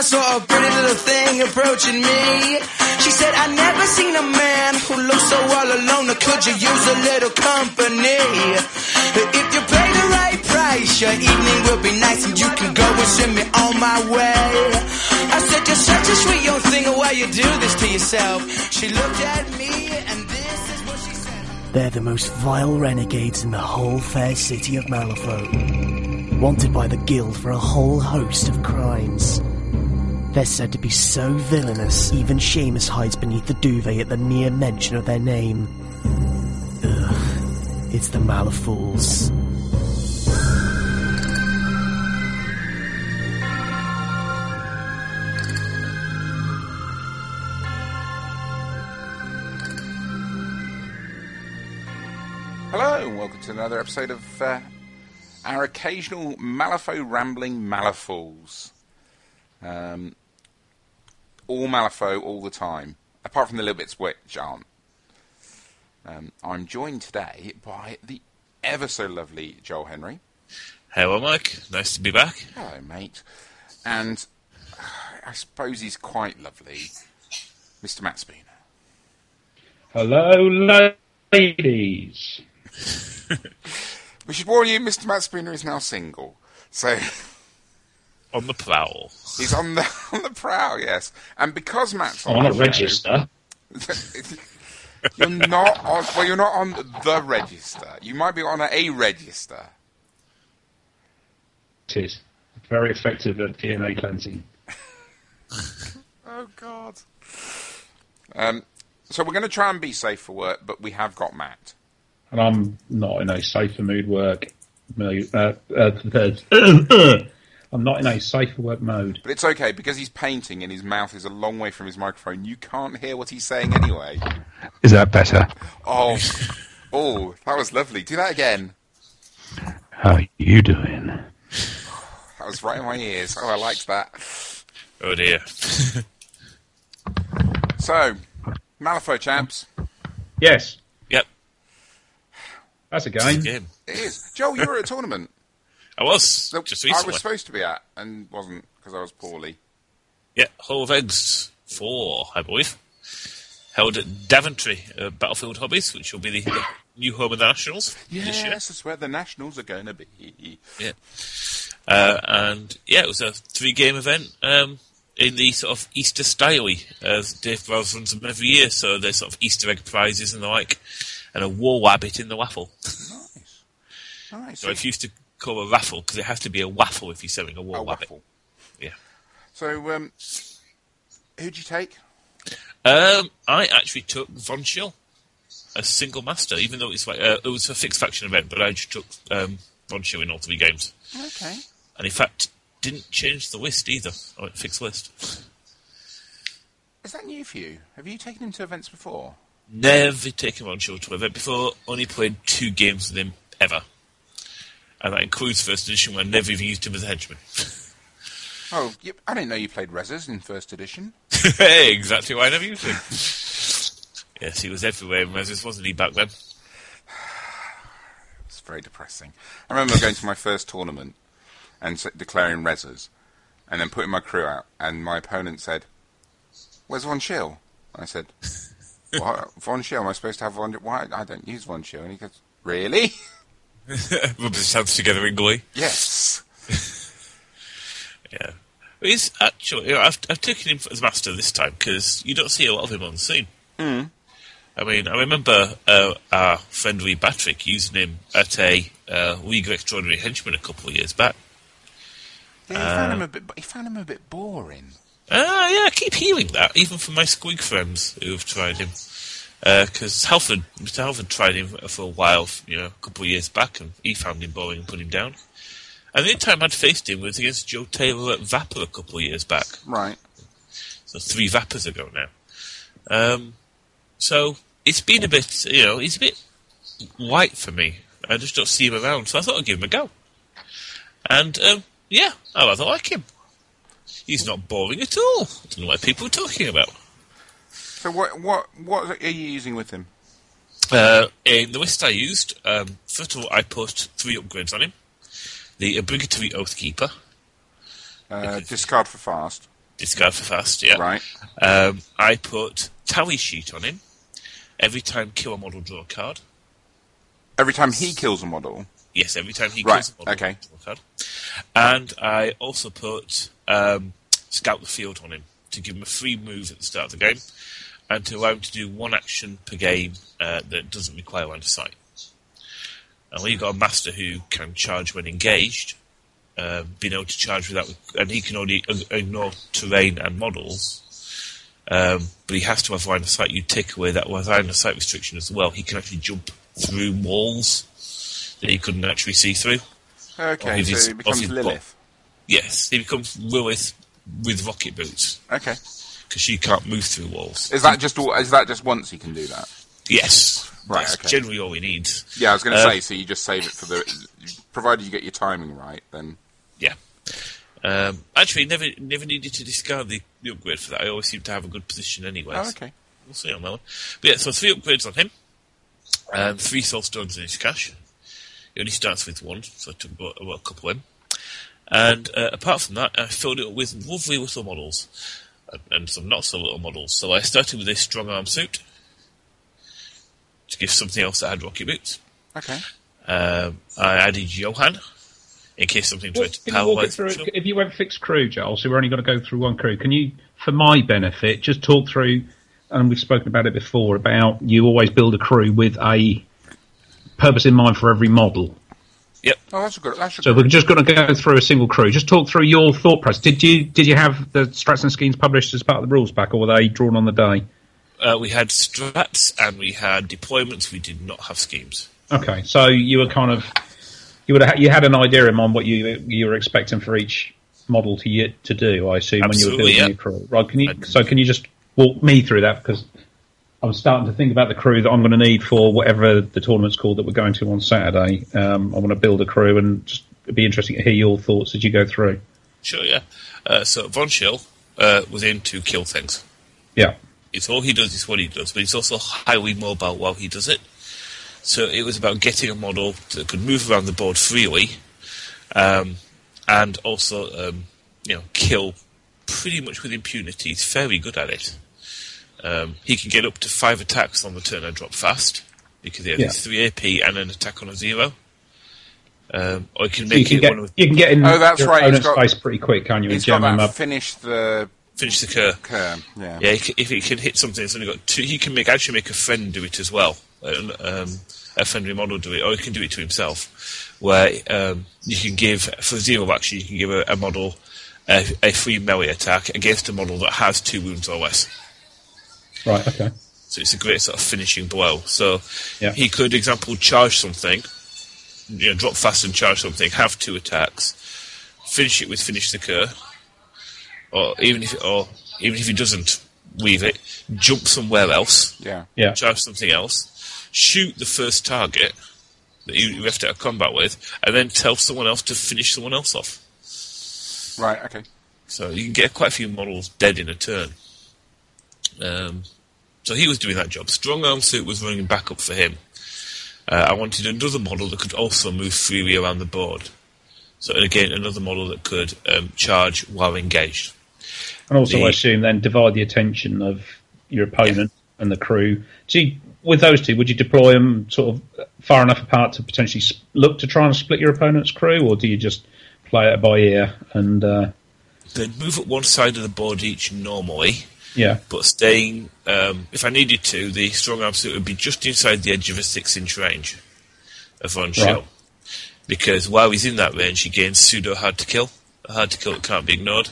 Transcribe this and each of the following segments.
saw a pretty little thing approaching me. She said, I never seen a man who looks so all alone. Or could you use a little company? If you pay the right price, your evening will be nice and you can go and send me on my way. I said, You're such a sweet young thing, why you do this to yourself? She looked at me and this is what she said. They're the most vile renegades in the whole fair city of Malifaux. Wanted by the guild for a whole host of crimes. They're said to be so villainous, even Seamus hides beneath the duvet at the mere mention of their name. Ugh, it's the Malifaux. Hello, and welcome to another episode of uh, our occasional Malifaux Rambling Malifaux. Um, all Malifaux all the time, apart from the little bits which aren't. Um, I'm joined today by the ever so lovely Joel Henry. Hello, Mike. Nice to be back. Hello, mate. And uh, I suppose he's quite lovely, Mr. Matt Spooner. Hello, ladies. We should warn you, Mr. Matt Spooner is now single. So. On the prowl. He's on the on the prowl, yes. And because Matt's I'm on, on a the show- register. you're not on. Well, you're not on the register. You might be on a register. It is very effective at DNA cleansing. Oh God. Um. So we're going to try and be safe for work, but we have got Matt. And I'm not in a safer mood work. mo- Uh, uh, I'm not in a safer work mode. But it's okay because he's painting and his mouth is a long way from his microphone. You can't hear what he's saying anyway. Is that better? Oh. Oh, that was lovely. Do that again. How are you doing? That was right in my ears. Oh, I liked that. Oh dear. So, Malifaux chaps, Yes, yep. that's a game. Game. it is. Joel, you were at a tournament. I was that just I recently. was supposed to be at and wasn't because I was poorly. yeah, Hall of Eggs four, I believe. Held at Daventry uh, Battlefield Hobbies, which will be the, the new home of the Nationals this year. Yes, that's where the Nationals are going to be. Yeah. Uh, and yeah, it was a three game event um, in the sort of Easter style as Dave Browse runs them every year. So there's sort of Easter egg prizes and the like, and a war rabbit in the waffle. Nice. Nice. So if you used to call a raffle, because it has to be a waffle if you're selling a war a rabbit. waffle. Yeah. So, um, who'd you take? Um, I actually took Von Schill, a single master, even though it's like uh, it was a fixed faction event, but I just took um, Von Schill in all three games, Okay. and in fact didn't change the list either. I went fixed list. Is that new for you? Have you taken him to events before? Never taken Von Schill to an event before. Only played two games with him ever, and that includes first edition where I never even used him as a henchman. Oh, you, I didn't know you played Rezzers in first edition. exactly why I never used him. yes, he was everywhere in Moses, wasn't he back then? It's very depressing. I remember going to my first tournament and s- declaring Rezzers, and then putting my crew out, and my opponent said, "Where's Von Schill?" I said, what? "Von Schill? Am I supposed to have Von? Why I don't use Von Schill?" And he goes, "Really?" Rubs his hands together in glee. Yes. Yeah. But He's actually, you know, I've, I've taken him as master this time because you don't see a lot of him on the scene. I mean, I remember uh, our friend Lee Batrick using him at a uh, League of Extraordinary Henchmen a couple of years back. Yeah, he found him a bit. He found him a bit boring. Ah, yeah, I keep hearing that, even from my squeak friends who have tried him. Because Halford, Mr. Halford tried him for a while, you know, a couple of years back, and he found him boring and put him down. And the only time I'd faced him was against Joe Taylor at Vapor a couple of years back. Right. so three vapors ago now. Um, so it's been a bit, you know, he's a bit white for me. I just don't see him around, so I thought I'd give him a go. And um, yeah, I rather like him. He's not boring at all. I don't know what people are talking about. So what? What? What are you using with him? Uh, in the list I used, um, first of all, I put three upgrades on him: the obligatory Oathkeeper, Uh, discard for fast. discard for fast, yeah. Right. Um, I put tally sheet on him. Every time kill a model, draw a card. Every time he kills a model, Yes, every time he Right, kills a model, okay. draw a card. And I also put um, scout the field on him to give him a free move at the start of the game, and to allow him to do one action per game uh, that doesn't require line of sight. And when you've got a master who can charge when engaged, uh, being able to charge without, and he can only ig- ignore terrain and models. Um, but he has to have line of sight. You take away that line of sight restriction as well. He can actually jump through walls that he couldn't actually see through. Or okay, he just- so he or becomes he- Lilith. Yes, he becomes Lilith with rocket boots Okay, because she can't move through walls. is that just all- is that just once he can do that? Yes, Right, That's okay. generally all he needs. Yeah, I was going to Uh, say. So you just save it for the, provided you get your timing right, then. Yeah. Um, actually, never never needed to discard the, the upgrade for that. I always seem to have a good position anyway. Oh, okay. We'll see on that one. But yeah, so three upgrades on him, and three soul stones in his cache. He only starts with one, so I took about, about a couple in. And uh, apart from that, I filled it with lovely little models, and, and some not so little models. So I started with a strong arm suit to give something else that had rocket boots. Okay. Um, I added Johan in case something tried What, to can you walk paralyze it through? the If you went fixed crew, Joel, so we're only going to go through one crew. Can you, for my benefit, just talk through? And we've spoken about it before about you always build a crew with a purpose in mind for every model. Oh, that's a good. That's a So good. we're just going to go through a single crew. Just talk through your thought process. Did you did you have the strats and schemes published as part of the rules pack, or were they drawn on the day? Uh, we had strats and we had deployments. We did not have schemes. Okay, so you were kind of you would have, you had an idea in mind what you you were expecting for each model to y- to do. I assume when Absolutely, you were building yeah. your crew, right? Can you so can you just walk me through that because I'm starting to think about the crew that I'm going to need for whatever the tournament's called that we're going to on Saturday. Um, I want to build a crew and just it'd be interesting to hear your thoughts as you go through. Sure, yeah. Uh, so Von Schill uh, was in to kill things. Yeah. It's all he does is what he does, but he's also highly mobile while he does it. So it was about getting a model that could move around the board freely, um, and also um, you know kill pretty much with impunity. He's very good at it. Um, he can get up to five attacks on the turn and drop fast because he has Yeah. his three AP and an attack on a zero. Um, or he can So you make can it get one of you can get in Oh, that's your right, he's opponent's got- space pretty quick, can't you? And He's got jam them that. up. Finish the finish the cur. curve. Yeah. Yeah, he c if he can hit something, it's only got two. He can make actually make a friend do it as well. An, um, a friendly model do it, or he can do it to himself. Where um, you can give for zero action, you can give a, a model a, a free melee attack against a model that has two wounds or less. Right. Okay. So it's a great sort of finishing blow. So Yeah. he could, example, charge something, you know, drop fast and charge something, have two attacks, finish it with finish the cur, or even if or even if he doesn't weave it, jump somewhere else, Yeah. Yeah. charge something else, shoot the first target that you you left out of combat with, and then tell someone else to finish someone else off. Right. Okay. So you can get quite a few models dead in a turn. Um, so he was doing that job. Strong Arm Suit was running backup for him. Uh, I wanted another model that could also move freely around the board. So again, another model that could um, charge while engaged. And also, The- I assume then divide the attention of your opponent and the crew. Do you, with those two, would you deploy them sort of far enough apart to potentially sp- look to try and split your opponent's crew, or do you just play it by ear and uh, They'd move at one side of the board each normally, yeah, but staying. Um, if I needed to, the Strong Arm Suit would be just inside the edge of a six-inch range of Von Schill. Right. Because while he's in that range, he gains pseudo hard to kill. A hard to kill that can't be ignored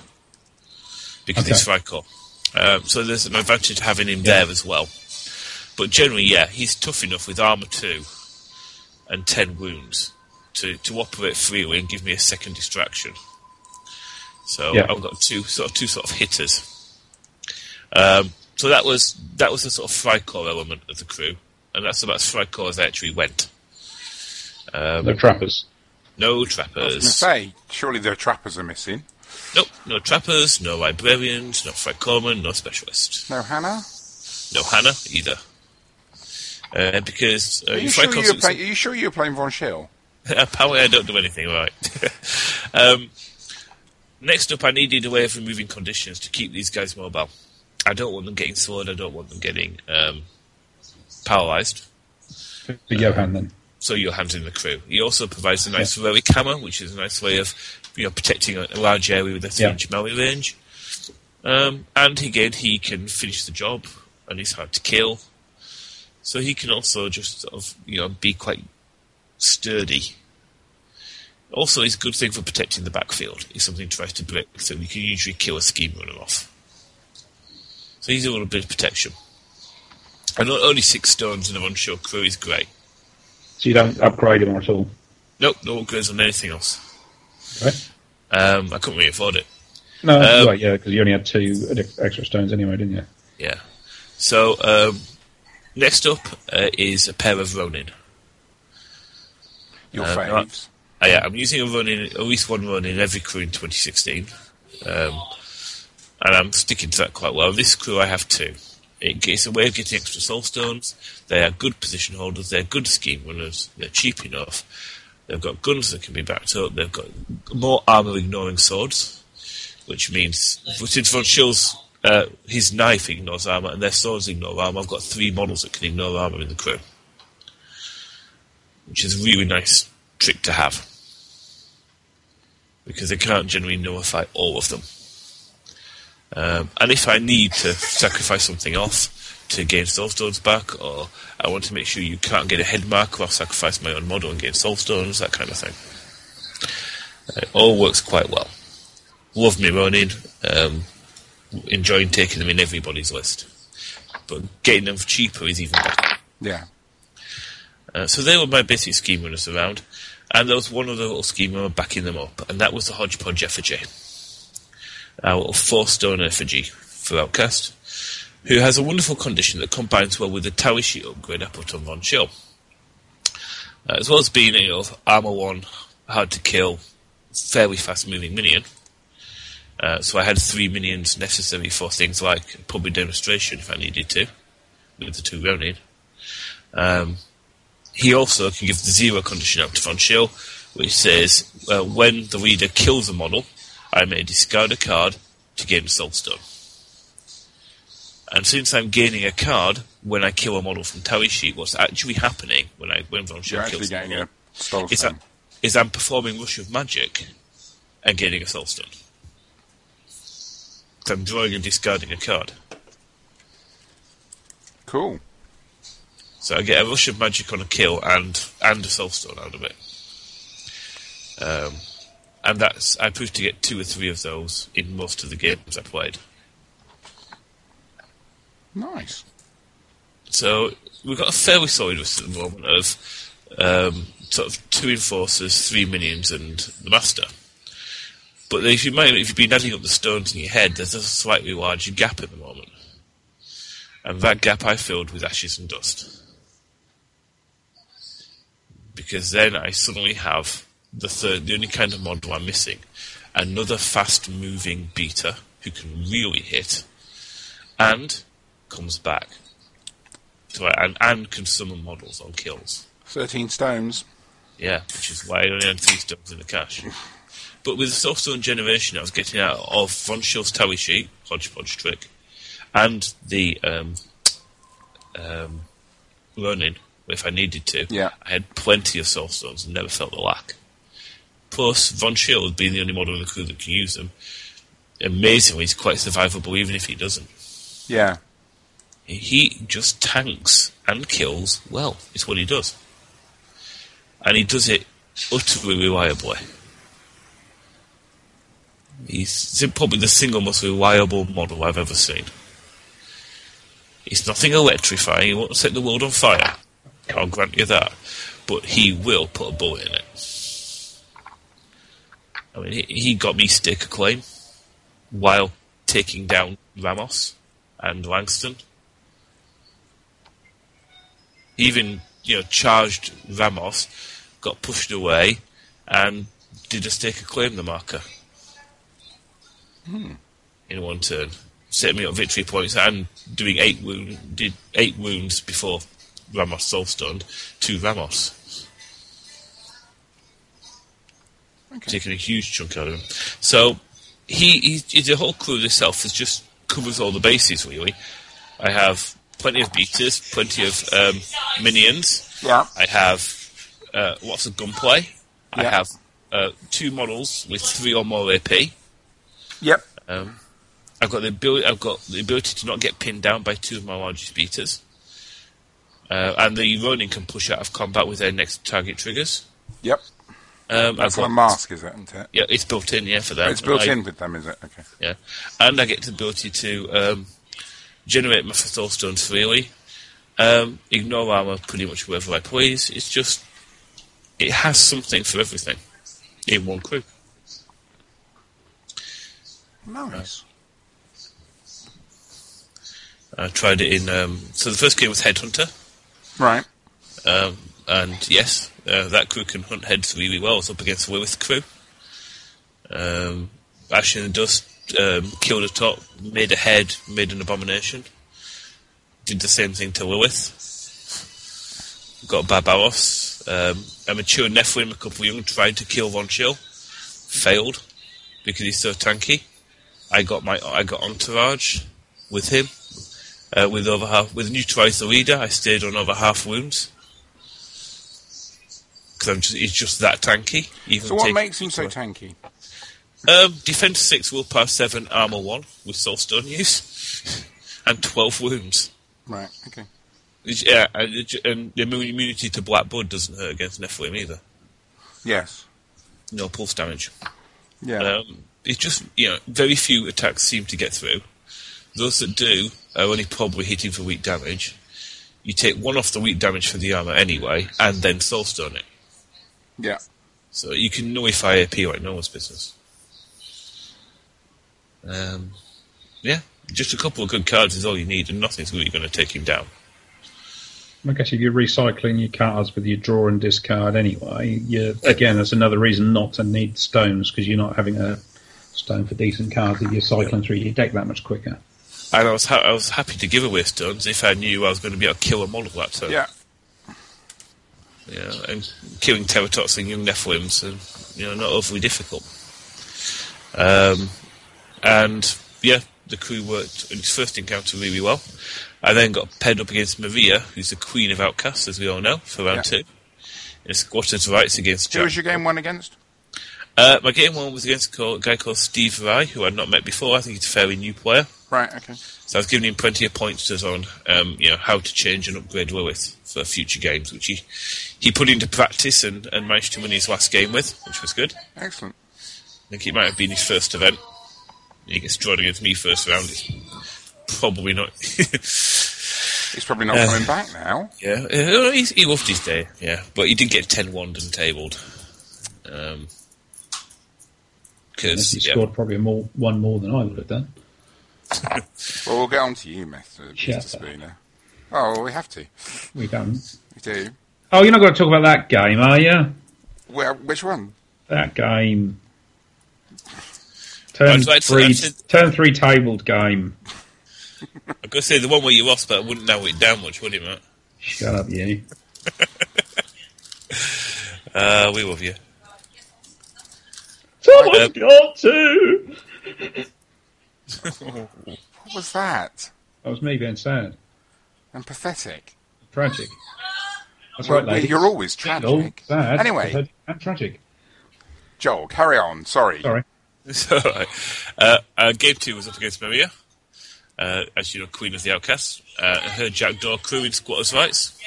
because Okay. he's Frykor. Um, so there's an advantage to having him there as well. But generally, yeah, he's tough enough with armor two and ten wounds to, to operate freely and give me a second distraction. So Yeah. I've got two sort of two sort of hitters. Um, so that was that was the sort of Frykor element of the crew, and that's about as Frykor as I actually went. the trappers? No I was going to trappers. say, surely the trappers are missing. Nope, no trappers, no librarians, no Frank Coleman, no specialist. No, Hannah. No Hannah either. Uh, because uh, Are you, Frank sure you were Coleman's- play- are you sure you were playing Von Schill? apparently I don't do anything right. um, Next up, I needed a way of removing conditions to keep these guys mobile. I don't want them getting sword. I don't want them getting um, paralyzed. For Johan, then. So your hands in the crew. He also provides a nice heroic hammer, which is a nice way of you know protecting a, a large area with a Yeah. three-inch melee range. Um, and again, he can finish the job, and he's hard to kill. So he can also just sort of you know be quite sturdy. Also, he's a good thing for protecting the backfield. If something tries to break through, you can usually kill a scheme runner off. So he's a little bit of protection. And o- only six stones in an onshore crew is great. So you don't upgrade him at all. Nope, no upgrades on anything else. Right? Um, I couldn't really afford it. No, Um, right, yeah, because you only had two ad- extra stones anyway, didn't you? Yeah. So um, next up uh, is a pair of Ronin. Your Uh, faves. Uh, yeah, I'm using a Ronin, at least one Ronin in every crew in 2016, um, and I'm sticking to that quite well. This crew, I have two. It, it's a way of getting extra soul stones. They are good position holders. They're good scheme runners. They're cheap enough. They've got guns that can be backed up. They've got more armor ignoring swords, which means since Von Schill's uh, his knife ignores armor and their swords ignore armor, I've got three models that can ignore armor in the crew, which is a really nice trick to have because I can't generally nullify all of them. Um, and if I need to sacrifice something off to gain soul stones back, or I want to make sure you can't get a head mark, or I'll sacrifice my own model and gain soul stones, that kind of thing. Uh, It all works quite well. Love me running, um, enjoying taking them in everybody's list. But getting them cheaper is even better. Yeah. Uh, so they were my basic scheme runners around, and there was one other little scheme runner backing them up, and that was the Hodgepodge effigy. Our little four stone effigy for Outcast, who has a wonderful condition that combines well with the Taoishi upgrade I put on Von Schill. Uh, as well as being you know, armor one, hard to kill, fairly fast moving minion. Uh, so I had three minions necessary for things like public demonstration if I needed to, with the two Ronin. Um, he also can give the zero condition out to Von Schill, which says uh, when the reader kills a model, I may discard a card to gain a soul stone. And since I'm gaining a card when I kill a model from Towie Sheet, what's actually happening when I when Von Schill You're actually kills a getting model? a stole is, that, stone. is I'm performing Rush of Magic and getting a soul stone. So I'm drawing and discarding a card. Cool. So I get a Rush of Magic on a kill and and a soul stone out of it. Um, and that's I proved to get two or three of those in most of the games I played. Nice. So we've got a fairly solid list at the moment of um, sort of two enforcers, three minions, and the master. But if you might, if you've been adding up the stones in your head, there's a slightly larger gap at the moment, and that gap I filled with ashes and dust. Because then I suddenly have the third, the only kind of model I'm missing, another fast-moving beater who can really hit, and comes back so I, and, and can summon models on kills. 13 stones. Yeah, which is why I only had three stones in the cache. But with the soft stone generation, I was getting out of Von Schill's Towie Sheet, Hodgepodge trick, and the um, um, learning, if I needed to. Yeah. I had plenty of soft stones and never felt the lack. Plus, Von Schill being the only model in the crew that can use them, amazingly, he's quite survivable even if he doesn't. Yeah. He just tanks and kills well. It's what he does. And he does it utterly reliably. He's probably the single most reliable model I've ever seen. He's nothing electrifying. He won't set the world on fire. Can't grant you that. But he will put a bullet in it. I mean, he, he got me stake acclaim while taking down Ramos and Langston. He even you know charged Ramos, got pushed away, and did a stake claim the marker in one turn, setting me up victory points and doing eight wound did eight wounds before Ramos soul stunned to Ramos. Taking a huge chunk out of him. So he, he, he- the whole crew itself is just covers all the bases really. I have plenty of beaters, plenty of um, minions. Yeah. I have uh, lots of gunplay. I Yeah. have uh, two models with three or more AP. Yep. Um, I've got the ability. I've got the ability to not get pinned down by two of my largest beaters, uh, and the Ronin can push out of combat with their next target triggers. Yep. Um, That's I've on got, a mask, is it? Isn't it? Yeah, it's built in. Yeah, for them. It's built I- in with them, is it? Okay. Yeah, and I get the ability to um, generate my Thor stones freely, um, ignore armor pretty much wherever I please. It's just it has something for everything in one crew. Nice. I tried it in. Um, so the first game was Headhunter. Right. Um, and yes, uh, that crew can hunt heads really well. It's up against the Willis crew. Um, Ash in the Dust um, killed a top, made a head, made an abomination. Did the same thing to Lilith. Got Barbaros. Um, a mature Nephilim, a couple young, tried to kill Von Chill. Failed because he's so tanky. I got my I got Entourage with him. Uh, with over half, with neutralize the leader, I stayed on over half wounds because I'm just he's just that tanky. Even So what taking- makes him so tanky? um, defense six, willpower seven, armor one with soulstone use, and twelve wounds. Right. Okay. Which- Yeah, and, it- and the immu- immunity to black blood doesn't hurt against Nephilim either. Yes. No pulse damage. Yeah. Um, it's just you know very few attacks seem to get through. Those that do are only probably hitting for weak damage. You take one off the weak damage for the armor anyway, and then soulstone it. yeah. So you can nullify AP like no one's business. Um, yeah, just a couple of good cards is all you need, and nothing's really going to take him down. I guess if you're recycling your cards with your draw and discard anyway, you again that's another reason not to need stones because you're not having a stone for decent cards if you're cycling through your deck that much quicker. And I was ha- I was happy to give away stones if I knew I was going to be able to kill a model that turn. Yeah. you know, and killing teratops and young nephilims, and you know, not overly difficult. Um, and yeah, the crew worked in its first encounter really well. I then got paired up against Maria, who's the queen of outcasts, as we all know, for round Yeah. two. In a squatter's rights against Who was Jack. your game one against? Uh, my game one was against a co- guy called Steve Rye, who I'd not met before. I think he's a fairly new player. Right. Okay. So I was giving him plenty of pointers on, um, you know, how to change and upgrade Lilith for future games, which he, he put into practice and, and managed to win his last game with, which was good. I Excellent. think it might have been his first event. He gets drawn against me first round. It's probably not. He's probably Uh, not coming back now. yeah, uh, he's, he loved his day. Yeah, but he did get 10 wand and tabled. Um, Unless because you yeah, scored probably more one more than I would have done. Well, we'll get on to you, Mr. Mr. Shut up. Spooner. Oh, well, we have to. We don't. We do. Oh, you're not going to talk about that game, are you? Well, which one? That game. I Turn was like to- I three, said- turn three tabled game. I've got to say the one where you lost, but I wouldn't narrow it down much, would it, Matt? Shut up, you. Uh, we love you. Someone's got to. What was that? That was me being sad, And pathetic. tragic. That's Well, right, ladies. You're always All tragic. sad. Anyway, and tragic. Joel, carry on. Sorry. Sorry. It's all right. Uh, uh, game two was up against Maria, uh, as you know, Queen of the Outcasts. Uh, her Jackdaw crew in Squatters' Rights,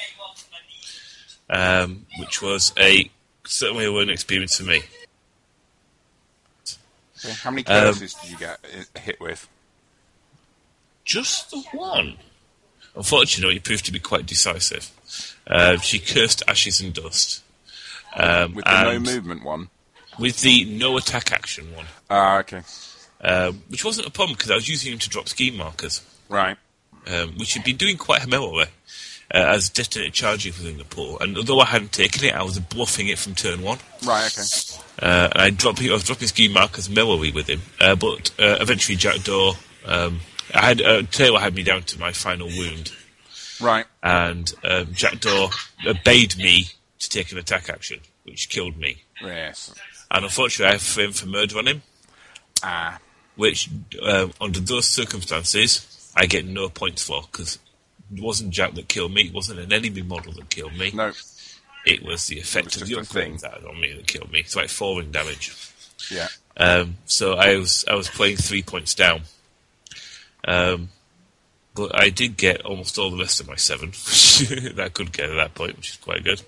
um, which was a certainly a learning experience for me. Okay, How many Um, curses did you get i- hit with? Just the one. Unfortunately, it proved to be quite decisive. Uh, she cursed ashes and dust. Um, With the no and movement one? with the no attack action one, Ah, okay. um, which wasn't a problem because I was using him to drop scheme markers. Right. um, which had been doing quite heroically uh, as detonated charges within the pool. And although I hadn't taken it, I was bluffing it from turn one. Right, okay. Uh, and I, dropped, I was dropping scheme markers mellowy with him. Uh, but uh, eventually, Jackdaw, um, I had uh, Taylor had me down to my final wound, Right. and um, Jackdaw obeyed me to take an attack action, which killed me. Yes. And unfortunately, I have framed for murder on him. Ah. which um, under those circumstances I get no points for because it wasn't Jack that killed me. It wasn't an enemy model that killed me. No, It was the effect It was of just the a thing. upgrades that was on me that killed me. It's like four ring damage. yeah. Um, so I was I was playing three points down, um, but I did get almost all the rest of my seven that I could get at that point, which is quite good,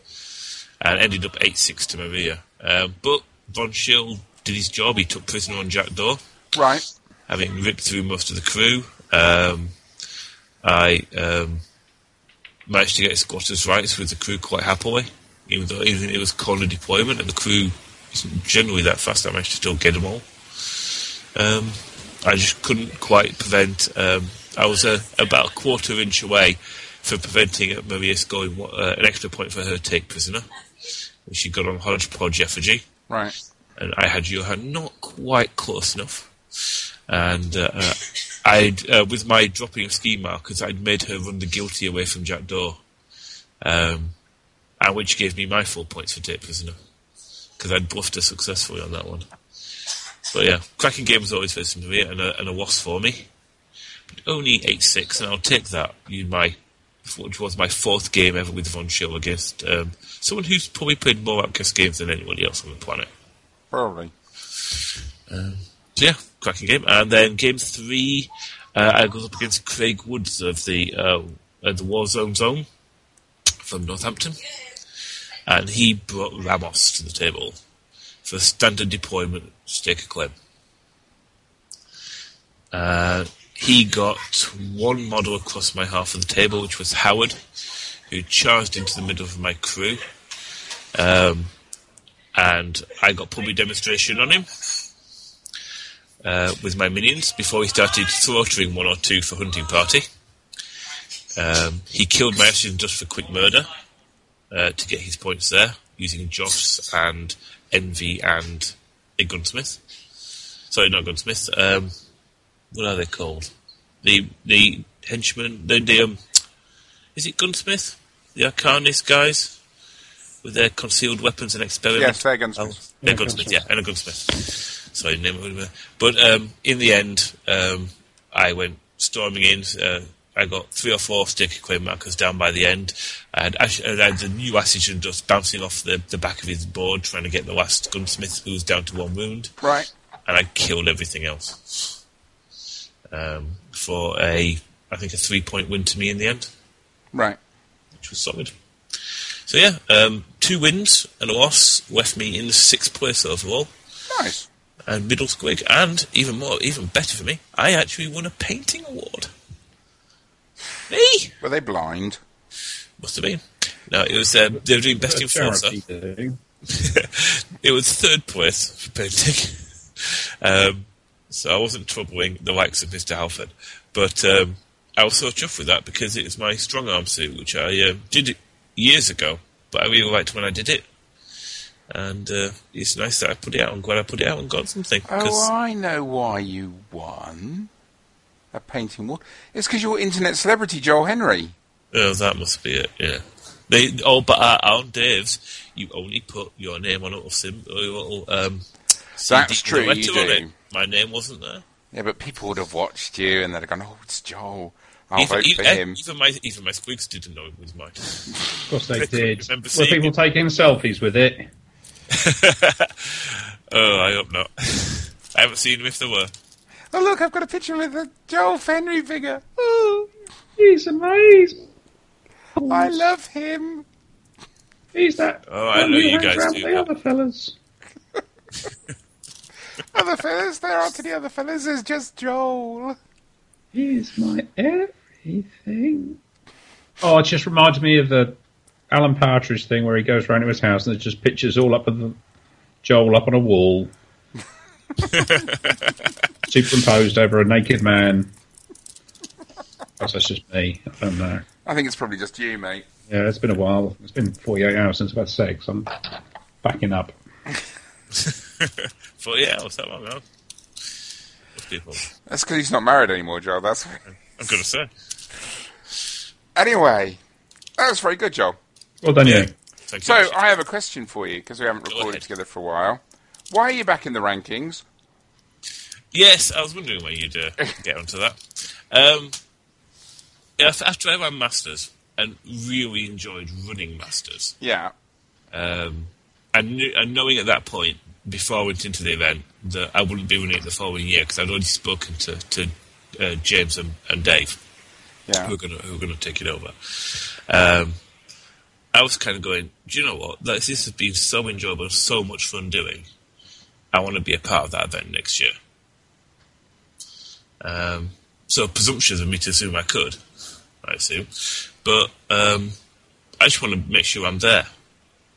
and ended up eight six to Maria. Um, but Von Schill did his job. He took prisoner on Jack Doe, Right. having ripped through most of the crew. Um, I um, managed to get squatters' rights with the crew quite happily, even though even it was corner deployment and the crew isn't generally that fast. I managed to still get them all. Um, I just couldn't quite prevent. Um, I was uh, about a quarter inch away from preventing Maria scoring one- uh, an extra point for her take prisoner, which she got on hodgepodge effigy Right. and I had Johan not quite close enough. And uh, uh, I'd uh, with my dropping of ski markers, I'd made her run the guilty away from Jack Doe, um, and which gave me my full points for take prisoner because I'd bluffed her successfully on that one. But yeah, cracking game was always facing to me and a, and a wasp for me. But only eight six, and I'll take that. You my which was my fourth game ever with Von Schill against um, someone who's probably played more Outcast games than anybody else on the planet. Probably. So yeah, cracking game. And then game three, uh, I goes up against Craig Woods of the uh, uh, the Warzone Zone from Northampton, and he brought Ramos to the table for standard deployment stake a claim. Uh, he got one model across my half of the table, which was Howard, who charged into the middle of my crew. Um, and I got puppy demonstration on him uh, with my minions before he started slaughtering one or two for hunting party. Um, he killed my assassin just for quick murder uh, to get his points there using Joss and Envy and a gunsmith. Sorry, not gunsmith. Um, what are they called? The the henchmen. The, the um, is it gunsmith? The Arcanist guys with their concealed weapons and experiment. Yes, they're gunsmiths. Oh, they're gunsmiths. Yeah, and a gunsmith. Sorry, name it. whatever. But um, in the end, um, I went storming in. Uh, I got three or four sticker claim markers down by the end. I had, Ash- and I had the new Assassins just bouncing off the, the back of his board, trying to get the last gunsmith who was down to one wound Right. and I killed everything else um, for a, I think a three point win to me in the end, Right. which was solid. So yeah, um, two wins and a loss left me in sixth place overall, Nice. and middle squig, and even more, even better for me, I actually won a painting award. Me Were they blind? must have been. No, it was um, they were doing best in Forza. Charity do. it was third place for painting. um, so I wasn't troubling the likes of Mr. Halford. But um, I was so chuffed with that because it was my strong arm suit, which I uh, did years ago, but I really liked when I did it. And uh, it's nice that I put it out. I'm glad I put it out and got something. 'cause- Oh, I know why you won. A painting wall. It's because you're internet celebrity Joel Henry. Oh, that must be it. Yeah. They all but uh, on Dave's, you only put your name on a little sim, a little um. That's CD true, you letter on do. it. My name wasn't there. Yeah, but people would have watched you and they'd have gone, "Oh, it's Joel. I'll even, vote for even- him." even my even my squigs didn't know it was mine. Of course they Couldn't did. remember Were seeing people it. taking selfies with it? oh, I hope not. I haven't seen them if there were. Oh, look, I've got a picture with a Joel Henry figure. Ooh, He's amazing. I love him. He's that. Oh, I know you guys do that. fellas. Other fellas, there aren't any other fellas. There's just Joel. He's my everything. Oh, it just reminds me of the Alan Partridge thing where he goes round to his house and there's just pictures all up of the, Joel up on a wall, superimposed over a naked man. Perhaps That's just me. I don't know. I think it's probably just you, mate. Yeah, it's been a while. It's been 48 hours since I've had sex. I'm backing up. But yeah, I was that long ago. Most people, That's because he's not married anymore, Joel. That's I'm gonna say. anyway. That was very good, Joel. Well done, you. Thank So you. I have a question for you because we haven't Go recorded ahead. together for a while. Why are you back in the rankings? Yes, I was wondering when you'd uh, get onto that. Um, yeah, af- after I ran Masters and really enjoyed running Masters, Yeah. um, and, knew, and knowing at that point, before I went into the event, that I wouldn't be running it the following year because I'd already spoken to, to uh, James and, and Dave Yeah. who are gonna who are gonna take it over. Um, I was kind of going, do you know what? Like, this has been so enjoyable, and so much fun doing. I want to be a part of that event next year. Um, so presumptuous of me to assume I could, I assume, but um, I just want to make sure I'm there.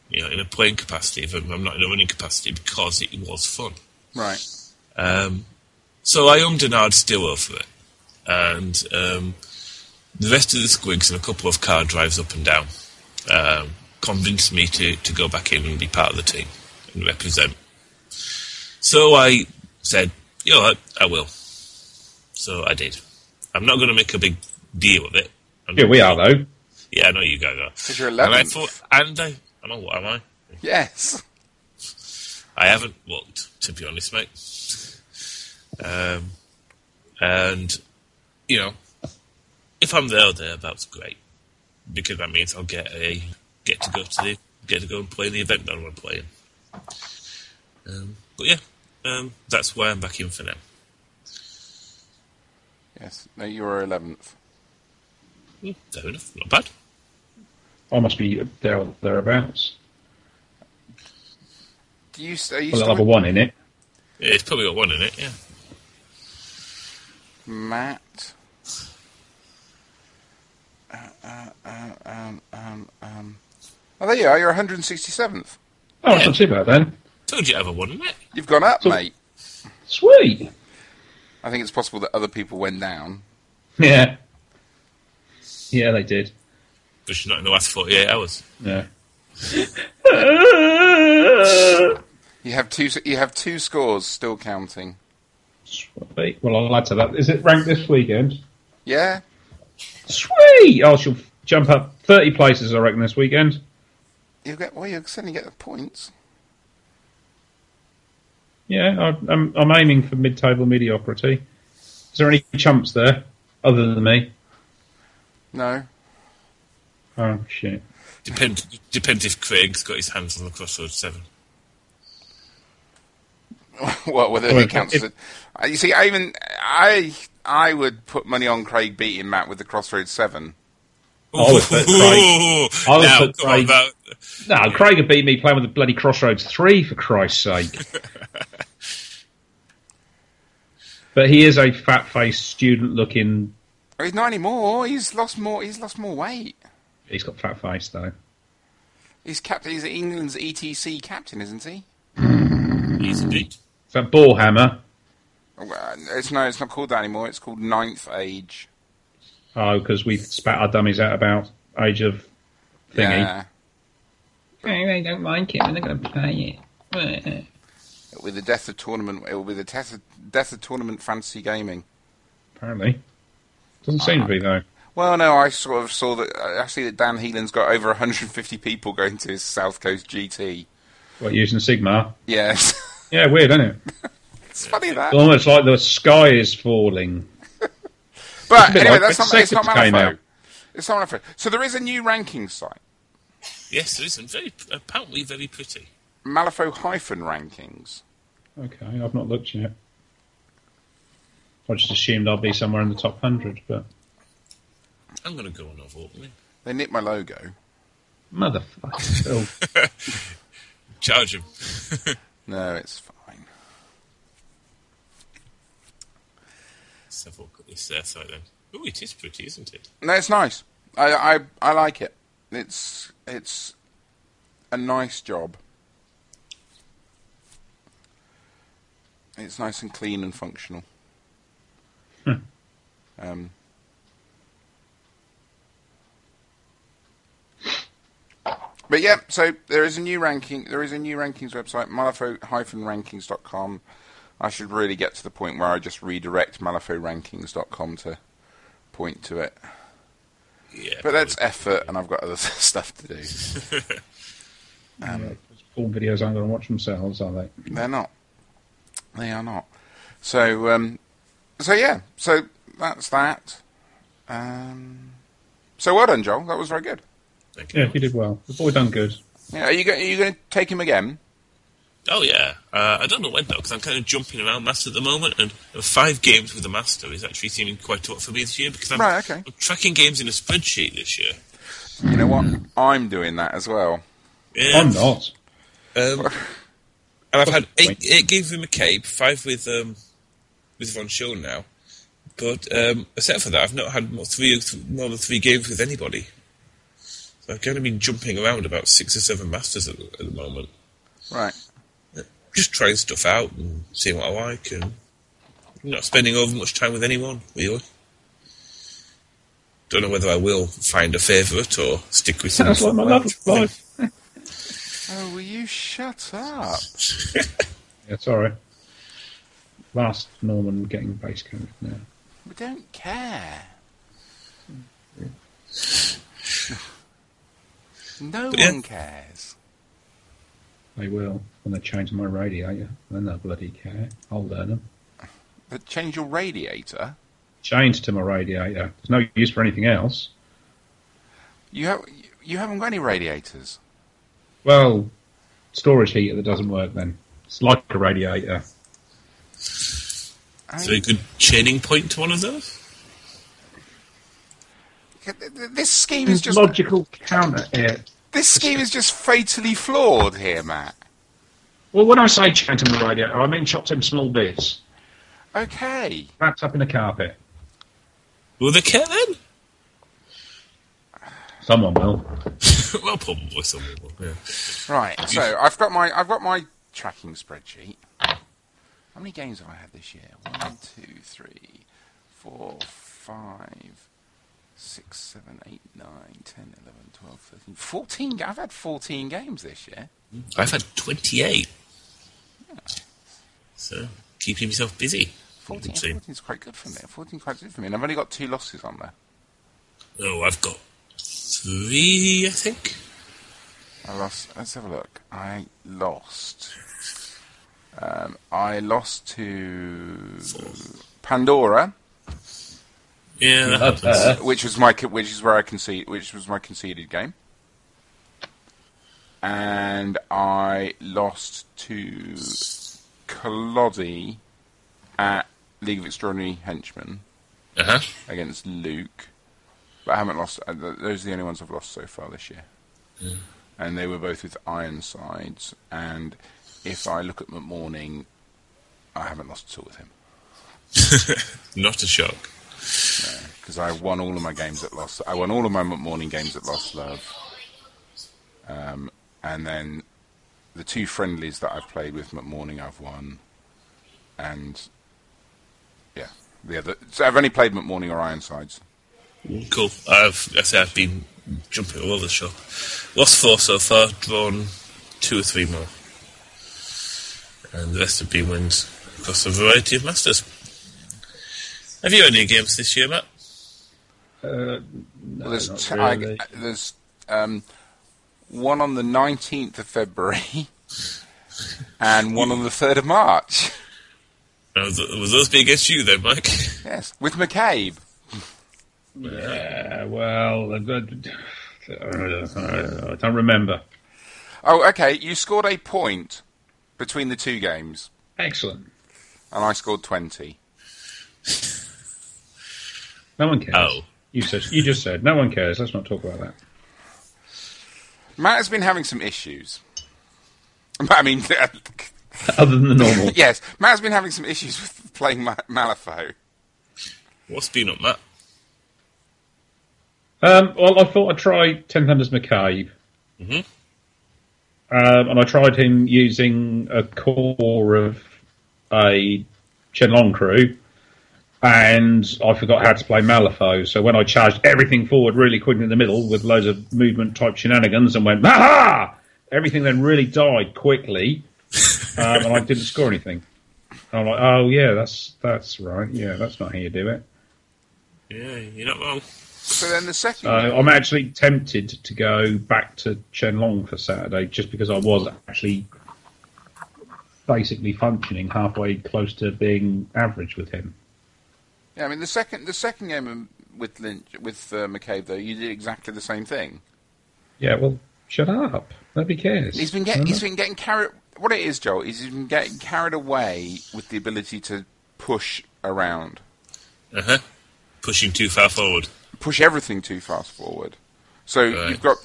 You know, in a playing capacity, if I'm I'm not in a running capacity, because it was fun. Right. Um, so I ummed and ahed still over it. And um, the rest of the squigs and a couple of car drives up and down um, convinced me to, to go back in and be part of the team and represent. So I said, you know what, I will. So I did. I'm not going to make a big deal of it. I'm Here we are, though. Yeah, I know you guys are. Because you're And I 11th. thought, and I, I know what am I? Yes. I haven't looked, to be honest, mate. Um, and you know, if I'm there or thereabouts, great, because that means I'll get a get to go to the get to go and play the event that I'm playing. Um, but yeah, um, that's why I'm back in for now. Yes. No, you were 11th. Hmm, Fair enough, not bad. I must be there or thereabouts. Do you, st- are you Well, still I'll have a with one in it. Yeah, It's probably got one in it, yeah. Matt? Uh, uh, uh, um, um, um. Oh, there you are. You're 167th. Oh, that's not too bad then. Told you I have a one in it. You've gone up, So- mate. Sweet. I think it's possible that other people went down. Yeah. Yeah, they did. But she's not in the last 48 hours. Yeah. You have two. s- You have two scores still counting. Sweet. Well, I'll add to that. Is it ranked this weekend? Yeah. Sweet. Oh, she'll jump up 30 places, I reckon, this weekend. You get. Well, you certainly get the points. Yeah, I, I'm, I'm aiming for mid-table mediocrity. Is there any chumps there other than me? No. Oh shit! Depend, depends if Craig's got his hands on the Crossroads 7. well, whether Well, it counts if- as a- uh, you see, I even I I would put money on Craig beating Matt with the Crossroads Seven. I would put Craig- I would Now, put come on, Craig- that- No, Craig had beat me playing with the bloody Crossroads Three for Christ's sake. but he is a fat-faced student-looking. Oh, He's not anymore. He's lost more. He's lost more weight. He's got fat face though. He's captain. He's England's ETC captain, isn't he? He's Hmm. indeed. It's that ball hammer. Oh, well, It's no. It's not called that anymore. It's called Ninth Age. Oh, because we spat our dummies out about age of thingy. Yeah. They don't like it. uh, They're not going to play it. With the death of tournament, it will be the death of, death of tournament fantasy gaming. Apparently, doesn't seem to be though. Well, no, I sort of saw that. I see that Dan Heelan's got over 150 people going to his South Coast GT. What using Sigma? Yes, Yeah, weird, isn't it? it's funny that. It's almost like the sky is falling. But bit anyway, like that's when not, it's not Secret came Malifaux. out. It's not Malifaux. So there is a new ranking site, Yes, there is, and very apparently very pretty. Malifaux hyphen rankings. Okay, I've not looked yet. I just assumed I'd be somewhere in the top hundred, but I'm going to go and have a walk. man. They nicked my logo. motherfucker, Phil. Charge him. No, it's fine. Let's have a look at this uh, site then. Oh, it is pretty, isn't it? No, it's nice. I I, I like it. It's it's a nice job. It's nice and clean and functional. um, but yeah, so there is a new ranking. There is a new rankings website, malifaux-rankings.com. I should really get to the point where I just redirect malifaux-rankings.com to point to it. Yeah. But that's probably. effort, and I've got other stuff to do. All videos aren't going to watch themselves, are they? They're not. They are not. So, um, so yeah, so that's that. Um, so well done, Joel. That was very good. Thank you. Yeah, you did well. The boy done good. Yeah, are you go- are you going to take him again? Oh yeah, uh, I don't know when though, because I'm kind of jumping around Master at the moment, and uh, five games with the Master is actually seeming quite a lot for me this year because I'm, Right, okay. I'm tracking games in a spreadsheet this year. You know what? I'm doing that as well. Yeah. I'm not. Um, and I've had eight, Wait. eight games with McCabe, five with um, with Von Schoen now. But um, except for that, I've not had more, three more than three games with anybody. So I've kind of been jumping around about six or seven masters at, the- at the moment, Right. just trying stuff out and seeing what I like, and not spending over much time with anyone really. Don't know whether I will find a favourite or stick with Sounds like someone. my love life. Oh, will you shut up? Yeah, sorry. Last Norman getting base code now. We don't care. No But yeah. one cares. They will when they change my radiator. Then they'll bloody care. I'll learn them. But change your radiator. Change to my radiator. There's no use for anything else. You have you haven't got any radiators. Well, storage heater that doesn't work then. It's like a radiator. I Is there a good chaining point to one of those? th- th- this scheme is just logical counter here. this scheme is just fatally flawed here, Matt. Well, when I say change to my radiator, I mean chop them small bits. Okay. Wrapped up in a carpet. Will they care then? Someone will. well, probably someone will. Yeah. Right. So I've got my I've got my tracking spreadsheet. How many games have I had this year? One, two, three, four, five, six, seven, eight, nine, ten, eleven, twelve, thirteen, fourteen. I've had fourteen games this year. I've had 28. So, keeping myself busy. Fourteen. Let's see. 14 is quite good for me. Fourteen is quite good for me, and I've only got two losses on there. Oh, I've got three, I think. I lost. Let's have a look. I lost. Um, I lost to Pandora, Yeah, that happens. which was my co- which is where I concede, which was my conceded game, and I lost to Collodi at League of Extraordinary Henchmen Uh-huh. against Luke, but I haven't lost. uh, th- Those are the only ones I've lost so far this year, and they were both with Ironsides. And if I look at McMorning, I haven't lost at all with him Not a shock. because I won all of my games at loss. I won all of my McMorning games at Lost Love, um, and then the two friendlies that I've played with McMorning, I've won, and yeah, the other. So I've only played McMorning or Ironsides. Cool. I've, I say I've been jumping all over the shop. Lost four so far, drawn two or three more. And the rest have been wins across a variety of masters. Have you had any games this year, Matt? Well, there's not t- I- uh, really. there's um, one on the 19th of February and one on the 3rd of March. Uh, th- was those be against you then, Mike? Yes, with McCabe. Yeah, Uh, well, I, I- I don't remember. Oh, okay. You scored a point between the two games, Excellent. and I scored 20. No one cares. Oh. You said you just said no one cares. Let's not talk about that. Matt has been having some issues. I mean, Other than the normal. yes, Matt has been having some issues with playing Ma- Malifaux. What's been up, Matt? Um, well, I thought I'd try Ten Thunders McCabe. Um, and I tried him using a core of a Chenlong crew, and I forgot how to play Malifaux. So when I charged everything forward really quick in the middle with loads of movement type shenanigans and went, ha Everything then really died quickly, um, and I didn't score anything. And I'm like, oh, yeah, that's that's right. Yeah, that's not how you do it. Yeah, you're not wrong. So then the second, Uh, I'm actually tempted to go back to Chenlong for Saturday just because I was actually basically functioning halfway close to being average with him. Yeah, I mean the second the second game with Lynch with uh, McCabe though, you did exactly the same thing. Yeah, well, shut up. Nobody cares. He's been Why getting not? he's been getting carried. What it is, Joel, is he's been getting carried away with the ability to push around, Uh huh. Pushing too far forward. push everything too fast forward. So Right. you've got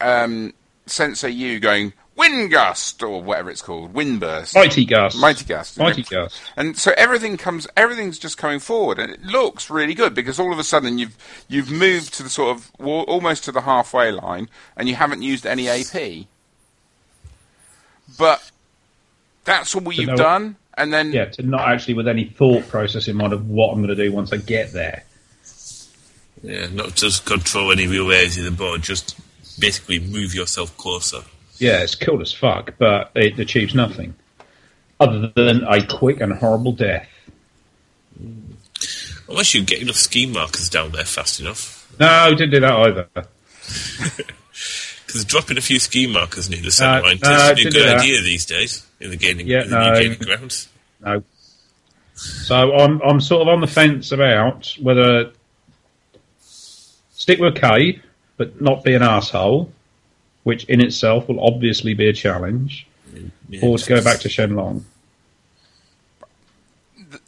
um, Sensei U going wind gust or whatever it's called, wind burst. Mighty Gas. Mighty Gas. Mighty Gas. And so everything comes, everything's just coming forward, and it looks really good because all of a sudden you've you've moved to the sort of wa- almost to the halfway line, and you haven't used any AP. But that's all you've no- done, and then Yeah, to not actually with any thought process in mind of what I'm going to do once I get there. Yeah, not just control any real areas of the board, just basically move yourself closer. Yeah, it's cool as fuck, but it achieves nothing other than a quick and horrible death. Unless you get enough scheme markers down there fast enough. No, didn't do that either. Because dropping a few scheme markers near the centre No, line no, tends Uh, to be a didn't do good that. idea these days in the, gaining, Yeah, in the new no. gaining grounds. No. So I'm I'm sort of on the fence about whether stick with K, but not be an asshole, which in itself will obviously be a challenge, Yeah, or to go back to Shenlong.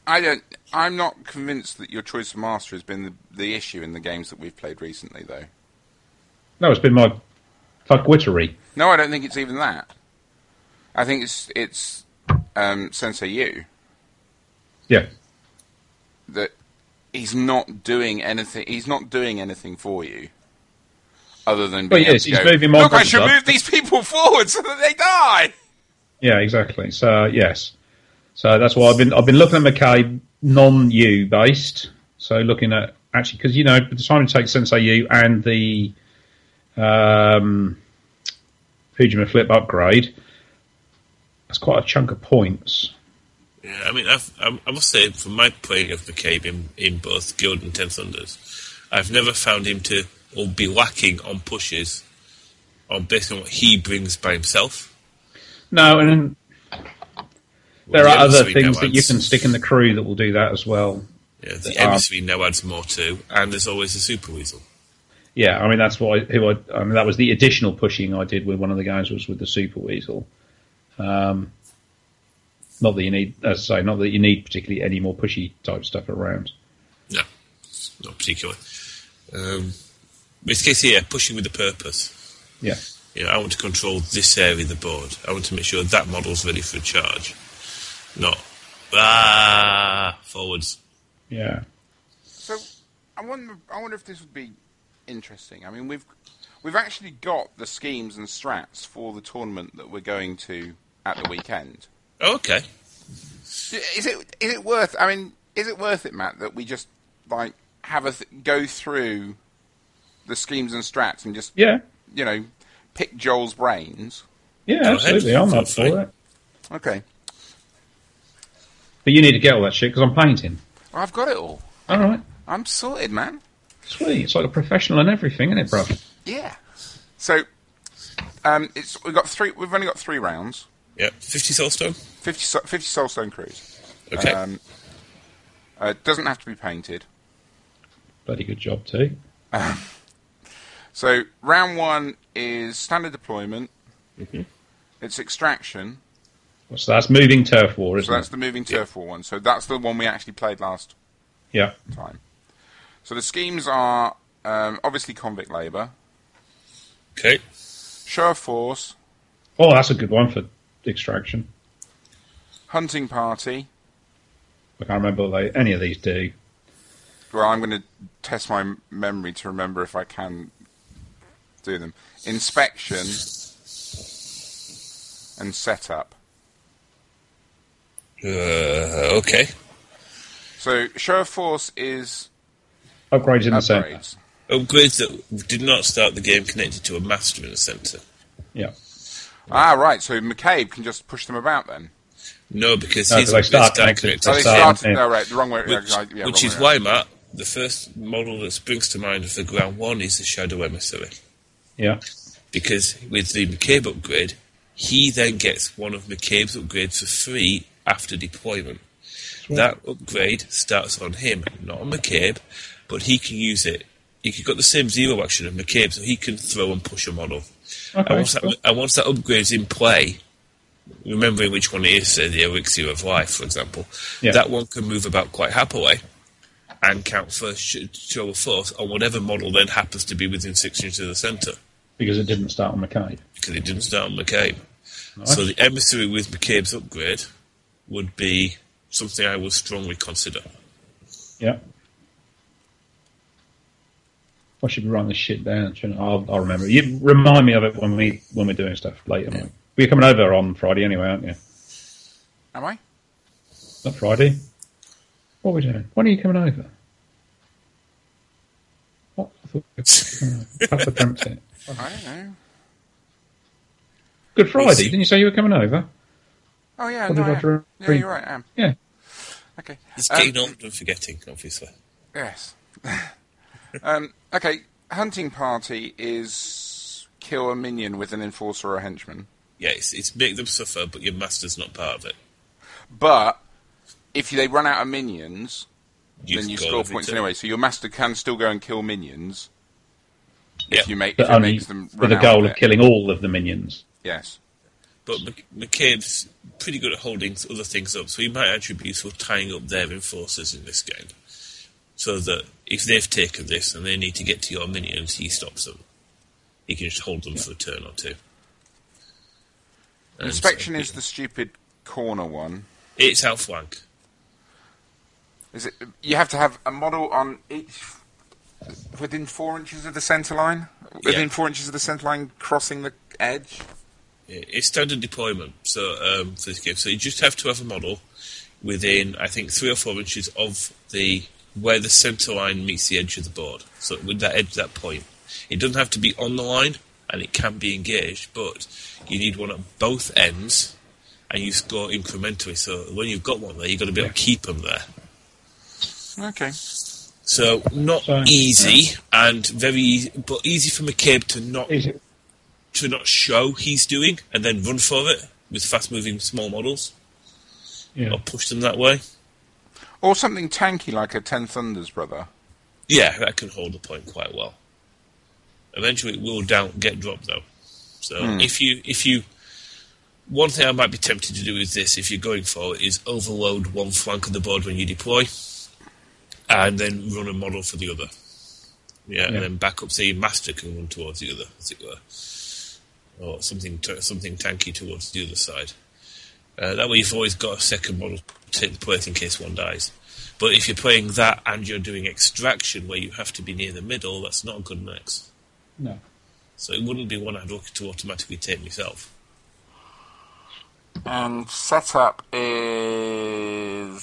I don't. I'm not convinced that your choice of master has been the, the issue in the games that we've played recently, though. No, it's been my fuckwittery. No, I don't think it's even that. I think it's it's um, Sensei U. Yeah. that he's not doing anything. He's not doing anything for you, other than Well, being able yes, to he's go, moving my Look, I buttons should up." move these people forward so that they die. Yeah, exactly. So yes, so that's why I've been I've been looking at McCabe non U based. So looking at actually because you know by the time it takes Sensei U and the um, Fujima Flip upgrade, that's quite a chunk of points. Yeah, I mean, I've, I, I must say, from my playing of McCabe in, in both Guild and Ten Thunders, I've never found him to or be lacking on pushes, on based on what he brings by himself. No, and The there are other emissary things now that you adds- can stick in the crew that will do that as well. Yeah, the are. emissary now adds more to, and there's always the super weasel. Yeah, I mean that's what I, who I, I mean that was the additional pushing I did with one of the guys was with the super weasel. Um, not that you need, as I say, not that you need particularly any more pushy type stuff around. No, not particular. Um, in this case here, pushing with a purpose. Yeah, You know, I want to control this area of the board. I want to make sure that model's ready for a charge. Not ah forwards. yeah, So, I wonder. I wonder if this would be interesting. I mean, we've we've actually got the schemes and strats for the tournament that we're going to at the weekend. Oh, okay. Is it is it worth? I mean, is it worth it, Matt, that we just like have a th- go through the schemes and strats and just yeah, you know pick Joel's brains? yeah. ahead. absolutely, I'm Feel up for free. it. Okay, But you need to get all that shit because I'm painting. I've got it all. All right, I'm sorted, man. sweet. It's like a professional and everything, isn't it, bruv? Yeah. So, um, it's we've got three. We've only got three rounds. Yep, 50 soulstone. 50, so- 50 Soulstone Cruise. Okay. Um, uh, it doesn't have to be painted. Bloody good job too. So round one is standard deployment. It's extraction. So that's moving turf war, So isn't that's it? the moving turf war one. So that's the one we actually played last Yeah, time. So the schemes are um, obviously convict labour, okay. show of force, Oh, that's a good one for extraction. hunting party. I can't remember what they, any of these do. Well, I'm going to test my m- memory to remember if I can do them. Inspection and setup. Uh, okay. So show of force is Upgrades in the centre. upgrades. Upgrades that did not start the game connected to a master in the centre. Yeah. Ah, right. So McCabe can just push them about then. No, because No, his they upgrades start start connected. connected So to they the Sorry, game. start- started. yeah. No, right. The wrong way. Which, yeah, yeah, which wrong is way why, around. Matt, the first model that springs to mind of the ground one is the Shadow Emissary. Yeah. Because with the McCabe upgrade, He then gets one of McCabe's upgrades for free after deployment. That upgrade starts on him, not on McCabe, but he can use it. He could got the same zero action as McCabe, so he can throw and push a model. Okay, and, once cool. that, and once that upgrade's in play, remembering which one it is, say the Elixir of Life, for example, Yeah. that one can move about quite happily and count first sh- show of force on whatever model then happens to be within six inches of the centre because it didn't start on McCabe. because it didn't start on McCabe. So the emissary with McCabe's upgrade would be something I would strongly consider. Yeah. I should be writing this shit down. shouldn't I? I'll, I'll remember. it. You remind me of it when we when we're doing stuff later. Mike. But you're coming over on Friday anyway, aren't you? Am I? Not Friday. What are we doing? When are you coming over? What? I thought we were coming over. Papa dreamt it. I don't know. Good Friday. see. Didn't you say you were coming over? Oh yeah, What no, did I I dream? am. Yeah, you're right. I am. Yeah. Okay. It's Um, getting old and forgetting, obviously. Yes. um, okay, hunting party is kill a minion with an enforcer or a henchman. Yeah, it's, it's make them suffer, but your master's not part of it. But if they run out of minions, then you got score everything. points anyway. So your master can still go and kill minions Yeah, if you make if But it only makes them run with the out goal of it. of killing all of the minions. Yes. but Mc- McCabe's pretty good at holding other things up, so he might actually be useful tying up their enforcers in this game. So that if they've taken this and they need to get to your minions, he stops them. He can just hold them for a turn or two. And- Inspection is the stupid corner one. It's outflank. Is it? You have to have a model on each within four inches of the centre line. Within four inches of the centre line, crossing the edge. It's standard deployment so um, for this game. So you just have to have a model within, I think, three or four inches of the where the centre line meets the edge of the board. So with that edge, that point, it doesn't have to be on the line, and it can be engaged, but you need one at both ends, and you score incrementally. So when you've got one there, you've got to be able to keep them there. Okay. So not So- easy and very, easy, but easy for McCabe to not Is it? to not show he's doing and then run for it with fast moving small models Yeah. or push them that way. Or something tanky like a Ten Thunders brother. Yeah, that can hold the point quite well. Eventually, it will down get dropped though. So if you if you one thing I might be tempted to do with this, if you're going for it, is overload one flank of the board when you deploy, and then run a model for the other. Yeah, Yeah. and then back up so your master can run towards the other, as it were, or something t- something tanky towards the other side. Uh, that way, you've always got a second model to take the place in case one dies. But if you're playing that and you're doing extraction where you have to be near the middle, that's not a good mix. No. So it wouldn't be one I'd look to automatically take myself. And setup is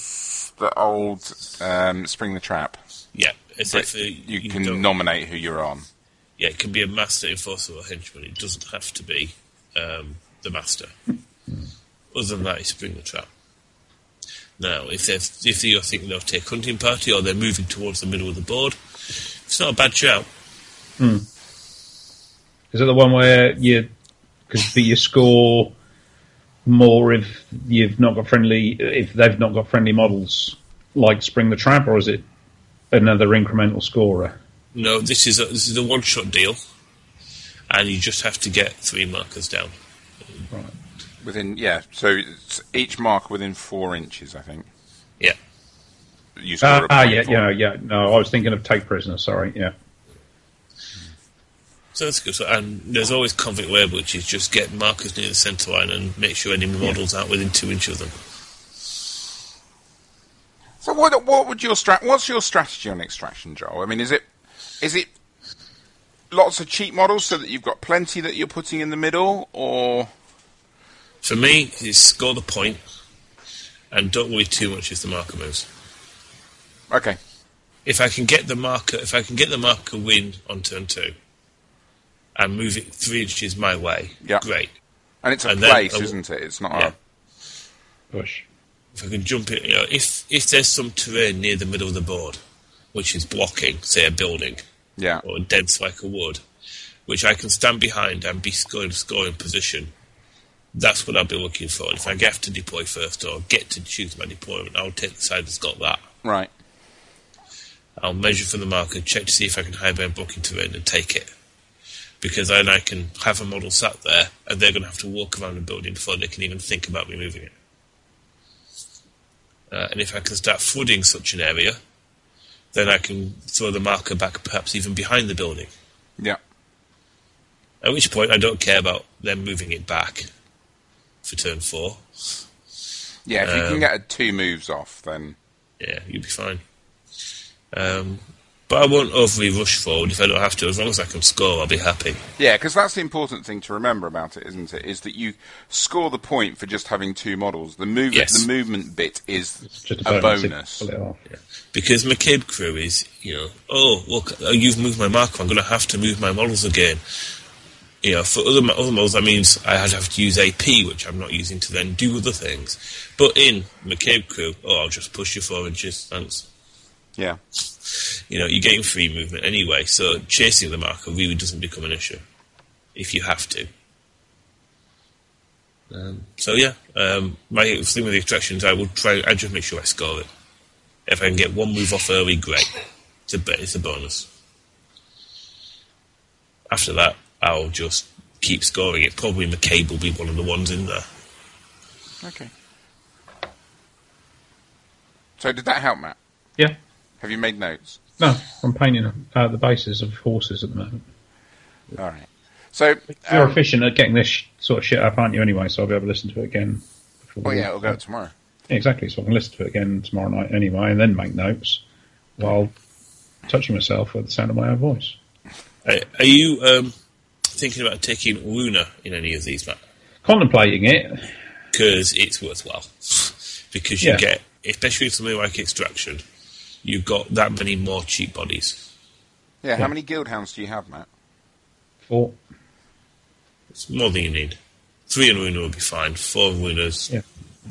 the old um, Spring the Trap. Yeah, as But if uh, you, can don't- nominate who you're on. Yeah, it can be a master enforcer or henchman. It doesn't have to be um, the master. Other than that, it's bring the trap. Now, if they've if you're thinking they'll take hunting party or they're moving towards the middle of the board, it's not a bad shout. Is it the one where you because you score more if you've not got friendly if they've not got friendly models like Spring the Trap, or is it another incremental scorer? No, this is a, this is a one shot deal, and you just have to get three markers down. Right. Within yeah, so it's each mark within four inches, I think. Yeah. You score Ah, a ah, point yeah, for. yeah, yeah. No, I was thinking of Take Prisoner. Sorry, yeah. So that's good. So, and there's always convict web, which is just get markers near the centre line and make sure any models aren't within two inches of them. So what what would your strat? What's your strategy on extraction, Joel? I mean, is it is it lots of cheap models so that you've got plenty that you're putting in the middle, or For me, is score the point and don't worry too much if the marker moves. okay? If I can get the marker, if I can get the marker win on turn two and move it three inches my way, Yeah. great. And it's a And then- place, oh, isn't it? It's not. yeah. A, Push. if I can jump it, you know, if if there's some terrain near the middle of the board, which is blocking, say a building yeah. or dense like a wood, which I can stand behind and be scoring scoring position, That's what I'll be looking for. If I have to deploy first or get to choose my deployment, I'll take the side that's got that. Right. I'll measure for the marker, check to see if I can high-band block into it, and take it. Because then I can have a model sat there, and they're going to have to walk around the building before they can even think about removing it. Uh, and if I can start flooding such an area, then I can throw the marker back, perhaps even behind the building. Yeah. At which point, I don't care about them moving it back for turn four. Yeah, if you Um, can get a two moves off, then. yeah, you'll be fine. Um, but I won't overly rush forward if I don't have to. As long as I can score, I'll be happy. Yeah, because that's the important thing to remember about it, isn't it? Is that you score the point for just having two models. The move, Yes. the movement bit is Just a bonus. if you pull it off. Because McCabe crew is, you know, oh, look, oh, you've moved my marker. I'm going to have to move my models again. You know, for other, other models, that means I had to have to use AP, which I'm not using to then do other things. But in McCabe crew, oh, I'll just push you four inches. Thanks. Yeah, You know, you're getting free movement anyway, so chasing the marker really doesn't become an issue if you have to. Um, so yeah, um, my thing with the attractions, I will try. I just make sure I score it. If I can get one move off early, great. It's a bit. It's a bonus. After that, I'll just keep scoring it. Probably McCabe will be one of the ones in there. okay. So, did that help, Matt? Yeah. Have you made notes? No, I'm painting uh, the bases of horses at the moment. All right. So, You're um, efficient at getting this sh- sort of shit up, aren't you? Anyway, so I'll be able to listen to it again. Before well, the- Oh, yeah, it'll go up tomorrow. Exactly. So I can listen to it again tomorrow night anyway, and then make notes while touching myself with the sound of my own voice. Are, are you um, thinking about taking Luna in any of these, Matt? Contemplating it, because it's worthwhile. because you Yeah. get, especially with something like Extraction, you've got that many more cheap bodies. Yeah, how many guild hounds do you have, Matt? for It's more than you need. Three and Runa will be fine. Four and Runa's Yeah.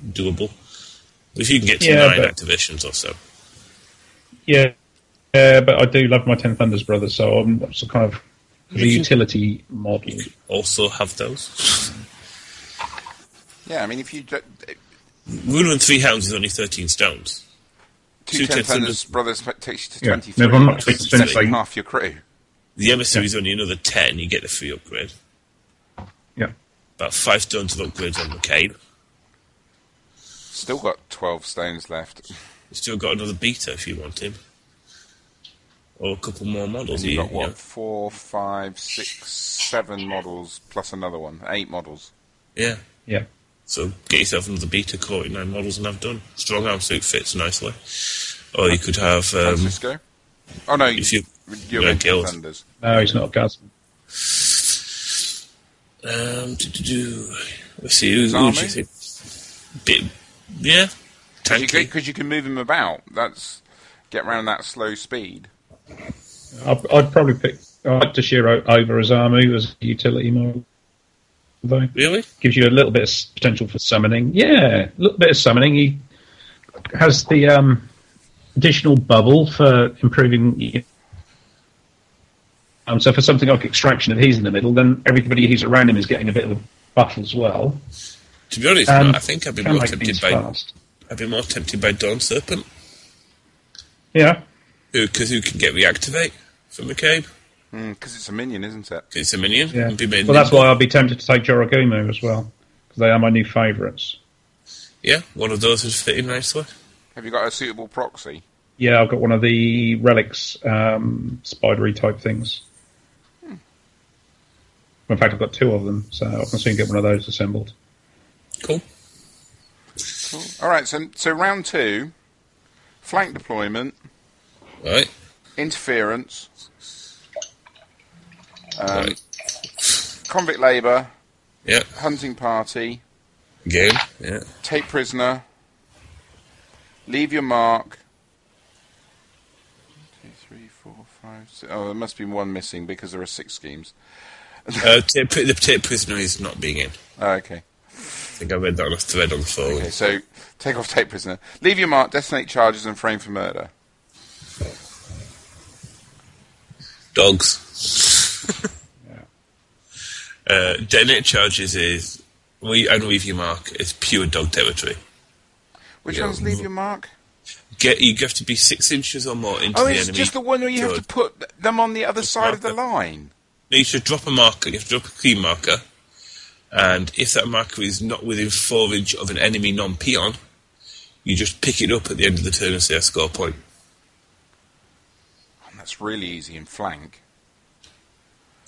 doable. If you can get to Yeah, nine but- activations or so. yeah, yeah. But I do love my Ten Thunders brothers, so I'm some kind of the utility model. Also have those. Yeah, I mean, if you do, uh, Runa and Three Hounds is only 13 stones. two, Two ten Ten thunders Thunders. brothers but takes you to Yeah. twenty three. No, but I'm not which is expensive. essentially half your crew. The Emissary's only another 10. You get the free upgrade. Yeah, About five stones of upgrades on McCabe. Still got twelve stones left. You've still got another beta if you want him. Or a couple more models. And you you- got what? you know. Four, five, six, seven models plus another one. Eight models. Yeah. yeah. So get yourself another beta core in nine models and have done. Strong arm suit fits nicely. Or you could have um, Francisco. Oh no, if you you're yeah, in guild. thunders. No, he's not a guardsman. um do, do, do. let's see who, who Zami? do you think? Bit, yeah, tanky. Because you can move him about. That's get round that slow speed. I'd, I'd probably pick I'd Toshiro over Azamu as a utility model, though. Really? gives you a little bit of s- potential for summoning. Yeah, a little bit of summoning. He has the um, additional bubble for improving. Um, so for something like extraction, if he's in the middle, then everybody who's around him is getting a bit of a buff as well. To be honest, Um, Matt, I think I'd be Can more make things tempted by fast. I'd be more tempted by Dawn Serpent, Yeah, who because who can get reactivate from McCabe. Because Hmm, it's a minion, isn't it? It's a minion. yeah. and be made Well, that's nimble. why I'll be tempted to take Jorogumu as well because they are my new favourites. Yeah, one of those would fit in nicely. Have you got a suitable proxy? Yeah, I've got one of the relics, um, spidery type things. In fact, I've got two of them, so I can soon get one of those assembled. Cool. Cool. All right. So so round two, flank deployment, Right. interference, um, Right. convict labour, Yeah. hunting party, Game. Yeah. take prisoner, leave your mark. Two, three, four, five, six. Oh, there must be one missing because there are six schemes. Uh, take, the take prisoner is not being in. Oh, okay. I think I read that on a thread on the forum. Okay, so take off take prisoner. Leave your mark, detonate charges, and frame for murder. Dogs. uh, detonate charges is We- and leave your mark. It's pure dog territory. Which Yeah. ones leave your mark? Get you have to be six inches or more into Oh, the it's enemy. just the one where you have to Good. put them on the other side of the line. No, you should drop a marker. You have to drop a clean marker, and if that marker is not within four inch of an enemy non-peon, you just pick it up at the end of the turn and say I score a point. And that's really easy in flank.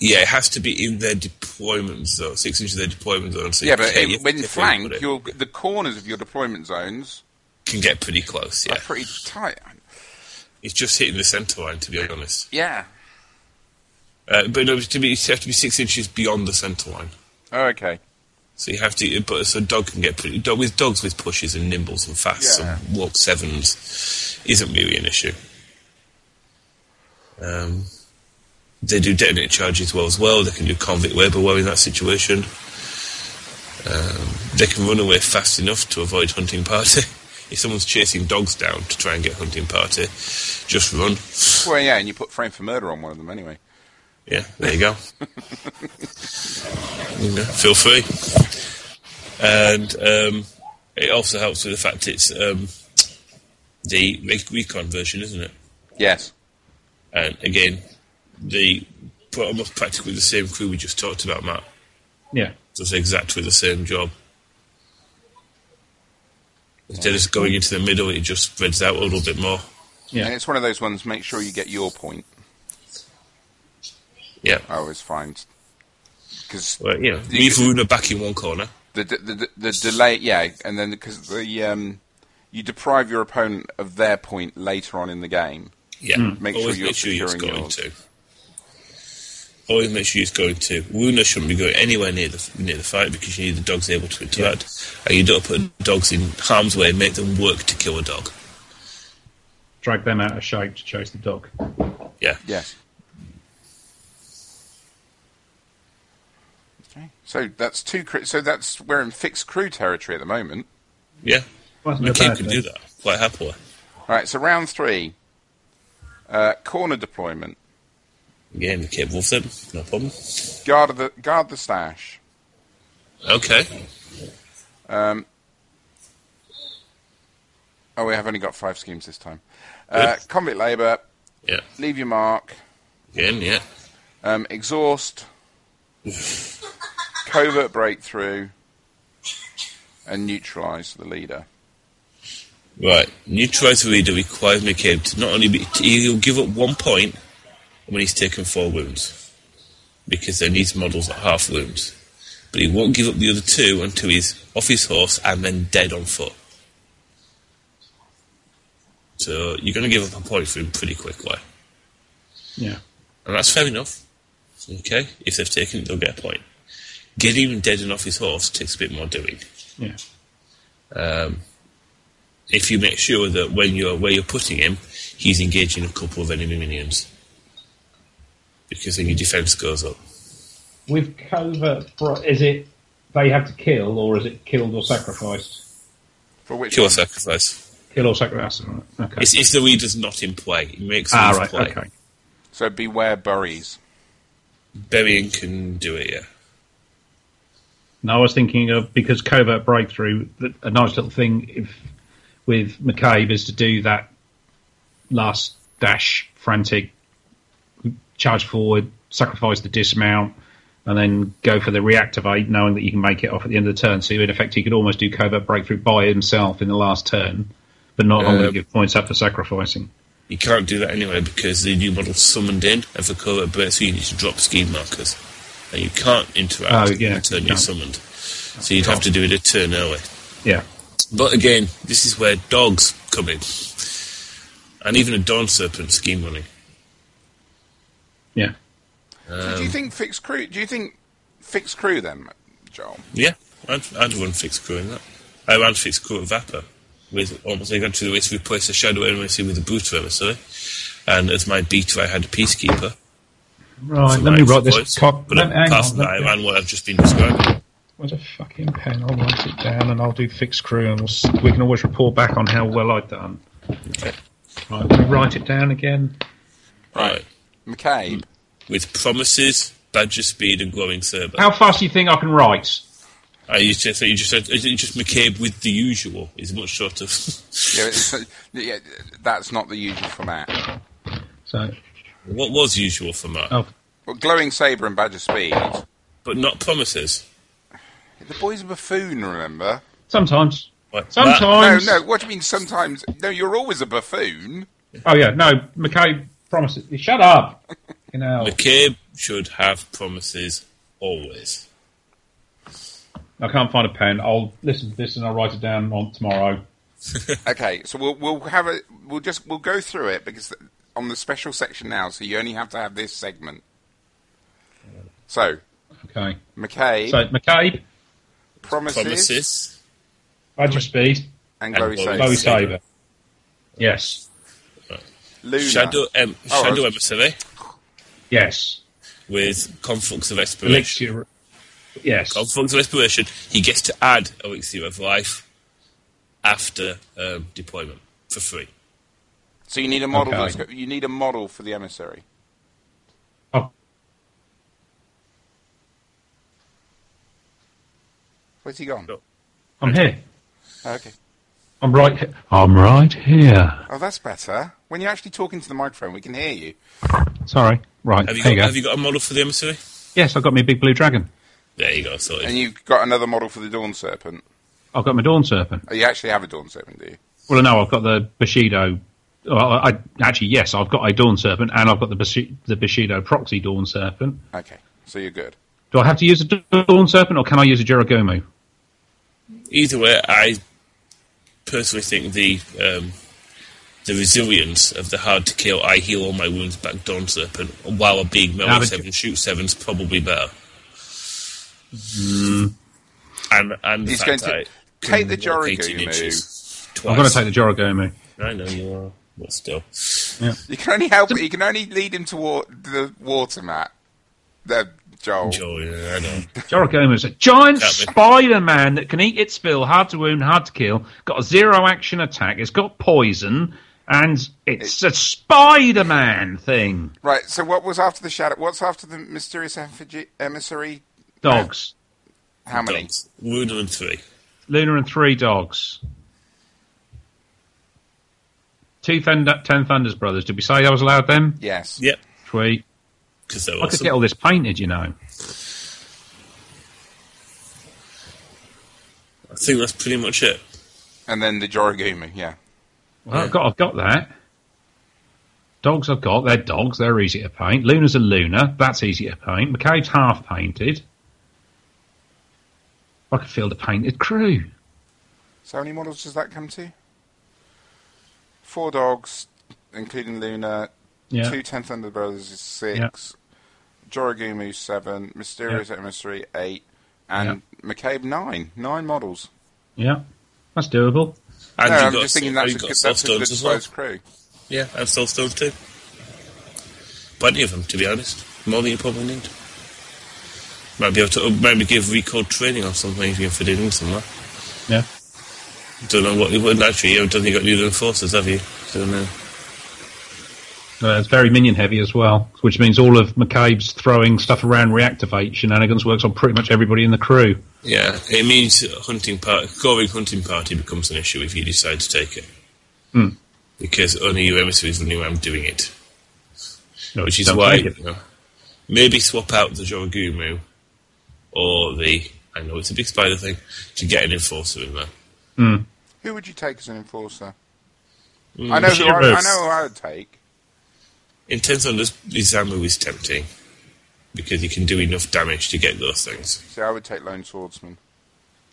Yeah, it has to be in their deployment zone, six inches of their deployment zone. So Yeah, you but can't- you in, have to when get flank, everybody. your the corners of your deployment zones can get pretty close. are Yeah, pretty tight. it's just hitting the centre line to be honest. Yeah. Uh, but no, to be, you have to be six inches beyond the centre line. Oh, okay. So you have to, but so dog can get pretty dog with dogs with pushes and nimbles and fasts Yeah. and walk sevens isn't really an issue. Um, they do detonate charges well as well. They can do convict labour well in that situation. Um, they can run away fast enough to avoid hunting party. if someone's chasing dogs down to try and get hunting party, just run. Well, yeah, and you put frame for murder on one of them anyway. Yeah, there you go. Yeah, feel free. And um, it also helps with the fact it's um, the re- recon version, isn't it? Yes. And again, the pr- almost practically the same crew we just talked about, Matt, Yeah. does exactly the same job. Instead of going into the middle, it just spreads out a little bit more. Yeah. And it's one of those ones, make sure you get your point. Yeah. I always find. Because Well, you know, The- leave Runa back in one corner. the, the, the, the delay, yeah, and then because the. Um, you deprive your opponent of their point later on in the game. Yeah, Make sure Hmm. always you're make sure you're securing going yours. to. Always make sure you're going to. Runa shouldn't be going anywhere near the near the fight because you need the dogs able to interact, and you don't put dogs in harm's way and make them work to kill a dog. Drag them out of shape to chase the dog. Yeah, Yes. Okay. So that's two. Cri- so that's we're in fixed crew territory at the moment. yeah. Wasn't My a kid bad could thing. do that quite happily. All right. So round three. Uh, corner deployment. Again, the kid wolves them, no problem. Guard the guard the stash. Okay, Oh, we have only got five schemes this time. Uh, convict labour. yeah. Leave your mark. Again, yeah. Um, exhaust. covert breakthrough. And neutralise the leader. Right, neutralise the leader requires McCabe to not only be he'll give up one point when he's taken four wounds because then his models at half wounds, but he won't give up the other two until he's off his horse and then dead on foot. So you're going to give up a point for him pretty quickly, Yeah. and that's fair enough. Okay, if they've taken it, they'll get a point. Getting him dead and off his horse takes a bit more doing Yeah. if you make sure that when you're where you're putting him, he's engaging a couple of enemy minions. Because then your defense goes up. With covert, bro- is it they have to kill or is it killed or sacrificed? For which Kill or one? sacrifice. Kill or sacrifice. all right. Okay. It's, it's the leader's not in play. It makes ah, him right. play. Okay. So beware buries. Burying can do it, yeah. No, I was thinking of because covert breakthrough. th- A nice little thing if with McCabe is to do that last dash, frantic, charge forward, sacrifice the dismount, and then go for the reactivate, knowing that you can make it off at the end of the turn. So in effect, he could almost do covert breakthrough by himself in the last turn, but not Uh, only give points up for sacrificing. You can't do that anyway because the new model's summoned in, and for covert breaks, you need to drop scheme markers. And you can't interact Oh, yeah, until you you're can't. summoned. So you'd have to do it a turn early. Yeah, But again, this is where dogs come in. And even a Dawn Serpent scheme running. yeah. So do you think fixed crew? Do you think fixed crew then, Joel? Yeah, I'd, I'd run fixed crew in that. I ran fixed crew at Vapor. With almost I got to the way to replace a shadow emissary with a brute emissary. And as my beater, I had a peacekeeper. Right, for let me my write this. voice. Cop- but let, hang apart on. from that, Let I me- ran what I've just been describing. Where's a fucking pen? I'll write it down and I'll do fixed crew and we'll, s- we can always report back on how well I've done. Right, let me write it down again. Right. McCabe. With promises, badger speed, and glowing saber. How fast do you think I can write? I used to think you just said, is it just McCabe with the usual? Is much sort of. Yeah, it's, yeah, that's not the usual format. So, what was usual for Mark? oh, Well, glowing saber and badger speed. But not promises. The boy's a buffoon, remember? sometimes. Like Sometimes. Uh, No, no. What do you mean? Sometimes? No, you're always a buffoon. Oh, yeah, no, McKay promises. Shut up! You know, that. McCabe should have promises always. I can't find a pen. I'll listen to this and I'll write it down on tomorrow. Okay, so we'll we'll have a we'll just we'll go through it because th- on the special section now, so you only have to have this segment. So Okay. McKay So, McCabe, promises, Promises. Badger Speed, and glowy And saber. Bowie Bowie Saber. Yes. Luna. Shadow, em- Oh, Shadow I- Emissary Yes. with Conflux of Inspiration. Elixir. Yes. Conflux of Inspiration. He gets to add Elixir of Life after um, deployment for free. So you need a model. Okay. that's got- You need a model for the emissary. Oh, Where's he gone? No. I'm here. Oh, okay. I'm right here. I'm right here. Oh, that's better. When you're actually talking to the microphone, we can hear you. Sorry. Right. Have you, got, there you go. have you got a model for the emissary? Yes, I've got my big blue dragon. There you go. Sorted. And you've got another model for the dawn serpent. I've got my dawn serpent. Oh, you actually have a dawn serpent, do you? Well, no, I've got the Bushido. Well, I actually yes, I've got a dawn serpent and I've got the Bushi, the Bushido proxy dawn serpent. Okay, so you're good. Do I have to use a dawn serpent or can I use a Jiragumu? Either way, I personally think the um, the resilience of the hard to kill, I heal all my wounds back Dawn Serpent while being melee but seven, shoot seven's probably better. Mm. And and the He's fact going to I take can the walk Jorgu 18 move. inches I'm Twice. going to take the Jiragumu. I know you are, but still. You can only help. You can only lead him toward the water, Matt. The Joel. Joel, yeah, I know. Jorogomu is a giant Can't be. spider man that can eat its fill, hard to wound, hard to kill, got a zero action attack, it's got poison, and it's a Spider Man thing. Right. So what was after the shadow? What's after the mysterious effig- emissary? Dogs. How many? Dogs. Luna and three. Luna and three dogs. Two Thunder, Ten Thunders Brothers. Did we say I was allowed them? Yes. Yep. Sweet. Because they're I could awesome. get all this painted, you know. I think that's pretty much it. And then the Joragumi. Yeah. Well, I've, got, I've got that. Dogs I've got. They're dogs. They're easy to paint. Luna's a Luna. That's easy to paint. McCabe's half painted. I could field a painted crew. So how many models does that come to? Four dogs, including Luna. Yeah. Two Ten Thunder Brothers is six. Joragumi seven. Mysterious emissary eight. And McCabe nine. Nine models. Yeah. That's doable. And No, you've I'm got just a- thinking you've that's a, got good, that's a good soft stones as well. sized crew. Yeah, I've sold stones too. Plenty of them, to be honest. More than you probably need. Might be able to maybe give recode training or something if you're for doing somewhere. Yeah. Don't know what you would actually. You haven't got new forces, have you? Don't know. Uh, it's very minion heavy as well, which means all of McCabe's throwing stuff around reactivate shenanigans works on pretty much everybody in the crew. Yeah, it means a hunting party, going hunting party becomes an issue if you decide to take it. Hmm. Because only your emissaries knew I'm doing it. No, Which is don't why take it. you know, maybe swap out the Joragumu or the I know it's a big spider thing to get an enforcer in there. Who would you take as an enforcer? Mm. I know who I, Shiro. I know who I would take. In terms of this, Izamu is tempting because he can do enough damage to get those things. See, I would take Lone Swordsman.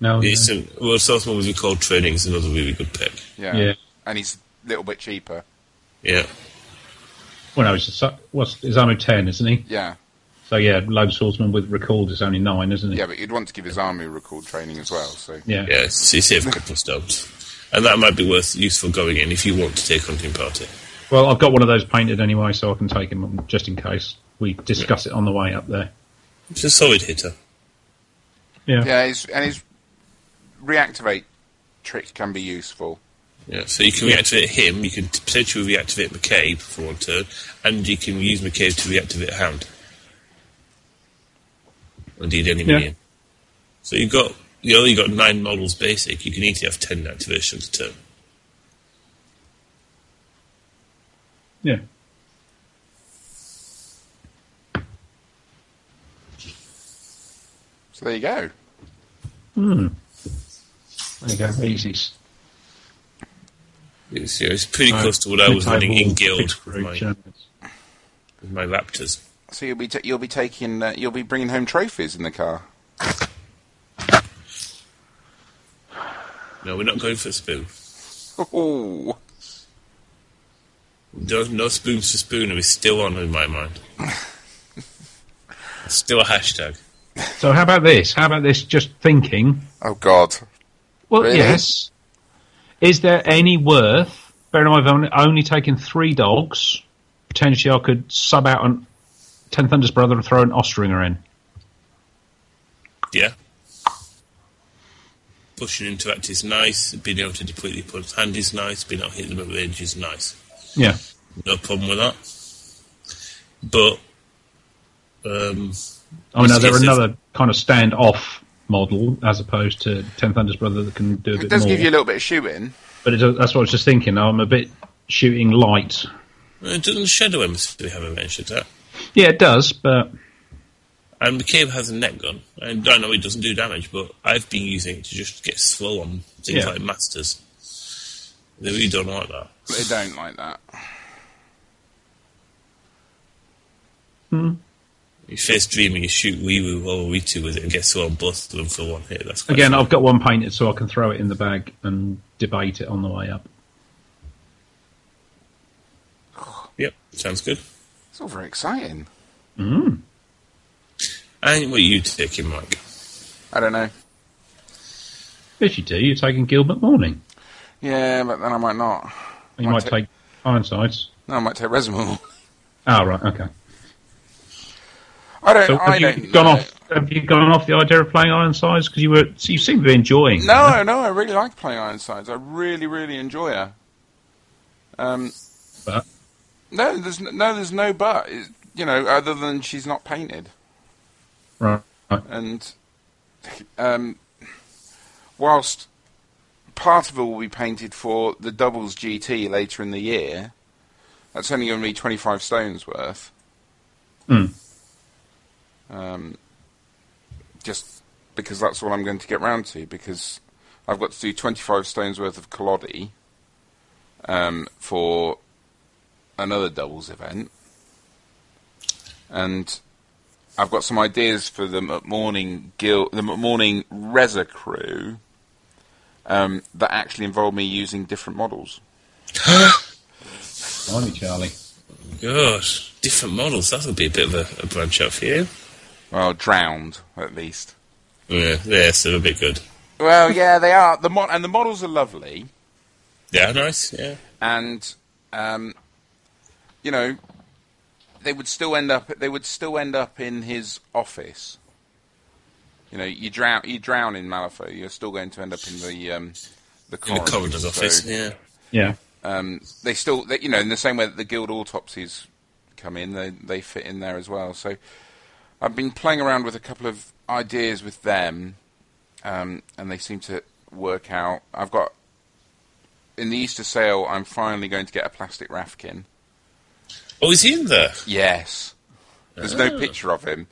No, no. It's a, well, Southmore was called training is another really good pick. Yeah. Yeah. And he's a little bit cheaper. Yeah, Well, no, it's a, su- what's Izamu ten, isn't he? Yeah. So yeah, Lone Swordsman with recalled is only nine, isn't he? Yeah, but you'd want to give his army recall training as well, so. Yeah. yeah, so you save a couple of stones, and that might be worth useful going in if you want to take hunting party. Well, I've got one of those painted anyway, so I can take him just in case we discuss it on the way up there. It's a solid hitter. Yeah. Yeah, his, and his reactivate trick can be useful. Yeah, so you can reactivate him. You can t- potentially reactivate McCabe for one turn, and you can use McCabe to reactivate Hound. Indeed, any Yeah. minion. So you've got You only got nine models basic. You can easily have ten activations a turn. Yeah. So there you go. There you go. Easies. It's, you know, it's pretty close to what I was running in Guild with Pittsburgh my, Giants. with my Raptors. So you'll be ta you'll be taking uh, you'll be bringing home trophies in the car. No, we're not going for a spoon. Oh, No, no spoons for spooner is still on in my mind. It's still a hashtag. So how about this? How about this? Just thinking. oh God! Well, Really? yes. Is there any worth? Bear in mind, I've only, only taken three dogs. Potentially, I could sub out on Ten Thunder's brother and throw an Ostringer in. Yeah. Pushing into act is nice. Being able to deplete the opponent's hand is nice. Being able to hit them at range is nice. Yeah. No problem with that. But um, I know Yes, they're yes, yes. another kind of stand-off model as opposed to Ten Thunder's brother that can do a It bit does more. give you a little bit of shooting. but it does, that's what I was just thinking. I'm a bit shooting light. it doesn't Shadow Emissary have a ranged attack? Yeah, it does, but And McCabe has a net gun. And I know it doesn't do damage, but I've been using it to just get slow on things Yeah. like Masters. They really don't like that. They don't like that. You face Dreamer, you shoot Wee Wee or Wee Two with it and get slow on both of them for one hit. That's quite again, fun. I've got one painted, so I can throw it in the bag and debate it on the way up. Yep, sounds good. It's all very exciting. And what are you taking, Mike? I don't know. If you do, you're taking Gilbert Morning. Yeah, but then I might not. You Might might ta- take Ironsides. No, I might take Resmore. Ah, right, okay. I don't. So have I you don't gone know. off? Have you gone off the idea of playing Ironsides because you were? so You seem to be enjoying. it. No, no, I really like playing Ironsides. I really, really enjoy her. Um, But? no, there's n- no, there's no but. It, you know, other than she's not painted, Right. and um, whilst part of it will be painted for the doubles GT later in the year, that's only going to be 25 stones worth. Hmm. Um, just because that's all I'm going to get round to, because I've got to do 25 stones worth of Collodi um, for another doubles event. And I've got some ideas for the morning Gil, the morning Reza crew um, that actually involve me using different models. Blimey, Charlie. Gosh, different models. That'll be a bit of a, a branch out for you. Well, drowned at least. Yeah, yeah, so they're a bit good. Well, yeah, they are. The mo- and the models are lovely, Yeah, nice. Yeah, and um, you know, they would still end up. They would still end up in his office. You know, you drown. You drown in Malifaux. You're still going to end up in the um, the in the corridors, coroner's so- office. Yeah, Yeah. um, they still, they, you know, in the same way that the guild autopsies come in, they they fit in there as well. So I've been playing around with a couple of ideas with them, um, and they seem to work out. I've got in the Easter sale, I'm finally going to get a plastic Rafkin. oh, is he in there? Yes, there's no picture of him,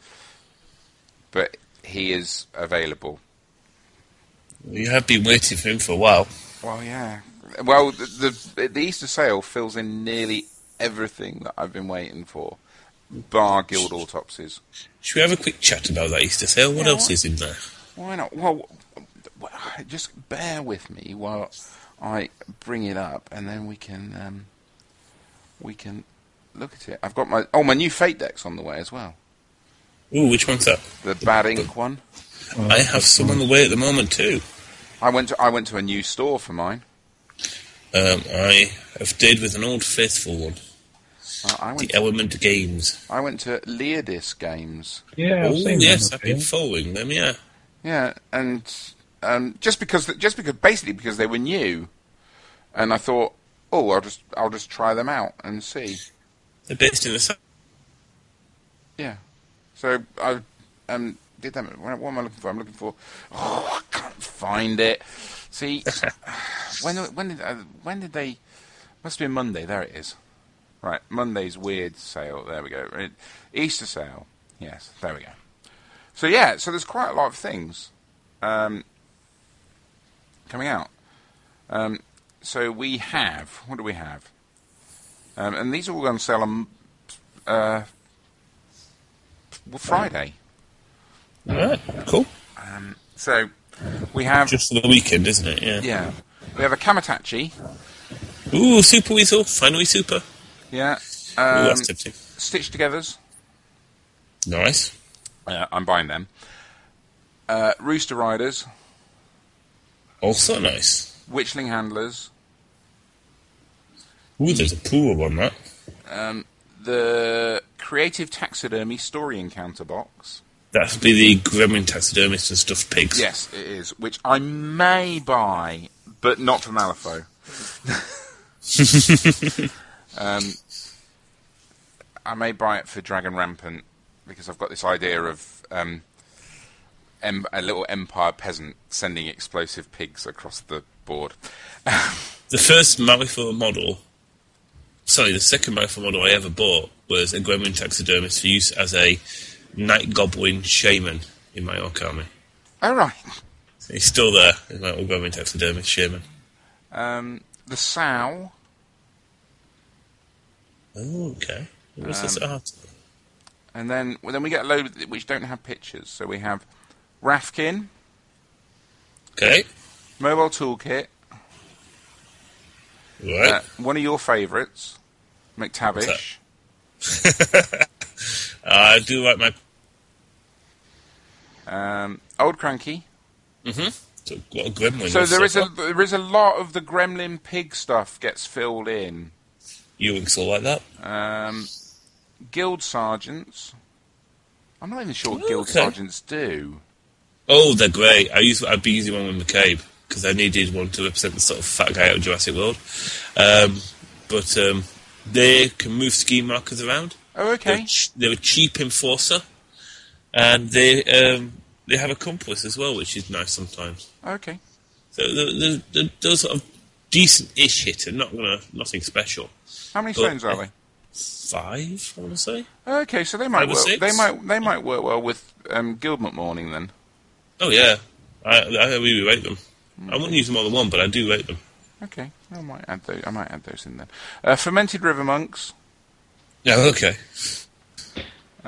but he is available. You have been waiting for him for a while. Well, yeah. Well, the, the the Easter sale fills in nearly everything that I've been waiting for, bar guild autopsies. Should we have a quick chat about that Easter sale? What Yeah, else what- is in there? Why not? Well, w- just bear with me while I bring it up, and then we can um, we can look at it. I've got my oh my new fate deck's on the way as well. Ooh, which one's that? The bad ink one. Uh, I have some on the way at the moment too. I went to I went to a new store for mine. Um, I have stayed with an old faithful one, I- I went the Element Games. I went to Leodis Games. Yeah. I've Oh seen yes, that. I've been following them. Yeah, Yeah, and um, just because, just because, basically because they were new, and I thought, oh, I'll just, I'll just try them out and see. they're based in the south. Yeah, so I um, did that. What, what am I looking for? I'm looking for. Oh, I can't find it. See, when when did uh, when did they? Must have been Monday. There it is. Right, Monday's weird sale. There we go. Right, Easter sale. Yes, there we go. So yeah, so there's quite a lot of things um, coming out. Um, so we have what do we have? Um, and these are all on sale on uh, well, Friday. Alright, cool. So we have Just for the weekend, isn't it? Yeah. yeah, we have a Kamatachi. Ooh, Super Weasel, finally Super. Yeah, Ooh, um, that's tempting. Stitch Togethers. Nice. Uh, I'm buying them. Uh, Rooster Riders, Also nice. Witchling Handlers, Ooh, there's a pool on that. the Creative Taxidermy Story Encounter Box. That'd be the Gremlin taxidermist and stuffed pigs. Yes, it is. Which I may buy, but not for Malifaux. um, I may buy it for Dragon Rampant because I've got this idea of um, em- a little empire peasant sending explosive pigs across the board. The first Malifaux model, sorry, the second Malifaux model I ever bought was a Gremlin taxidermist for use as a night goblin shaman in my orc army. All right. He's still there in my old Gremlin taxidermist shaman. Um, the sow. Oh, okay. What's this Um, art? And then, well, then we get a load of- which don't have pictures. So we have Rafkin, Okay. Mobile Toolkit, Right. uh, one of your favourites, that? McTavish. I do like my. Um, Old Cranky. So, what a gremlin. So was there that? is a there is a lot of the Gremlin pig stuff gets filled in. Ewing's all like that. Um, guild sergeants. I'm not even sure what Oh, guild okay. sergeants do. Oh, they're great. I used, I've been using one with McCabe because I needed one to represent the sort of fat guy out of Jurassic World. Um, but um, they can move scheme markers around. Oh, okay. They're, ch- they're a cheap enforcer, and they um, they have a compass as well, which is nice sometimes. Okay. So they're, they're, they're, they're sort of decent-ish hitter. Not gonna nothing special. How many But- stones are they? Five, I want to say. Okay, so they might Five or work, six? they might they might work well with um, Guildmont Morning then. Oh yeah, I, I really rate them. I wouldn't use them all in one, but I do rate them. Okay, I might add those. I might add those in then. Uh, fermented river monks. Yeah, okay.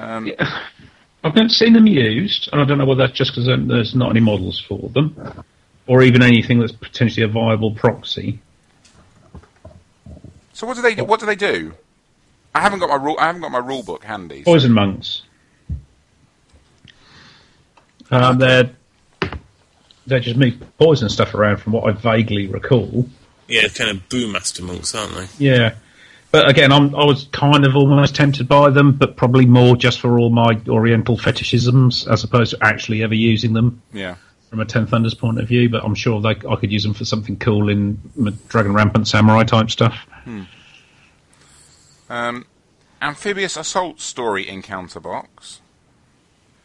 I've not seen them used, and I don't know whether that's just because there's not any models for them, or even anything that's potentially a viable proxy. So what do they what do they do? I haven't got my rule. I haven't got my rule book handy. so- Poison monks. Um, they're they just move poison stuff around, from what I vaguely recall. Yeah, kind of boom master monks, aren't they? Yeah, but again, I'm, I was kind of almost tempted by them, but probably more just for all my Oriental fetishisms as opposed to actually ever using them Yeah. from a Ten Thunders point of view. But I'm sure they, I could use them for something cool in m- Dragon Rampant Samurai type stuff. Um, amphibious assault story encounter box.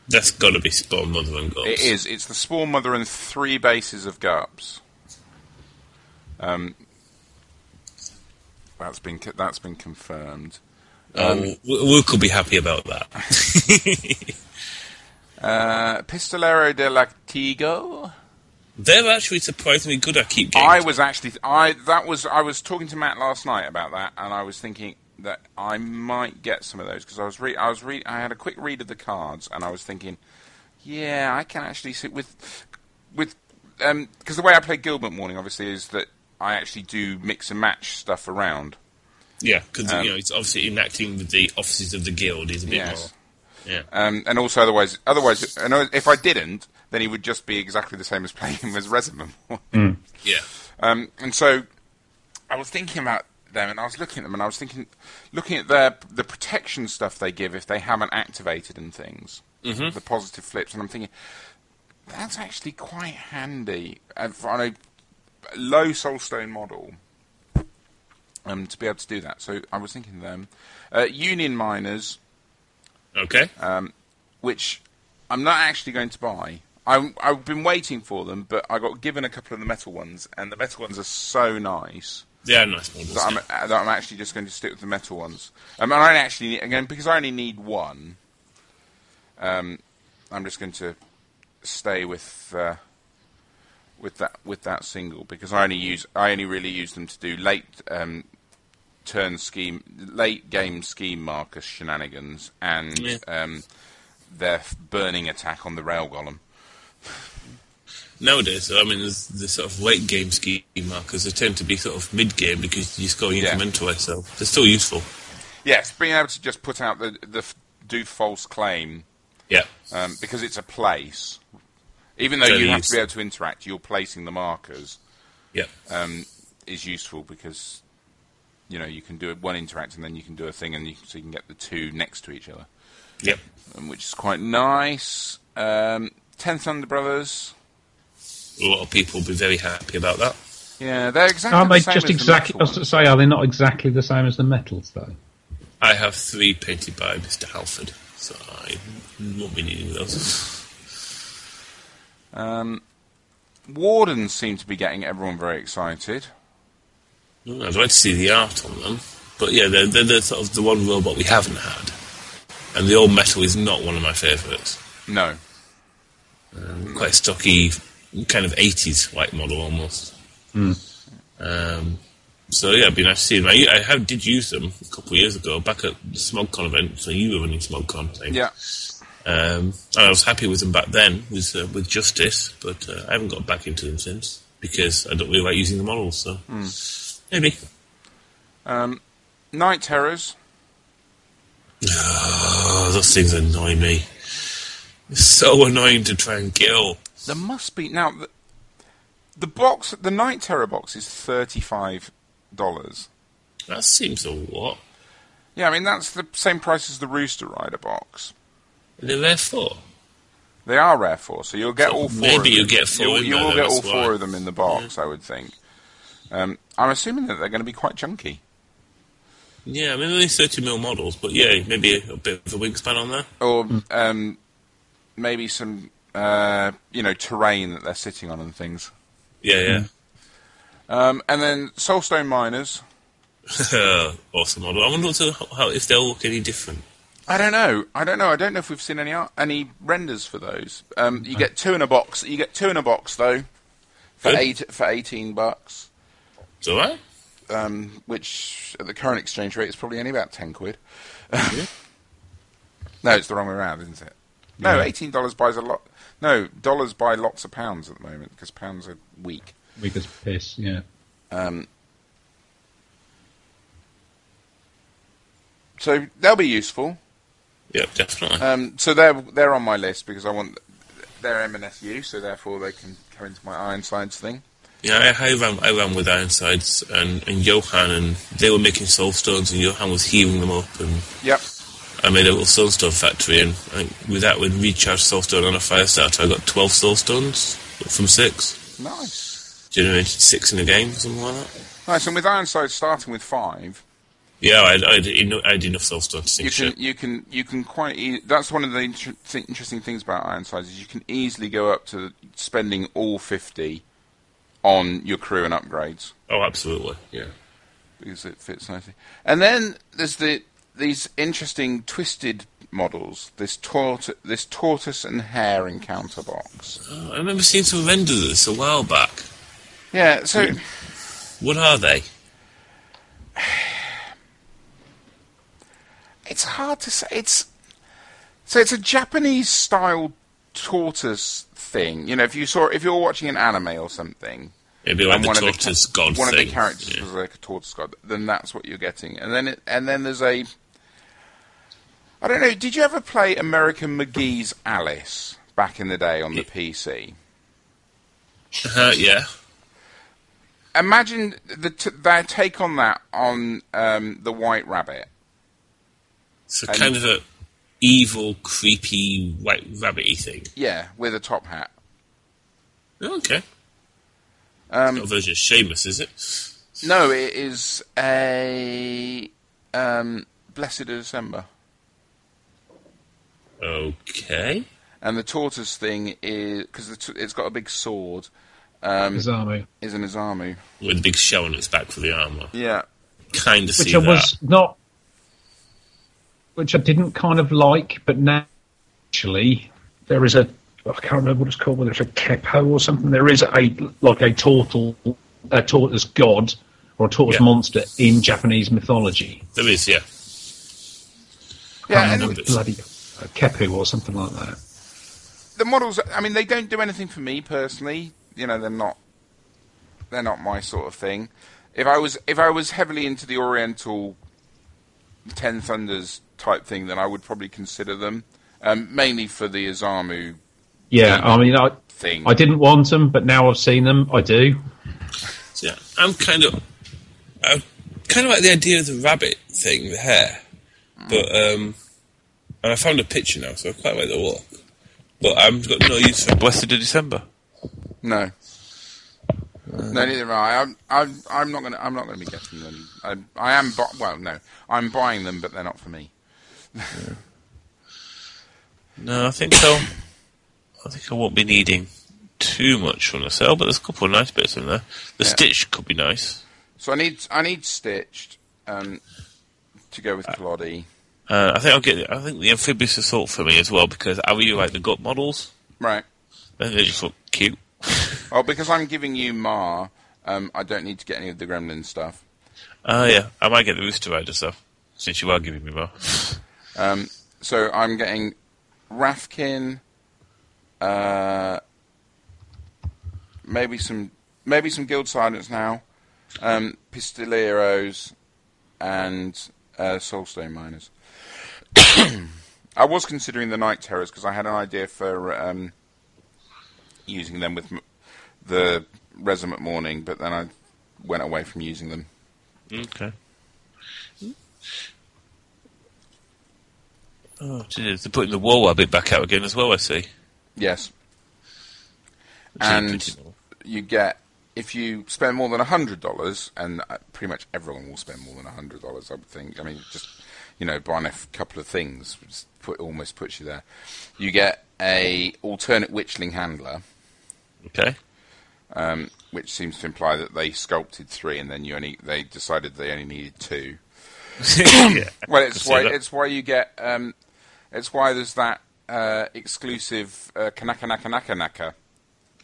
That's got to be Spawn Mother and Goals. It is. It's the Spawn Mother and three bases of Garps. Um, that's been co- that's been confirmed. Oh, um, w we could be happy about that. Uh, Pistolero de Latigo. They're actually surprisingly good at keep games. I was actually I that was I was talking to Matt last night about that, and I was thinking that I might get some of those because I was re- I was re- I had a quick read of the cards, and I was thinking, yeah, I can actually sit with with because the way I play Gilbert Morning obviously is that I actually do mix and match stuff around. yeah, because Um, you know it's obviously enacting with the offices of the guild is a bit Yes. more. Yeah, Um, and also, otherwise, otherwise, and o- if I didn't, then he would just be exactly the same as playing him as Resident. yeah. Um, and so, I was thinking about them, and I was looking at them, and I was thinking, looking at their the protection stuff they give if they haven't activated and things, mm-hmm. the positive flips, and I'm thinking that's actually quite handy uh, for- on a low soulstone model. Um, to be able to do that, so I was thinking them, uh, Union Miners, Okay. which I'm not actually going to buy. I, I've been waiting for them, but I got given a couple of the metal ones, and the metal ones are so nice They are nice models. that I'm, yeah. uh, that I'm actually just going to stick with the metal ones. Um, and I actually need, again because I only need one. Um, I'm just going to stay with uh, with that with that single because I only use I only really use them to do late um, turn scheme late game scheme marker shenanigans and Yeah. um, their f- burning attack on the rail golem. Nowadays, I mean, there's the sort of late game scheme markers. They tend to be sort of mid game because you score Yeah. incrementally, so they're still useful. Yes, being able to just put out the the f- do false claim Yeah. um, because it's a place. Even though Very you have to useful. be able to interact, you're placing the markers Yeah. um, is useful because you know you can do one interact and then you can do a thing and you, so you can get the two next to each other, Yeah. um, which is quite nice. Um, Ten Thunder Brothers, A lot of people will be very happy about that. yeah, they're exactly Aren't the they same just as exactly? the I was metal to say, are they not exactly the same as the metals though? I have three painted by Mr. Halford, so I won't be needing those. one. Wardens seem to be getting everyone very excited. Mm, I'd like to see the art on them. But yeah, they're, they're, the sort of the one robot we haven't had. And the old metal is not one of my favourites. No, Quite a stocky, kind of 80s like model almost. Um, so yeah, it'd be nice to see them. I, I have, did use them a couple of years ago back at the SmogCon event, so you were running SmogCon. thing. yeah, Um, and I was happy with them back then with uh, with Justice, but uh, I haven't got back into them since because I don't really like using the models. So maybe Night Terrors. oh, those things annoy me. It's so annoying to try and kill. There must be now. The, the box, the Night Terror box, is thirty-five dollars. That seems a lot. Yeah, I mean that's the same price as the Rooster Rider box. And They're there for. They are rare four, so you'll get all four. maybe of them. you get four You'll- in You there, will though, get all that's four why. of them in the box, I would think. Um, I'm assuming that they're going to be quite chunky. Yeah, I mean, they're 30 mil models, but yeah, maybe a, a bit of a wingspan on there. or um, maybe some uh, you know terrain that they're sitting on and things. Yeah, yeah. Um, and then Soulstone Miners. awesome model. I wonder also how, if they'll look any different. I don't know. I don't know. I don't know if we've seen any ar- any renders for those. Um, you get two in a box. You get two in a box though, for Good. eight for eighteen bucks, It's alright. um, which at the current exchange rate is probably only about ten quid. No, it's the wrong way around, isn't it? No, eighteen dollars buys a lot. No, dollars buy lots of pounds at the moment because pounds are weak. Weak as piss. Yeah. So they'll be useful. Yep, definitely. Um, so they're they're on my list because I want they're MNSU, so therefore they can come into my Ironsides thing. Yeah, I, I ran I ran with Ironsides and, and Johan, and they were making soulstones, and Johan was healing them up, and Yep. I made a little soulstone factory, and I, with that, with recharged soulstone on a fire starter, I got twelve soulstones from six, Nice. generated six in a game, something like that. Nice. And with Ironsides starting with five, Yeah, I I did eno- I did enough soulstone to you sink can ship. you can you can quite. E- that's one of the inter- th- interesting things about Ironsides is you can easily go up to spending all fifty on your crew and upgrades. Oh, absolutely. Yeah. because it fits nicely. And then there's the these interesting twisted models. This tort- this tortoise and hare encounter box. Oh, I remember seeing some renders of this a while back. Yeah, so What are they? it's hard to say. It's so it's a Japanese style tortoise thing. You know, if you saw if you're watching an anime or something, Maybe like and the one of tortoise the, ca- god one thing. of the characters Yeah. was like a tortoise god, then that's what you're getting. And then it, and then there's a I don't know. Did you ever play American McGee's Alice back in the day on the PC? Uh, yeah. Imagine the t- their take on that on um, the White Rabbit. It's a And- kind of a evil, creepy, white rabbity thing. Yeah, with a top hat. Oh, okay. Um, Not a version of Seamus, is it? No, it is a um, Blessed of December. Okay. And the tortoise thing is because t- it's got a big sword. Mm. Um, his army. is an Izamu. with a big shell on its back for the armor. Yeah, Kind of see which I that. was not, which I didn't kind of like, but now actually there is a I can't remember what it's called, whether it's a kepo or something. There is a like a turtle, a tortoise god or a tortoise Yeah. monster in Japanese mythology. There is, yeah. yeah. Can't And remember it's- bloody a kepo or something like that. the models. I mean, they don't do anything for me personally. You know, they're not. They're not my sort of thing. If I was if I was heavily into the Oriental Ten Thunders type thing, then I would probably consider them um, mainly for the Izamu Yeah, I mean, I thing. I didn't want them, but now I've seen them, I do. So, yeah. I'm kind of, I kind of like the idea of the rabbit thing, the hair, but um, and I found a picture now, so I quite like the look. But I've got no use for Blessed of December. No. No, neither am I. I'm, I'm, I'm not gonna. I'm not gonna be getting them. I, I am. Bu- well, no, I'm buying them, but they're not for me. No, I think so. I think I won't be needing too much from the sale, but there's a couple of nice bits in there. The stitch could be nice. So I need. I need stitched um, to go with Claudie. Uh, I think I'll get. I think the amphibious assault for me as well because I really like the gut models. Right. I think they just look cute. Oh, because I'm giving you Ma. Um, I don't need to get any of the Gremlin stuff. Ah, yeah, I might get the rooster rider stuff since you are giving me more. Um, so I'm getting Rafkin. Uh, maybe some. Maybe some Guild Silence now. Um, Pistolieros and uh, Soulstone Miners. I was considering the Night Terrors because I had an idea for um, using them with m- the Resum at Morning, but then I went away from using them. Okay. Oh, geez, they're putting the wall a bit back out again as well. I see. Yes. Which is And pretty normal. you get if you spend more than hundred dollars, and uh, pretty much everyone will spend more than hundred dollars. I would think. I mean, just you know, buying a f- couple of things just put, almost puts you there. You get a alternate witchling handler, okay, um, which seems to imply that they sculpted three, and then you only they decided they only needed two. yeah. Well, Could it's see why that. it's why you get um, it's why there's that uh, exclusive uh, Kanaka Naka Naka Naka.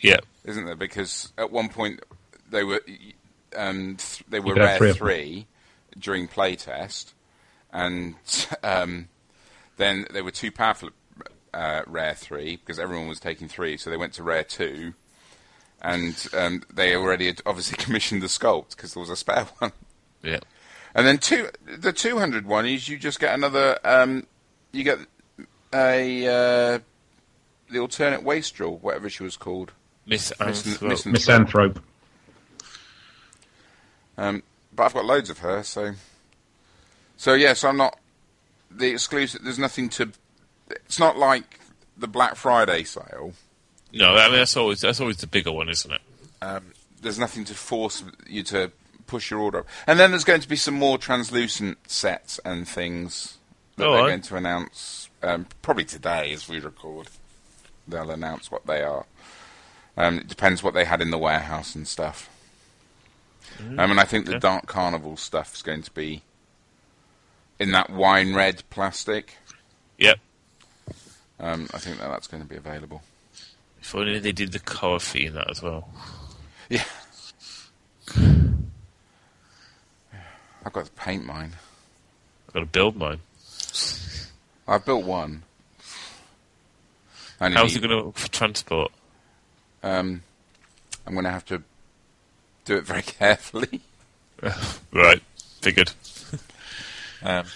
yeah, isn't there? Because at one point they were um, th- they were could have rare three three, of them. during playtest, and um, then they were too powerful at uh, rare three because everyone was taking three, so they went to rare two, and um, they already had obviously commissioned the sculpt because there was a spare one. yeah. And then two, the two hundred one is you just get another. Um, you get a uh, the alternate wastrel, whatever she was called. Miss Miss- Anthrop. Miss- Misanthrope. Um, but I've got loads of her, so. So yes, I'm not the exclusive. There's nothing to. It's not like the Black Friday sale. No, I mean that's always that's always the bigger one, isn't it? Um, there's nothing to force you to push your order up. And then there's going to be some more translucent sets and things that All they're right. going to announce um, probably today as we record. They'll announce what they are. Um, it depends what they had in the warehouse and stuff. Mm-hmm. Um, and I think the Dark Carnival stuff is going to be in that wine red plastic. Yep. Um, I think that that's going to be available. If only they did the coffee in that as well. Yeah. I've got to paint mine. I've got to build mine. I've built one. I How's need- it going to transport? um, I'm going to have to do it very carefully. Right, figured.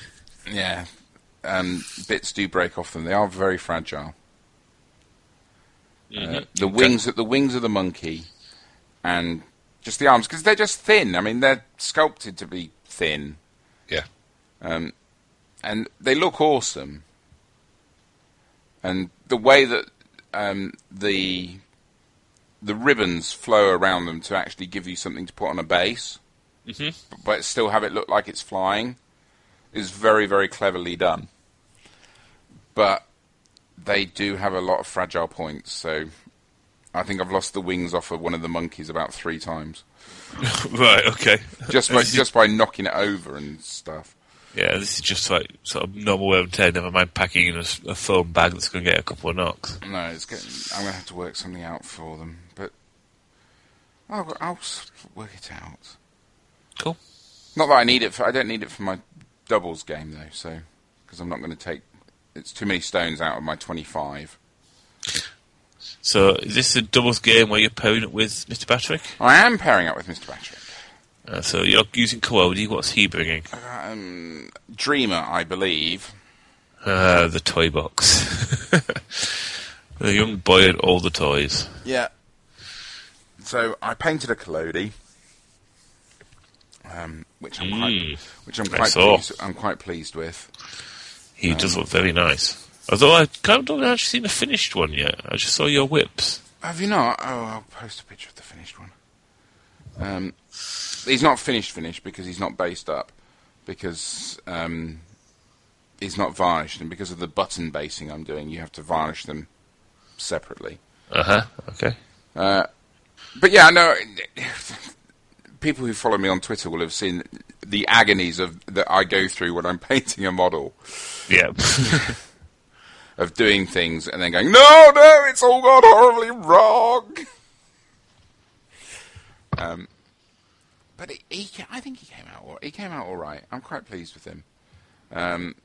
Yeah. Um, bits do break off them. They are very fragile. Uh, the wings, the wings of the monkey, and just the arms because they're just thin. I mean, they're sculpted to be thin, Um, Yeah. and they look awesome. And the way that um, the the ribbons flow around them to actually give you something to put on a base, Mhm. but still have it look like it's flying, is very very cleverly done. But they do have a lot of fragile points. So I think I've lost the wings off of one of the monkeys about three times right, okay. just by, just by knocking it over and stuff. Yeah, this is just like sort of normal wear and tear, never mind packing in a, s- a foam bag that's going to get a couple of knocks. No, it's getting, I'm going to have to work something out for them, but I'll, I'll s- work it out. Cool. Not that I need it for. I don't need it for my doubles game though, so because I'm not going to take. It's too many stones out of my 25. So, is this a doubles game where you're pairing up with Mr. Patrick? I am pairing up with Mr. Patrick. Uh, so, you're using Coyote, what's he bringing? Um, Dreamer, I believe. Uh, the toy box. the young boy and all the toys. Yeah. So I painted a Collodi, um, which I'm quite, Mm. which I'm I quite, saw. pleased, I'm quite pleased with. He does look very nice. Although I kind of don't actually seen a finished one yet. I just saw your whips. Have you not? Oh, I'll post a picture of the finished one. Um, he's not finished, finished because he's not based up, because um, he's not varnished, and because of the button basing I'm doing, you have to varnish them separately. Uh huh. Okay. But yeah, no. People who follow me on Twitter will have seen the agonies of that I go through when I'm painting a model Yeah. of doing things and then going, no, no, it's all gone horribly wrong. Um, but he, he, ca- I think he came out. all- He came out all right. I'm quite pleased with him. Um,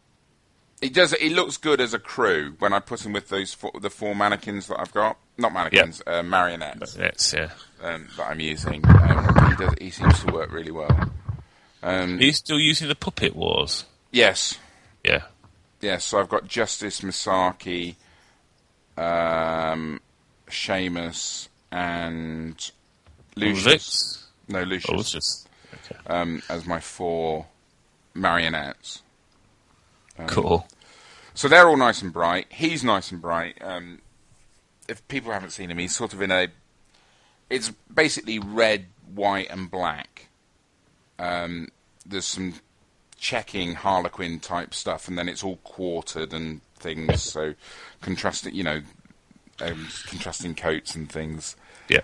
he does. He looks good as a crew when I put him with those four, the four mannequins that I've got. Not mannequins, uh, marionettes That's, yeah. um, that I'm using. Um, he, does, he seems to work really well. Are you still using the Puppet Wars? Yes, Yeah. yes. So I've got Justice Masaki, um, Seamus, and Lucius. Vix? No, Oh, Lucius it's just. Okay. um, as my four marionettes. cool. So they're all nice and bright. He's nice and bright. Um, if people haven't seen him, he's sort of in a. It's basically red, white, and black. Um, there's some checking Harlequin type stuff, and then it's all quartered and things. So contrasting, you know, um, contrasting coats and things, Yeah.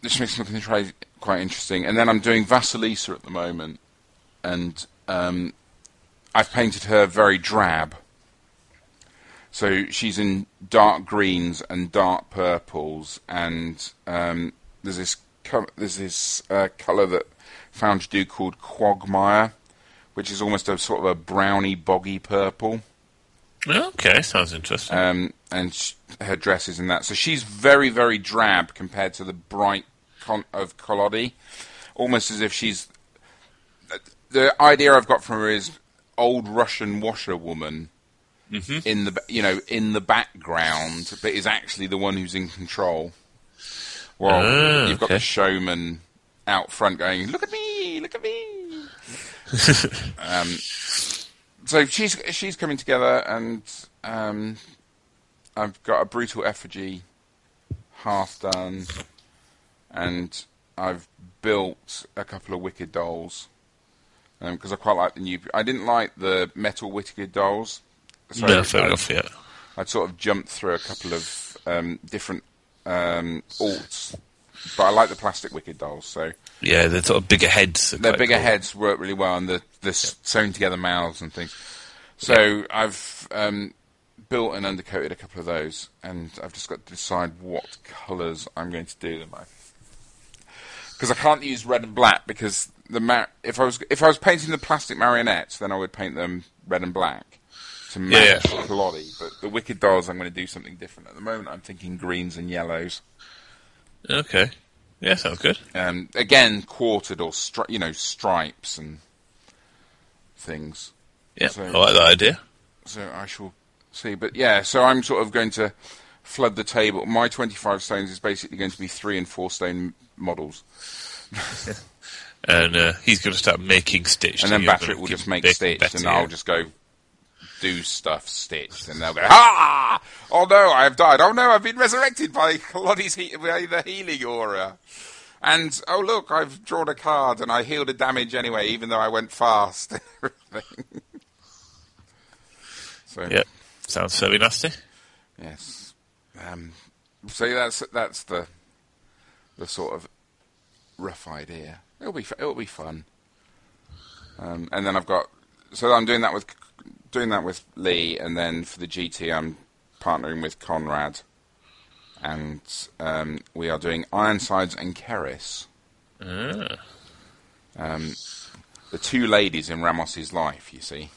which makes something try quite interesting. And then I'm doing Vasilisa at the moment, and um, I've painted her very drab. So she's in dark greens and dark purples, and um, there's this co- there's this uh, color that I found to do called quagmire, which is almost a sort of a browny boggy purple. Okay, sounds interesting. Um, and sh- her dress is in that, so she's very very drab compared to the bright con- of Collodi, almost as if she's. The idea I've got from her is old Russian washerwoman in the ba- you know in the background, but is actually the one who's in control. Well, Ah, you've got okay. the showman out front going, "Look at me, look at me." um, so she's she's coming together, and um, I've got a brutal effigy half done, and I've built a couple of wicked dolls because I quite like the new. I didn't like the metal wicked dolls. So no, fair I- enough, yeah. I'd sort of jumped through a couple of um, different um, alts, but I like the plastic wicked dolls. So Yeah, they're sort of bigger heads. are their quite bigger cool. heads work really well, and the the s sewn together mouths and things. So I've um, built and undercoated a couple of those, and I've just got to decide what colours I'm going to do them. Because I can't use red and black because the mar- if I was if I was painting the plastic marionettes, then I would paint them red and black to match yeah. the Collodi. But the wicked dolls, I'm going to do something different. At the moment, I'm thinking greens and yellows. Okay. Yeah, sounds good. um, again quartered or stri- you know stripes and things. Yeah, So- I like that idea. So I shall see. But yeah, so I'm sort of going to flood the table. My 25 stones is basically going to be three and four stone models, And uh, he's going to start making Stitch. and so then you're Patrick gonna will keep just make making Stitch, better, and yeah. I'll just go do stuff stitched, and they'll go ah. Oh no, I have died. Oh no, I've been resurrected by Lottie's he- by the healing aura. And oh look, I've drawn a card and I healed a damage anyway, even though I went fast. and everything. so Yeah. Sounds very nasty. Yes. Um, so that's that's the the sort of rough idea. It'll be fu- it'll be fun. Um, and then I've got so I'm doing that with doing that with Lee, and then for the GT I'm partnering with Conrad, and um, we are doing Ironsides and Keris. Ah. Um, the two ladies in Ramos's life, you see.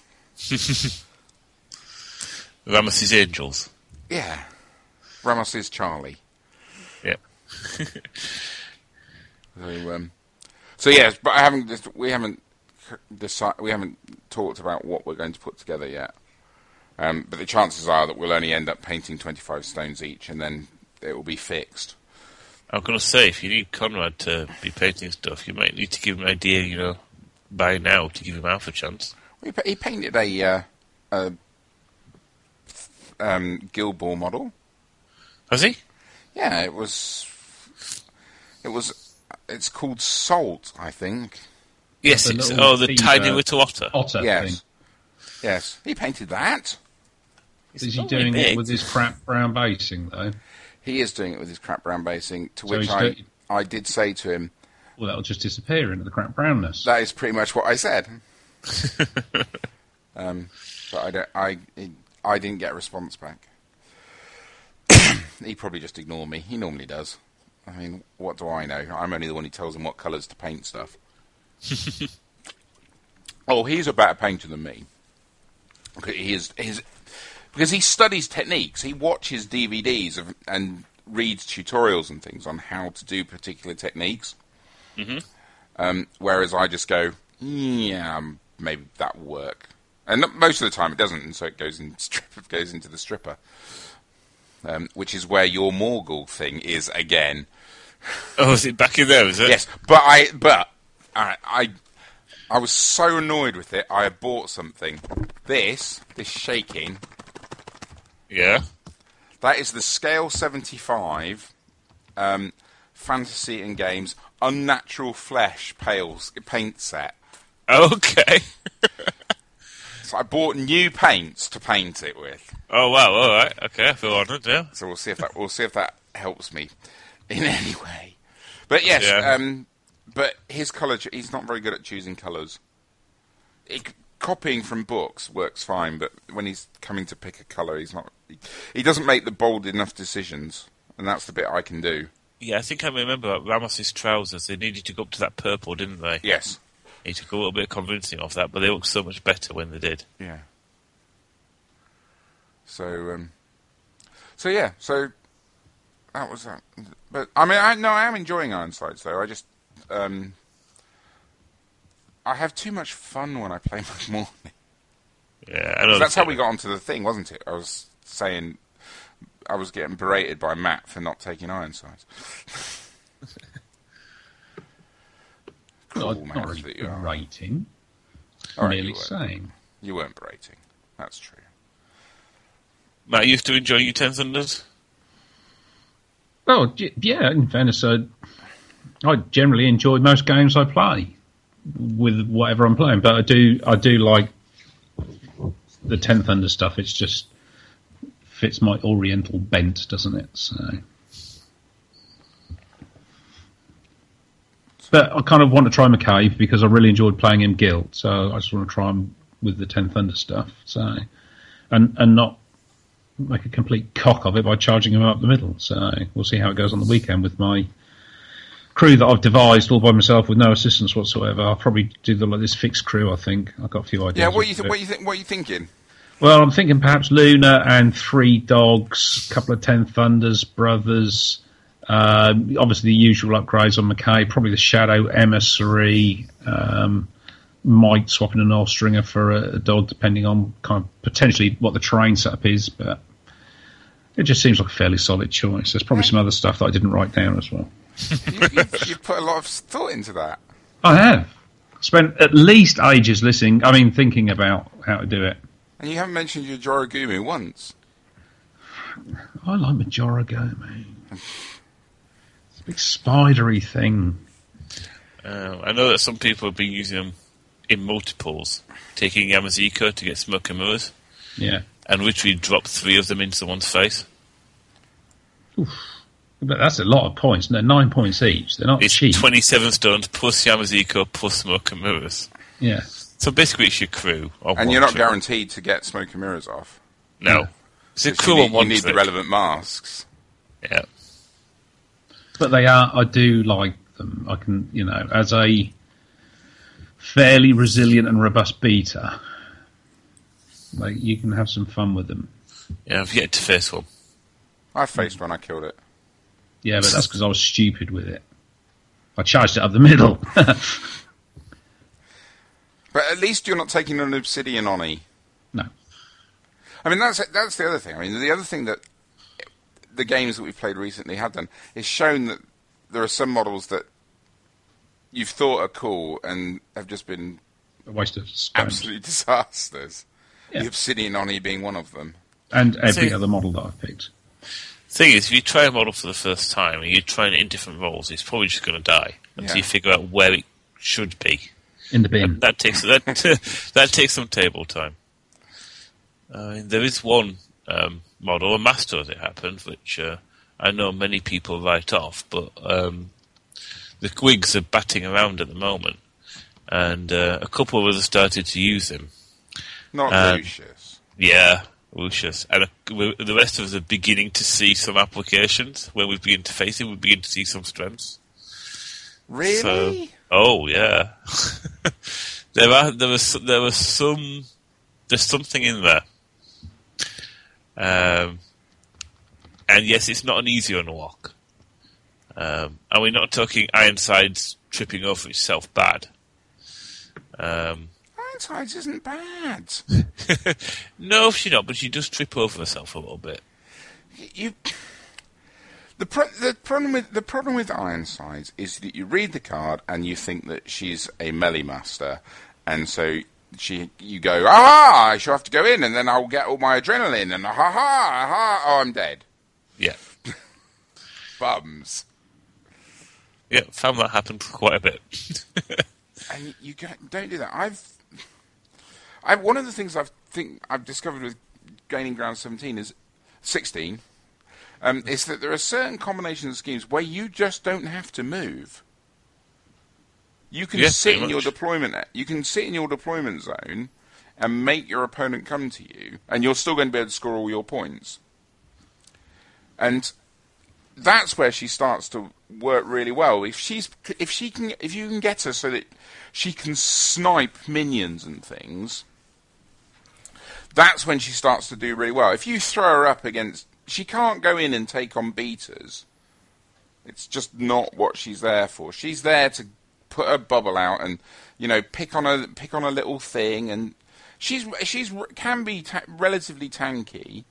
Ramos's Angels. Yeah. Ramos is Charlie. Yeah. So, um, so yes, but I haven't. just- We haven't decided. We haven't talked about what we're going to put together yet. Um, but the chances are that we'll only end up painting twenty-five stones each, and then it will be fixed. I'm going to say, if you need Conrad to be painting stuff, you might need to give him an idea, you know, by now to give him half a chance. We pa- he painted a, uh, a um, Gilboa model. Has he? Yeah, it was. It was. It's called Salt, I think. Yes. The it's- little oh, the fever. tiny little otter. Otter thing. Yes. Yes, he painted that. It's Is he not doing really it with big. his crap brown basing though? He is doing it with his crap brown basing, to So which he's I, doing- I did say to him, Well, that'll just disappear into the crap brownness. That is pretty much what I said. um, but I, don't, I, I didn't get a response back. he probably just ignored me. He normally does. I mean, what do I know? I'm only the one who tells him what colours to paint stuff. oh, he's a better painter than me. He is, he's, because he studies techniques. He watches DVDs of, and reads tutorials and things on how to do particular techniques. Um, whereas I just go, yeah, um, maybe that will work. And not- most of the time it doesn't, and so it goes, in strip, it goes into the stripper. Um, which is where your Morgul thing is again. Oh, is it back in there? Is it? Yes, but I, but I, I, I was so annoyed with it. I bought something. This, this shaking, Yeah. that is the scale seventy-five, um, fantasy and games unnatural flesh pails paint set. Okay. So I bought new paints to paint it with. Oh wow. All right. Okay. I feel honoured now. So we'll see if that we'll see if that helps me in any way. But yes, Yeah. um, but his colour cho- he's not very good at choosing colours. It, c- copying from books works fine, but when he's coming to pick a colour, he's not. He, he doesn't make the bold enough decisions, and that's the bit I can do. Yeah, I think I remember at Ramos's trousers. They needed to go up to that purple, didn't they? Yes. It took a little bit of convincing off that, but they looked so much better when they did. Yeah. So um, so yeah, so that was that. But I mean, I no, I am enjoying Ironsides though. I just um, I have too much fun when I play my morning. Yeah, I know. That's the how we feeling. got onto the thing, wasn't it? I was saying I was getting berated by Matt for not taking Ironsides. Well, Cool, not Matt, really that you are. rating. All right, merely you weren't. saying. You weren't berating. That's true. Matt, you used to enjoy your Ten Thunders? Well, g- yeah. In fairness, I, I generally enjoy most games I play with whatever I'm playing, but I do I do like the Ten Thunder stuff. It's just fits my Oriental bent, doesn't it? So. But I kind of want to try McCabe because I really enjoyed playing him Guild, so I just want to try him with the Ten Thunder stuff. So, and and not make a complete cock of it by charging him up the middle. So we'll see how it goes on the weekend with my crew that I've devised all by myself with no assistance whatsoever. I'll probably do the, like this fixed crew. I think I've got a few ideas. Yeah, what of you it. th- what you think? What you thinking? Well, I'm thinking perhaps Luna and three dogs, a couple of Ten Thunders, brothers. Um, obviously, the usual upgrades on McKay. Probably the Shadow Emissary. Um, might swap in an Allstringer for a, a dog, depending on kind of potentially what the terrain setup is. But it just seems like a fairly solid choice. There's probably some other stuff that I didn't write down as well. you, you, you put a lot of thought into that. I have spent at least ages listening. I mean, thinking about how to do it. And you haven't mentioned your Joragumi once. I like Majora It's a big spidery thing. Um, I know that some people have been using them in multiples, taking Yama's Eco to get smoke and mirrors. Yeah. and literally drop three of them into someone's face. But that's a lot of points. and They're nine points each. They're not It's cheap. 27 stones plus Yamaziko plus smoke and mirrors. yeah. So basically, it's your crew. And On one you're not trip. guaranteed to get smoke and mirrors off. No, it's a Just crew you on need, one you need trip. the relevant masks. yeah. But they are. I do like them. I can, you know, as a fairly resilient and robust beta, like you can have some fun with them. yeah, I've yet to face one. I faced one, I killed it. Yeah, but that's because I was stupid with it. I charged it up the middle. But at least you're not taking an obsidian oni. no. I mean, that's that's the other thing. I mean, the other thing that the games that we've played recently have done is shown that there are some models that you've thought are cool and have just been A waste of stones. absolute disasters. Yeah. The Obsidian Oni being one of them. And every So- other model that I've picked. Thing is, if you try a model for the first time and you're trying it in different roles, it's probably just going to die until Yeah. you figure out where it should be. In the bin. That takes that that takes some table time. Uh, there is one um, model, a master as it happened, which uh, I know many people write off, but um, the Quigs are batting around at the moment, and uh, a couple of us started to use him. Not Um, Lucius. Yeah, Lucius, and uh, we- the rest of us are beginning to see some applications when we begin to face him. We begin to see some strengths. Really? So, oh yeah. there are there was there was some there's something in there. Um, and yes, it's not an easy unlock. Um, and we're not talking Ironside's tripping over itself bad. Um, Ironsides isn't bad. no, she's not, but she does trip over herself a little bit. you the pro- the problem with the problem with Ironsides is that you read the card and you think that she's a melee master, and so she you go ah I shall have to go in and then I'll get all my adrenaline and ha ha ha oh I'm dead Yeah, bums yeah, found that happened quite a bit. and you go, don't do that I've I one of the things I've think I've discovered with gaining ground seventeen is sixteen um, is that there are certain combinations of schemes where you just don't have to move. You can Yeah, sit pretty in your much. deployment. You can sit in your deployment zone and make your opponent come to you, and you're still going to be able to score all your points. And that's where she starts to work really well. If she's if she can if you can get her so that she can snipe minions and things, that's when she starts to do really well. If you throw her up against, she can't go in and take on beaters. It's just not what she's there for. She's there to put her bubble out and you know pick on a pick on a little thing, and she's she's can be ta- relatively tanky.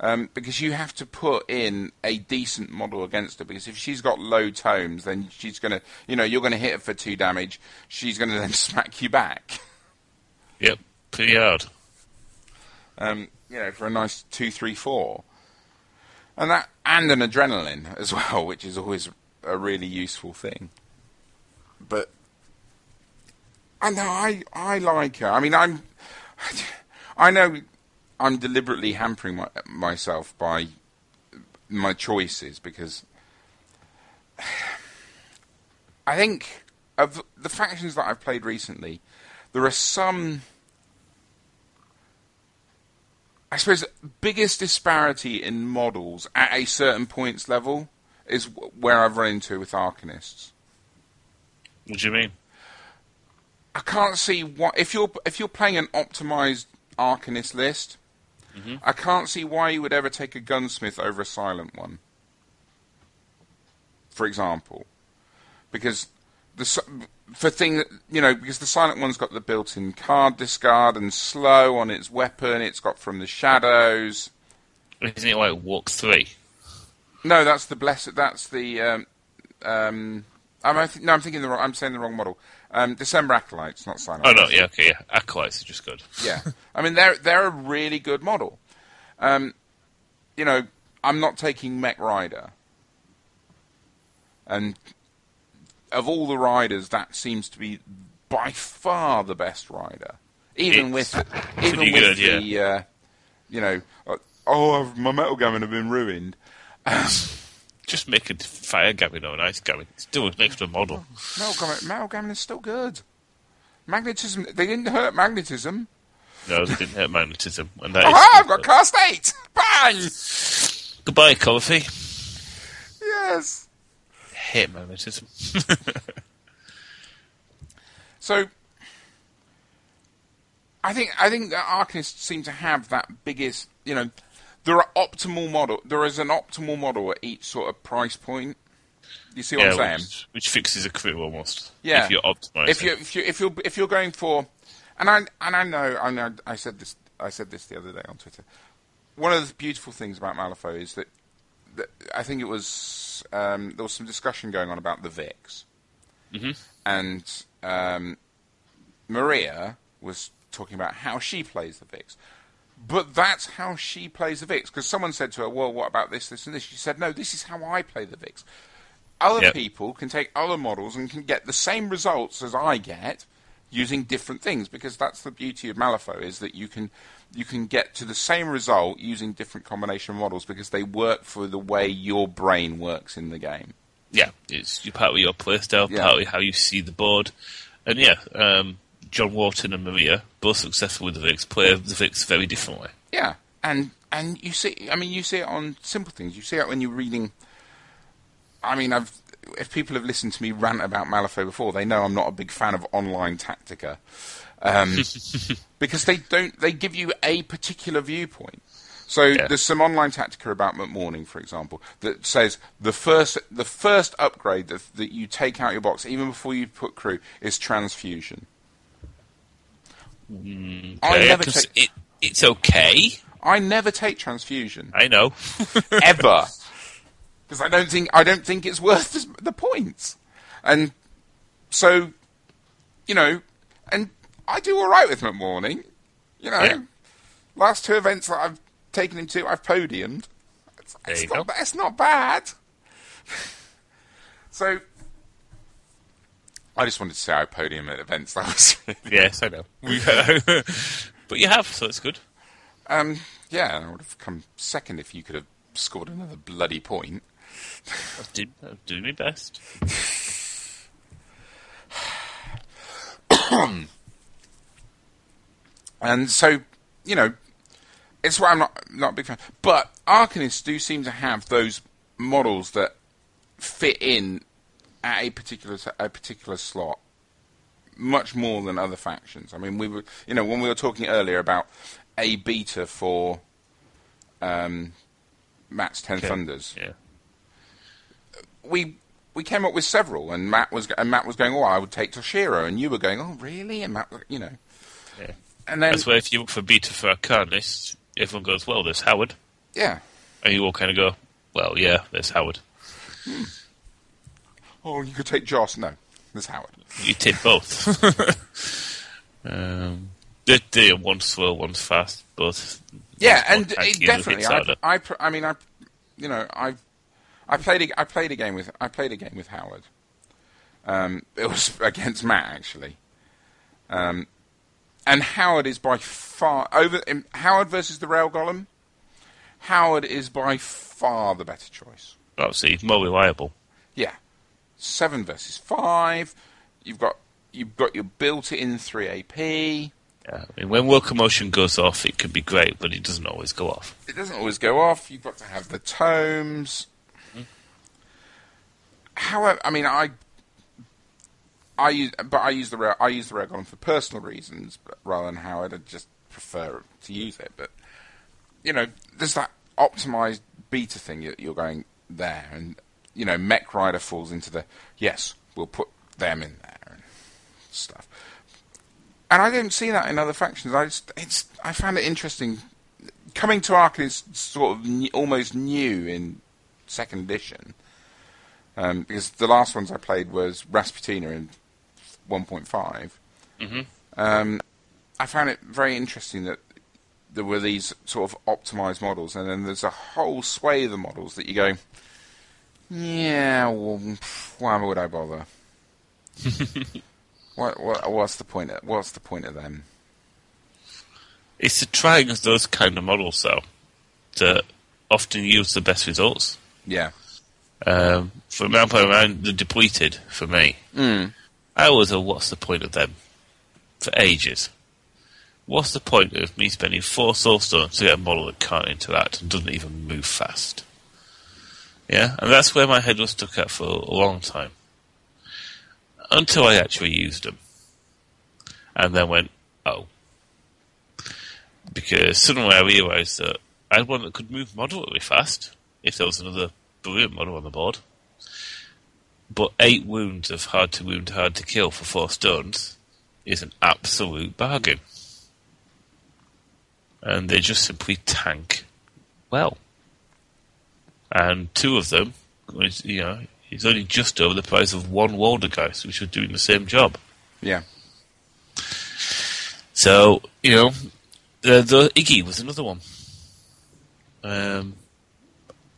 Um, because you have to put in a decent model against her. Because if she's got low tomes, then she's gonna, you know, you're gonna hit her for two damage. She's gonna then smack you back. yep, pretty hard. um, you know, for a nice two, three, four, and that and an adrenaline as well, which is always a really useful thing. But I know I I like her. I mean, I'm I know I'm deliberately hampering my, myself by my choices because I think of the factions that I've played recently, there are some I suppose biggest disparity in models at a certain points level is w- where I've run into with Arcanists. What do you mean? I can't see what if you're if you're playing an optimized Arcanist list. I can't see why you would ever take a gunsmith over a silent one. For example, because the s- for thing that- you know because the silent one's got the built-in card discard and slow on its weapon. It's got from the shadows. Isn't it like walk three? No, that's the blessed. That's the. Um, um, I'm, I th- no, I'm thinking the wrong. I'm saying the wrong model. Um, December acolytes, not Silent. Oh no, yeah, okay, yeah. Acolytes are just good. yeah. I mean, they're they're a really good model. Um, you know, I'm not taking Mech Rider, and of all the riders, that seems to be by far the best rider. Even It's with even pretty with good, the uh, you know, like, oh, I've, my metal gammon have been ruined. Just make a fire gammon or an ice gammon. It's still an extra model. Metal gammon, metal gammon is still good. Magnetism, they didn't hurt magnetism. No, they didn't hurt magnetism. And that is Aha, I've got cast eight! Bang! Goodbye, coffee. Yes! Hate magnetism. So I think I think that Arcanists seem to have that biggest you know there are optimal model there is an optimal model at each sort of price point. You see what I'm saying? which, which fixes a crew almost. Yeah. If you're optimizing. If you if you if you're if you're going for and I and I know I know I said this I said this the other day on Twitter. One of the beautiful things about Malifaux is that, that I think it was um, there was some discussion going on about the Vix. Mm-hmm. and um, Maria was talking about how she plays the Vix. But that's how she plays the Vix. Because someone said to her, well, what about this, this, and this? She said, no, this is how I play the Vix. Other Yep. people can take other models and can get the same results as I get using different things because that's the beauty of Malifaux is that you can you can get to the same result using different combination models because they work for the way your brain works in the game. yeah, it's you partly your playstyle, Yeah. partly how you see the board, and yeah, um, John Wharton and Maria both successful with the Vix, play the Vix very differently. Yeah, and and you see, I mean, you see it on simple things. You see it when you're reading. I mean, I've if people have listened to me rant about Malifaux before, they know I'm not a big fan of online Tactica, um, because they don't they give you a particular viewpoint. So there's some online Tactica about McMorning, for example, that says the first the first upgrade that, that you take out your box, even before you put crew, is transfusion. I Mm, Okay, never can s- take it, it's okay. I never take transfusion. I know. ever because I don't think I don't think it's worth this- the points. And so, you know, and I do all right with McMorning. You know, Yeah. last two events that I've taken him to, I've podiumed. It's, There it's you not, go. ba- it's not bad. so, I just wanted to say I podium at events. That was really, yes, I know. We- I know. but you have, so it's good. um, yeah, and I would have come second if you could have scored another bloody point. I did, I do my best. And so, you know, it's why I'm not not a big fan. But Arcanists do seem to have those models that fit in at a particular a particular slot much more than other factions. I mean, we were you know when we were talking earlier about a beta for um, Matt's Ten Thunders, Yeah. we we came up with several, and Matt was and Matt was going, oh, I would take Toshiro, and you were going, oh, really? And Matt, you know, Yeah. and then That's where if you look for beta for Arcanist, everyone goes, well, there's Howard. yeah. And you all kind of go, well, yeah, there's Howard. Oh, you could take Joss. No, there's Howard. You did both. um, they they are one slow, one's fast, both. Yeah, one's and more it tanky definitely. hits I, harder. I, pr- I mean, I, you know, I, I played, a, I played a game with, I played a game with Howard. Um, it was against Matt actually, um, and Howard is by far over in, Howard versus the Rail Golem. Howard is by far the better choice. Obviously, he's more reliable. Yeah, seven versus five. You've got, you've got your built-in three AP. Yeah. I mean, when locomotion goes off, it can be great, but it doesn't always go off. it doesn't always go off. You've got to have the tomes. However, I mean, I, I use, but I use the rare, I use the rare golem for personal reasons but rather than Howard. I just prefer to use it. But you know, there's that optimized beta thing that you're going there, and you know, Mech Rider falls into the yes, we'll put them in there and stuff. And I don't see that in other factions. I just, it's, I found it interesting coming to Ark is sort of n- almost new in second edition. Um, because the last ones I played was Rasputina in 1.5. Um, I found it very interesting that there were these sort of optimized models, and then there's a whole swathe of models that you go, yeah, well, pff, why would I bother? what, what, what's the point? Of, what's the point of them? It's to try against those kind of models, though, that often yields the best results. Yeah. Um, for example, around the depleted for me. I always thought, what's the point of them? For ages. What's the point of me spending four soul stones to get a model that can't interact and doesn't even move fast? Yeah, and that's where my head was stuck at for a long time. Until I actually used them. And then went, oh. Because suddenly I realised that I had one that could move moderately fast if there was another brilliant model on the board but eight wounds of hard to wound, hard to kill for four stones is an absolute bargain. And they just simply tank well. And two of them, was, you know, is only just over the price of one Waldergeist, which was doing the same job. Yeah. So you know, the, the Iggy was another one. Um,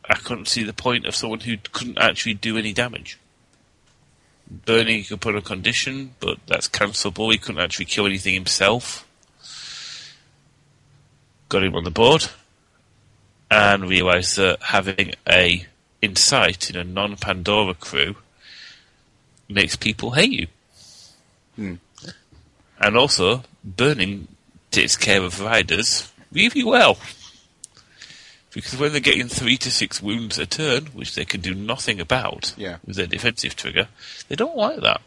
I couldn't see the point of someone who couldn't actually do any damage. Bernie he could put a condition, but that's cancelable. He couldn't actually kill anything himself. Got him on the board, and realised that having a insight in a non-Pandora crew makes people hate you. Hmm. And also, Burning takes care of riders really well. Because when they're getting three to six wounds a turn, which they can do nothing about Yeah. with their defensive trigger, they don't like that.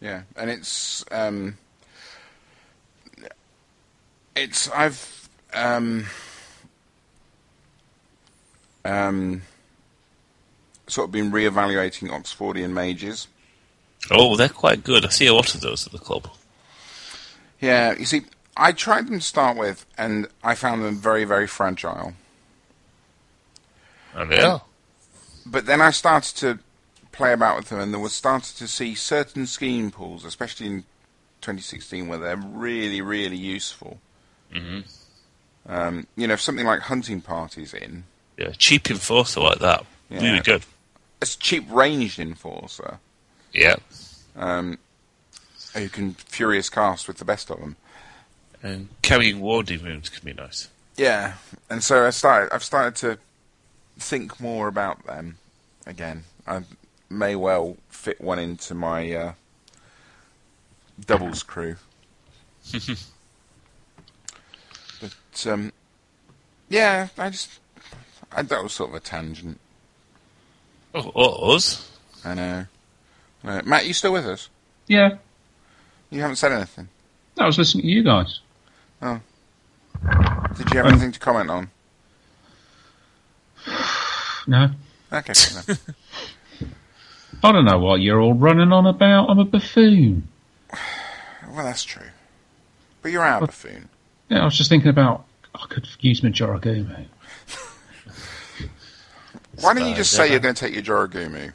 Yeah, and it's um, it's I've um, um, sort of been re-evaluating Oxfordian mages. Oh, they're quite good. I see a lot of those at the club. Yeah, you see, I tried them to start with, and I found them very, very fragile. And they are. but then I started to play about with them, and there was started to see certain scheme pools, especially in 2016, where they're really, really useful. Mm-hmm. Um, you know, if something like hunting parties in, Yeah, cheap enforcer like that. Yeah. Really good. it's cheap ranged enforcer Yeah. who can furious cast with the best of them. And carrying warding wounds can be nice. Yeah, and so I started. I've started to think more about them again. I may well fit one into my uh, doubles crew. but um, yeah, I just I, that was sort of a tangent. Oh, or us. I know. Uh, Matt, you still with us? Yeah, You haven't said anything. I was listening to you guys. Did you have anything to comment on? No, Okay. no. I don't know what you're all running on about. I'm a buffoon. well, that's true. But you're out, buffoon. Yeah, I was just thinking about I could use my Jaragumo. Why don't you just Spider. say you're going to take your Jorogumu?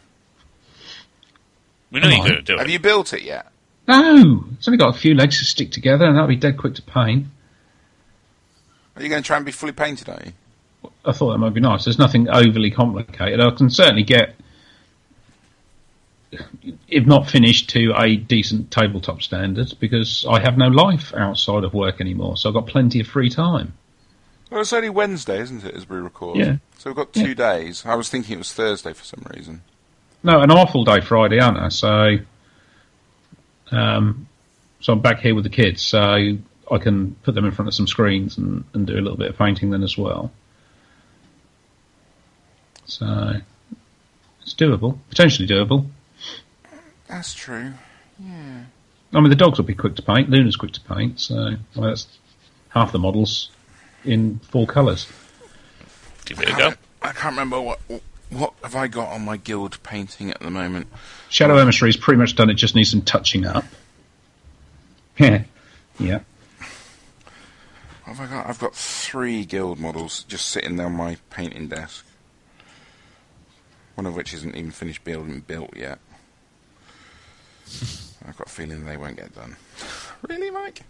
We know Come you're on. going to do Have it. you built it yet? No, it's only got a few legs to stick together, and that'll be dead quick to paint. Are you going to try and be fully painted, are you? I thought that might be nice. There's nothing overly complicated. I can certainly get, if not finished, to a decent tabletop standard because I have no life outside of work anymore, so I've got plenty of free time. Well, it's only Wednesday, isn't it, as we record? Yeah. So we've got two days. I was thinking it was Thursday for some reason. No, an awful day Friday, aren't I? So, um, so I'm back here with the kids, so I can put them in front of some screens and, and do a little bit of painting then as well. So, it's doable, potentially doable. That's true. I mean, the dogs will be quick to paint. Luna's quick to paint, so I mean, that's half the models in four colours. Give it a go. I can't remember what what have I got on my guild painting at the moment. Shadow Emissary's pretty much done. It just needs some touching up. yeah. What have I got? I've got three guild models just sitting there on my painting desk. One of which isn't even finished building built yet. I've got a feeling they won't get done. Really, Mike?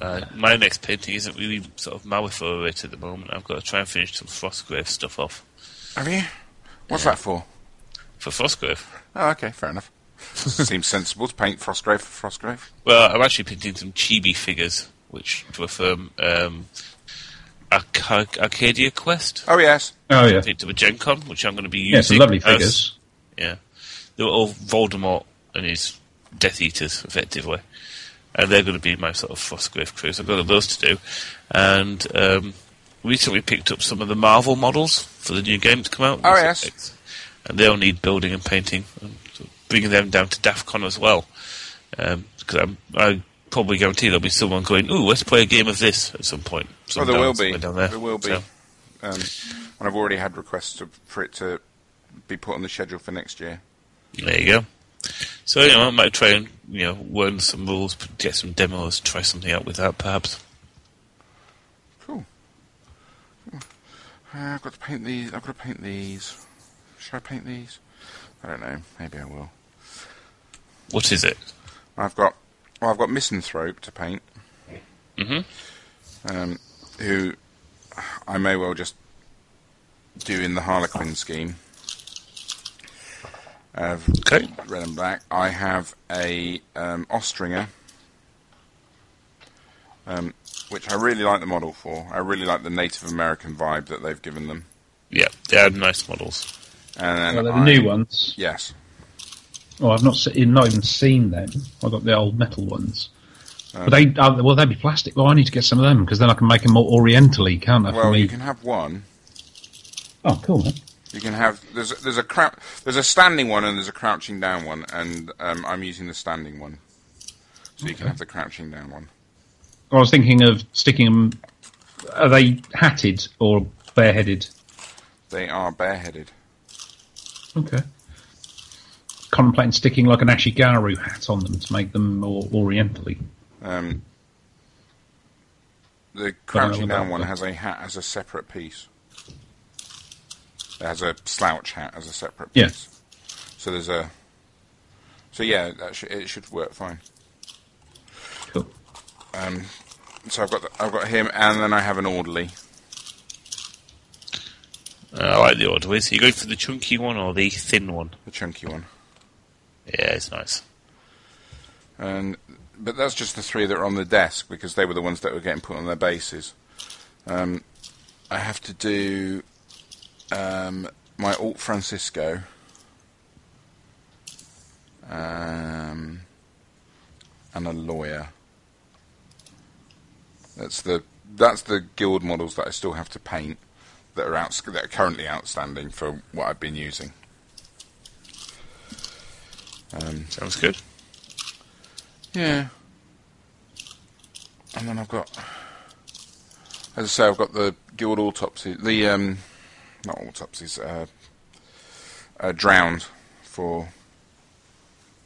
Uh, my next painting isn't really sort of Malifaux rate at the moment. I've got to try and finish some Frostgrave stuff off. Have you? What's that for? For Frostgrave? Oh, okay, fair enough. Seems sensible to paint Frostgrave for Frostgrave. Well, I'm actually painting some chibi figures which to affirm um, Arc- Arc- Arcadia Quest. Oh yes. Oh yeah, It to a Gen Con, which I'm going to be using. yeah, some lovely as- figures. Yeah. They were all Voldemort and his Death Eaters, effectively. And they're going to be my sort of Frostgrave crews. I've got those to do. And um, recently picked up some of the Marvel models for the new game to come out. Oh, yes. And they all need building and painting. And so bringing them down to DAF Con as well. Because I'm I probably guarantee there'll be someone going, ooh, let's play a game of this at some point. Oh, there Sometime, will be. somewhere Down there. There will be. So, Um, and I've already had requests to, for it to be put on the schedule for next year. There you go. So you know, I might try and you know learn some rules, p- get some demos, try something out with that perhaps. Cool. Uh, I've got to paint these. I've got to paint these. Should I paint these? I don't know. Maybe I will. What is it? I've got. Well, I've got Misanthrope to paint. Mm-hmm. Um, who I may well just do in the Harlequin scheme. Of Okay. red and black. I have a um, Ostringer, um, which I really like the model for. I really like the Native American vibe that they've given them. Yeah, they are nice models. And then Well, they're I- the new ones. Yes. Oh, I've not se- not even seen them. I got the old metal ones. Oh. but they uh, well, they'd be plastic. Well, I need to get some of them because then I can make them more orientally, can't I? for Well, me. you can have one. Oh, cool. Then. You can have there's there's a crou- there's a standing one and there's a crouching down one, and um, I'm using the standing one, so you can have the crouching down one. I was thinking of sticking them. Are they hatted or bareheaded? They are bareheaded. Okay. Contemplating sticking like an Ashigaru hat on them to make them more orientally. Um, the crouching about down one that. has a hat as a separate piece. It has a slouch hat as a separate Yeah. piece. So there's a. So yeah, that should it should work fine. Cool. Um, so I've got the, I've got him, and then I have an orderly. Uh, I like the order. Is you going for the chunky one or the thin one? The chunky one. Yeah, it's nice. And but that's just the three that are on the desk because they were the ones that were getting put on their bases. Um, I have to do um, my alt Francisco. Um, and a lawyer. That's the that's the guild models that I still have to paint that are out that are currently outstanding for what I've been using. Um, Sounds good. yeah. And then I've got, as I say, I've got the guild autopsy, the um, not autopsies, uh, uh drowned for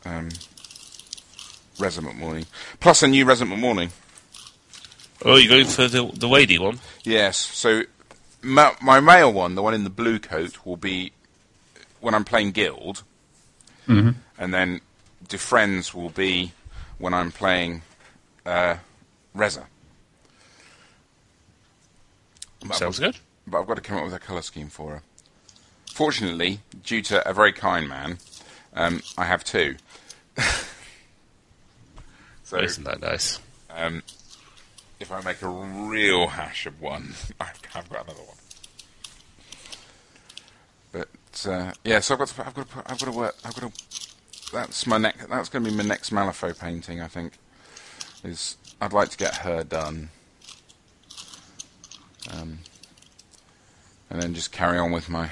um, Resonant Morning, plus a new Resonant Morning. Oh, you're going for the the lady one? Yes. So ma- my male one, the one in the blue coat, will be when I'm playing Guild, Mm-hmm. and then Defriends will be when I'm playing uh, Reza. But, Sounds good. but I've got to come up with a colour scheme for her. Fortunately, due to a very kind man, um, I have two. so Isn't that nice? um, if I make a real hash of one, I've, I've got another one. But uh, yeah, so I've got to, I've got to, put- I've got to work. I've got to. That's my neck. That's going to be my next Malifaux painting. I think is I'd like to get her done, um, and then just carry on with my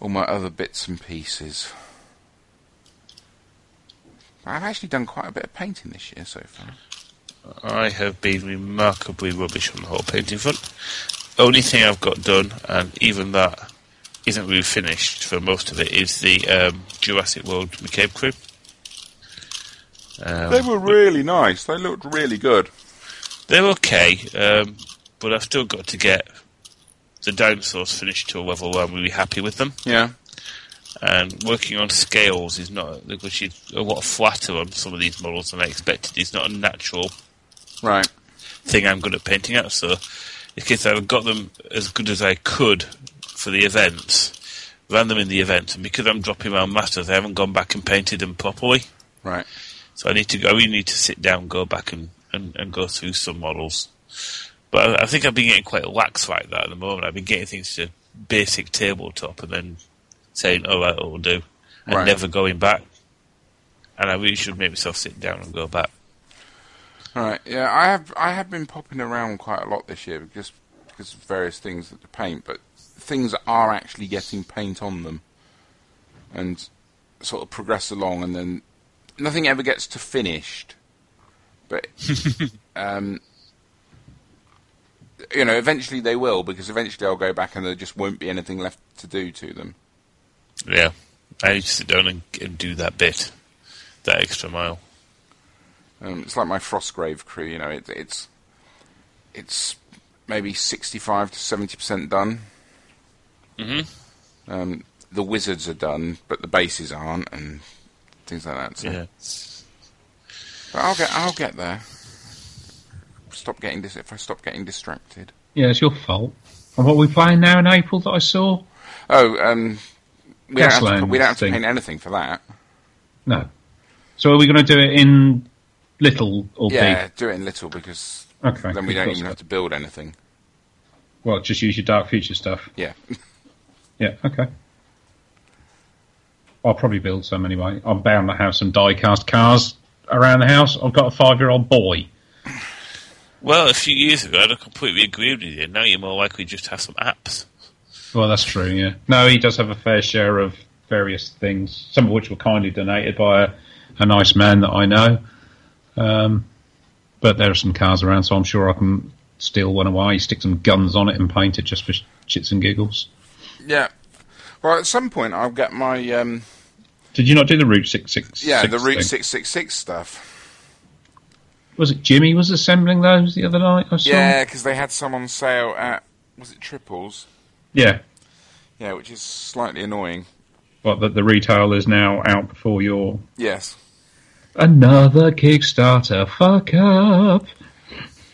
all my other bits and pieces. I've actually done quite a bit of painting this year so far. I have been remarkably rubbish on the whole painting front. Only thing I've got done, and even that isn't really finished for most of it, is the um, Jurassic World McCabe crew. Um, They were really nice. They looked really good. They're okay, um, but I've still got to get the dinosaurs finished to a level where I'm really happy with them. Yeah. And working on scales is not, which is a lot flatter on some of these models than I expected. It's not a natural Right. thing I'm good at painting at. So, in case I've got them as good as I could for the events, ran them in the event, and because I'm dropping around masters, I haven't gone back and painted them properly. Right. So I need to go. I really need to sit down, go back and and, and go through some models. But I, I think I've been getting quite lax like that at the moment. I've been getting things to basic tabletop and then saying, "Oh, that will do," and Right. never going back. And I really should make myself sit down and go back. Right. Yeah, I have I have been popping around quite a lot this year because because of various things that the paint, but things are actually getting paint on them, and sort of progress along, and then nothing ever gets to finished, but um, you know, eventually they will because eventually I'll go back and there just won't be anything left to do to them. Yeah, I need to sit down and, and do that bit, that extra mile. Um, it's like my Frostgrave crew, you know. It, it's it's maybe sixty-five to seventy percent done. Mm-hmm. Um, the wizards are done, but the bases aren't, and things like that. So. Yeah. But I'll get I'll get there. Stop getting dis- if I stop getting distracted. Yeah, it's your fault. And what are we playing now in April that I saw? Oh, um, we don't, have to, Gasland put- we don't have to thing. paint anything for that. No. So are we going to do it in little or Yeah, do it in little because big? Okay. then we don't Because- even have to build anything. Well, just use your Dark Future stuff. Yeah. Yeah, okay. I'll probably build some anyway. I'm bound to have some die cast cars around the house. I've got a five year old boy. Well, a few years ago, I'd have completely agreed with you. Now you're more likely just to have some apps. Well, that's true, yeah. No, he does have a fair share of various things, some of which were kindly donated by a, a nice man that I know. Um, but there are some cars around, so I'm sure I can steal one away, stick some guns on it, and paint it just for sh- shits and giggles. Yeah. Well, at some point I'll get my um, Did you not do the Route 666? Yeah, the thing? Route six six six stuff. Was it Jimmy was assembling those the other night? I saw? Yeah, because they had some on sale at was it Triples? Yeah. Yeah, which is slightly annoying. But that the retail is now out before your Yes. another Kickstarter fuck up.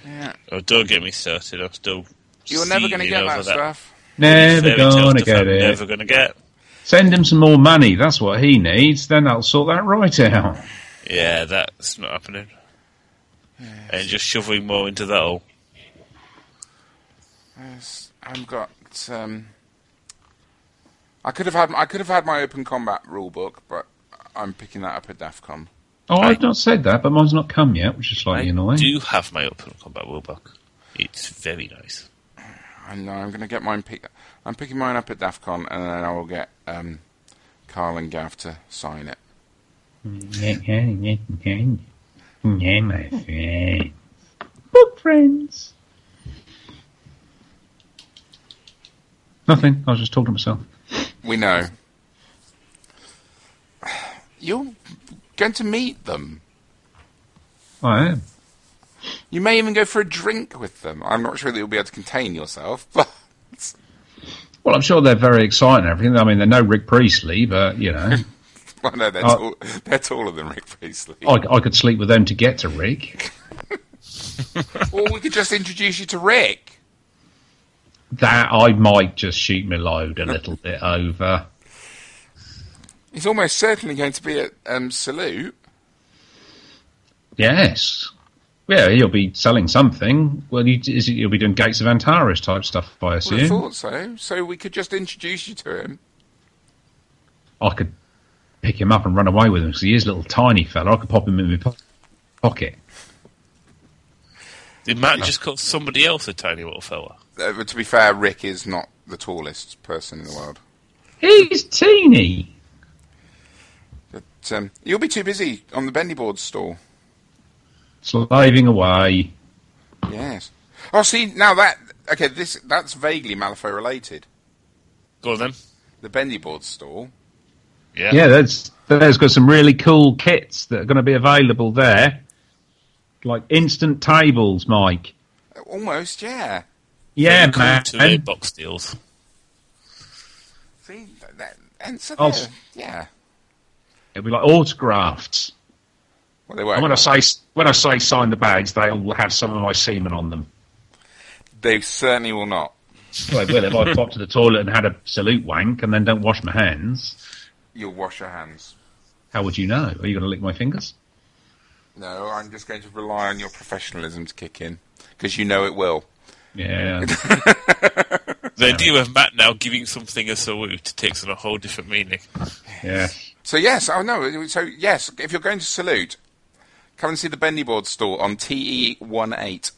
Yeah. Oh, don't get me started. I'm still. You're never going to seething get over that, stuff. Never fairy tale gonna stuff get I'm it. Never going to get. Send him some more money. That's what he needs. Then I'll sort that right out. Yeah, that's not happening. And just shoving more into that hole. Yes, I've got. Um, I could have had I could have had my open combat rule book, but I'm picking that up at DAFCON. Oh, I- I've not said that, but mine's not come yet, which is slightly I annoying. do have my open combat wheel book. It's very nice. I know I'm going to get mine. Pick, I'm picking mine up at DAFCON, and then I will get um, Carl and Gav to sign it. Yeah, yeah, yeah, yeah. Yeah, my friend. Book friends. Nothing. I was just talking to myself. We know. You're going to meet them. I am. You may even go for a drink with them. I'm not sure that you'll be able to contain yourself, but Well, I'm sure they're very exciting and everything. I mean, they're no Rick Priestley, but, you know, well, no, they're, Oh. tall, they're taller than Rick Priestley. I, I could sleep with them to get to Rick. Or we could just introduce you to Rick. That I might just shoot my load a little bit over. He's almost certainly going to be at um, Salute. Yes. Yeah, you'll be selling something. Well, you, is it, you'll be doing Gates of Antares type stuff, I Would have assume. thought so. So we could just introduce you to him. I could pick him up and run away with him because he is a little tiny fella. I could pop him in my po- pocket. They might just call somebody else a tiny little fella. Uh, but to be fair, Rick is not the tallest person in the world. He's teeny. But um, you'll be too busy on the bendy board stall. Slaving away. Yes. Oh, see now that okay, this that's vaguely Malifaux related. Go on then. The bendy board stall. Yeah. Yeah, that's there's got some really cool kits that are going to be available there, like instant tables, Mike. Almost, yeah. Yeah, Very cool man. two-way box deals. See, that, that, and so I'll there- s- yeah. It'll be like autographs. Well, they won't. And when I say when I say sign the bags, they'll have some of my semen on them. They certainly will not. Well, well, if I popped to the toilet and had a salute wank and then don't wash my hands, You'll wash your hands. how would you know? Are you going to lick my fingers? No, I'm just going to rely on your professionalism to kick in because you know it will. Yeah. The idea of Matt now giving something a salute takes on a whole different meaning. yeah. So yes, oh no, so yes, if you're going to salute, come and see the Bendy Board store on E TE18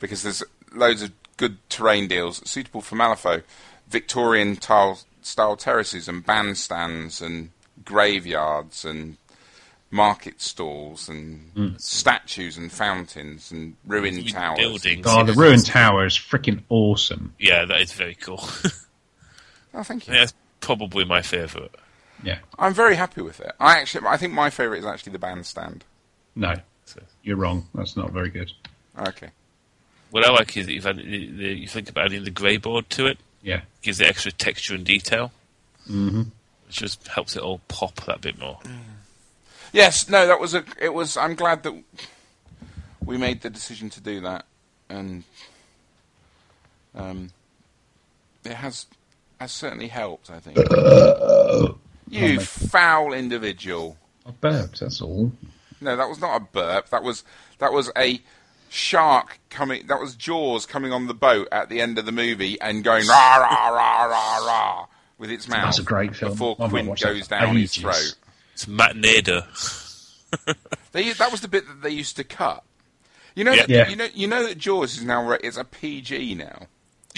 because there's loads of good terrain deals suitable for Malifaux, Victorian tile, style terraces and bandstands and graveyards and market stalls and statues and fountains and ruined towers. Buildings. Oh, the ruined tower is freaking awesome. Yeah, that is very cool. Oh, thank you. That's probably my favourite. Yeah. I'm very happy with it. I actually, I think my favourite is actually the bandstand. No, you're wrong. That's not very good. Okay. What I like is that you've had, the- the- you think about adding the grey board to it, Yeah. gives it extra texture and detail, mm-hmm. which just helps it all pop that bit more. Yes, no, that was a. It was. I'm glad that we made the decision to do that, and um, it has has certainly helped. I think. you foul individual! I burped, that's all. No, that was not a burp. That was that was a shark coming. That was Jaws coming on the boat at the end of the movie and going rah rah rah rah rah with its mouth. That's a great film. Before I've not Quint watched that goes for down his ages. throat. It's Matt Nader. They, that was the bit that they used to cut. You know, Yeah. Yeah. you know, you know that Jaws is now ra- it's a PG now.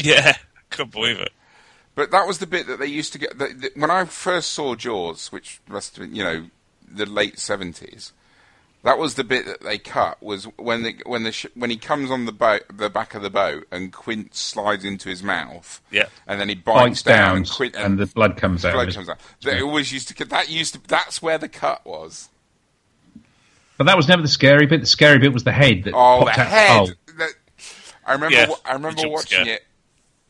Yeah, can't believe it. But that was the bit that they used to get. That, that, when I first saw Jaws, which must have been, you know, the late seventies, that was the bit that they cut. Was when the when the sh- when he comes on the boat, the back of the boat, and Quint slides into his mouth. Yeah. and then he bites, Bites down, down, and Quint and, and the blood comes out. blood comes out. They always used to cut- that used to that's where the cut was. But that was never the scary bit. The scary bit was the head that Oh, popped the out. head! Oh, That- I remember. Yes, wa- I the remember jump watching scare. it.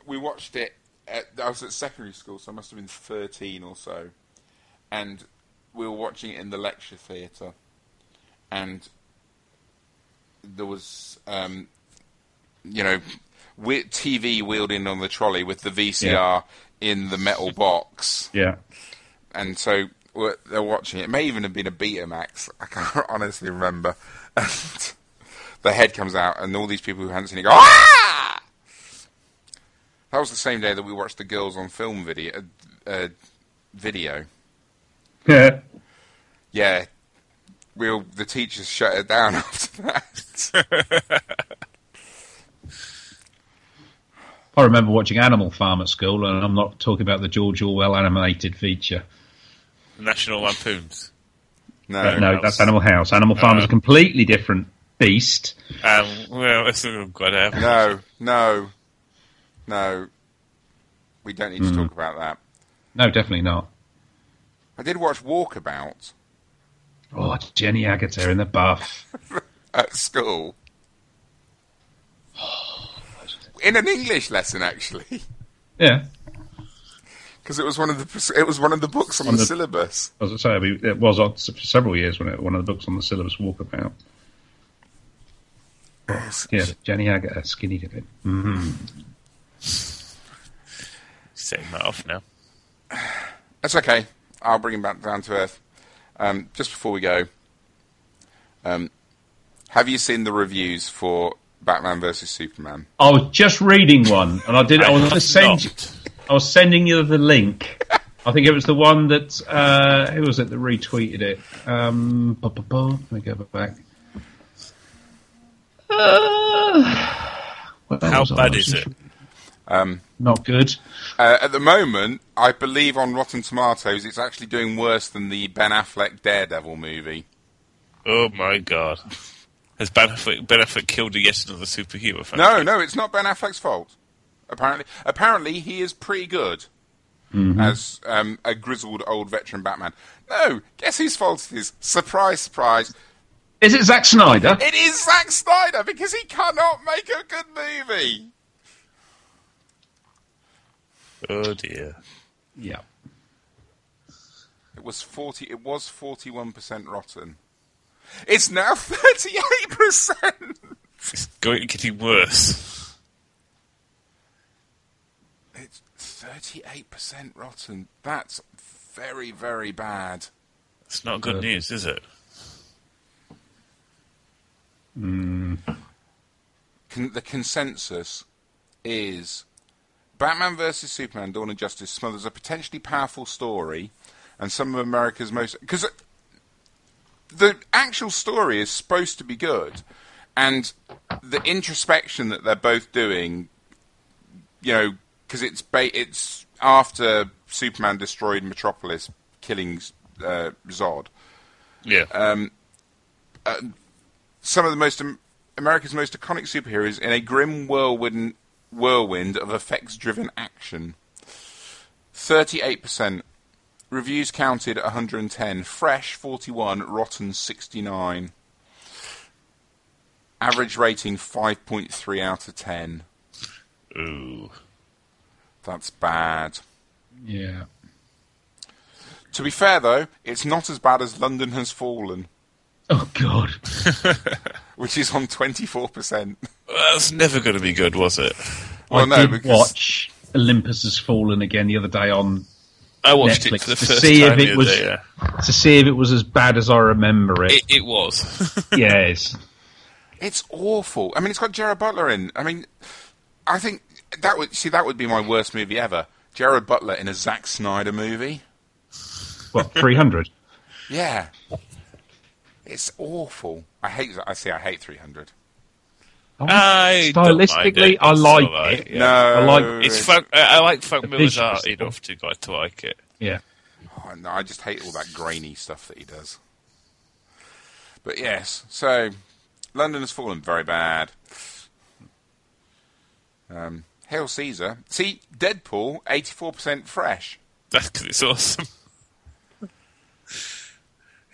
We watched it. At, I was at secondary school, so I must have been thirteen or so, and we were watching it in the lecture theatre, and there was, um, you know, we TV wheeled in on the trolley with the VCR in the metal box yeah. and so we're- they're watching it. It may even have been a Betamax. I can't honestly remember. And the head comes out, and all these people who hadn't seen it go, ah! That was the same day that we watched the girls on film video. Uh, uh, video, Yeah. yeah. We all, the teachers shut it down after that. I remember watching Animal Farm at school, and I'm not talking about the George Orwell animated feature. National Lampoons. No, no, House. that's Animal House. Animal Farm is Uh. a completely different beast. Um, well, it's not quite happening. no, no, no. We don't need to Hmm. talk about that. No, definitely not. I did watch Walkabout Oh, Jenny Agata in the buff. at school in an English lesson, actually. Yeah. because it was one of the it was one of the books on, On the, the- syllabus. As I say, we- it was on for several years when it, one of the books on the syllabus walkabout. Yeah, Jenny Agata, skinny dipping. Setting that off now. That's okay. I'll bring him back down to earth. Um, just before we go, um, have you seen the reviews for Batman versus Superman? I was just reading one, and I did. I was I gonna send. you- not. I was sending you the link. I think it was the one that uh, who was it that retweeted it? Um, bu- bu- bu- let me go back. Uh, where How was I? bad is it? Not good. Uh, at the moment, I believe on Rotten Tomatoes, it's actually doing worse than the Ben Affleck Daredevil movie. Oh my god. Has Ben Affleck, ben Affleck killed a yet another superhero fan? No, no, it's not Ben Affleck's fault. Apparently, apparently he is pretty good as um, a grizzled old veteran Batman. No, guess whose fault it is? Surprise, surprise. Is it Zack Snyder? It is Zack Snyder because he cannot make a good movie. Oh dear. Yeah. It was forty. It was forty-one percent rotten. It's now thirty-eight percent. It's going getting worse. It's thirty-eight percent rotten. That's very, very bad. It's not good news, is it? Con- the consensus is Batman vs Superman: Dawn of Justice smothers a potentially powerful story and some of America's most because the actual story is supposed to be good, and the introspection that they're both doing, you know, because it's ba- it's after Superman destroyed Metropolis, killing uh, Zod Yeah. Um, some of the most um, America's most iconic superheroes in a grim whirlwind whirlwind of effects-driven action. Thirty-eight percent reviews counted, one hundred and ten fresh, forty-one rotten, sixty-nine. Average rating five point three out of ten. Ooh. That's bad. Yeah. To be fair though, it's not as bad as London Has Fallen, Oh God. which is on twenty-four percent. Well, that's never going to be good, was it? Well, I no, did because- watch Olympus Has Fallen again the other day on I watched it Netflix for the to first see if time it the other was- day, yeah. to see if it was as bad as I remember it. It, it was. yes. It's awful. I mean, it's got Jared Butler in. I mean, I think that would see that would be my worst movie ever. Jared Butler in a Zack Snyder movie. What three hundred? Yeah, it's awful. I hate. that- I see. I hate Three Hundred. I don't mind Oh, Stylistically, it. I It's like all right, it. yeah. No, I like- It's Frank, I I like Frank Miller's visuals. art enough to like to like it. Yeah. Oh, no, I just hate all that grainy stuff that he does. But yes, so London has fallen very bad. Um, Hail Caesar. See, Deadpool, eighty-four percent fresh. That's because it's awesome.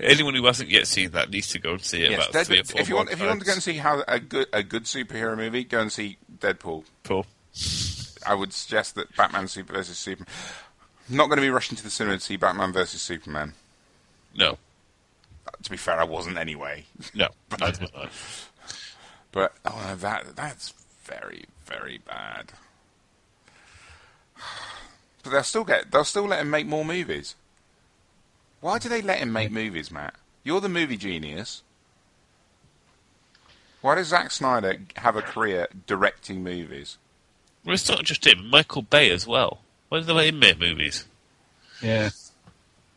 Anyone who hasn't yet seen that needs to go and see it Yes, about three or Deadpool- four if you want, more if you want to go and times. see how a good a good superhero movie, go and see Deadpool. Cool. I would suggest that Batman Super versus Superman. I'm not going to be rushing to the cinema to see Batman versus Superman. No, To be fair, I wasn't anyway. no, I was not. But oh, no, that that's very very bad. But they'll still get they'll still let him make more movies. Why do they let him make movies, Matt? You're the movie genius. Why does Zack Snyder have a career directing movies? Well, it's not just him. Michael Bay as well. Why do they let him make movies? Yeah.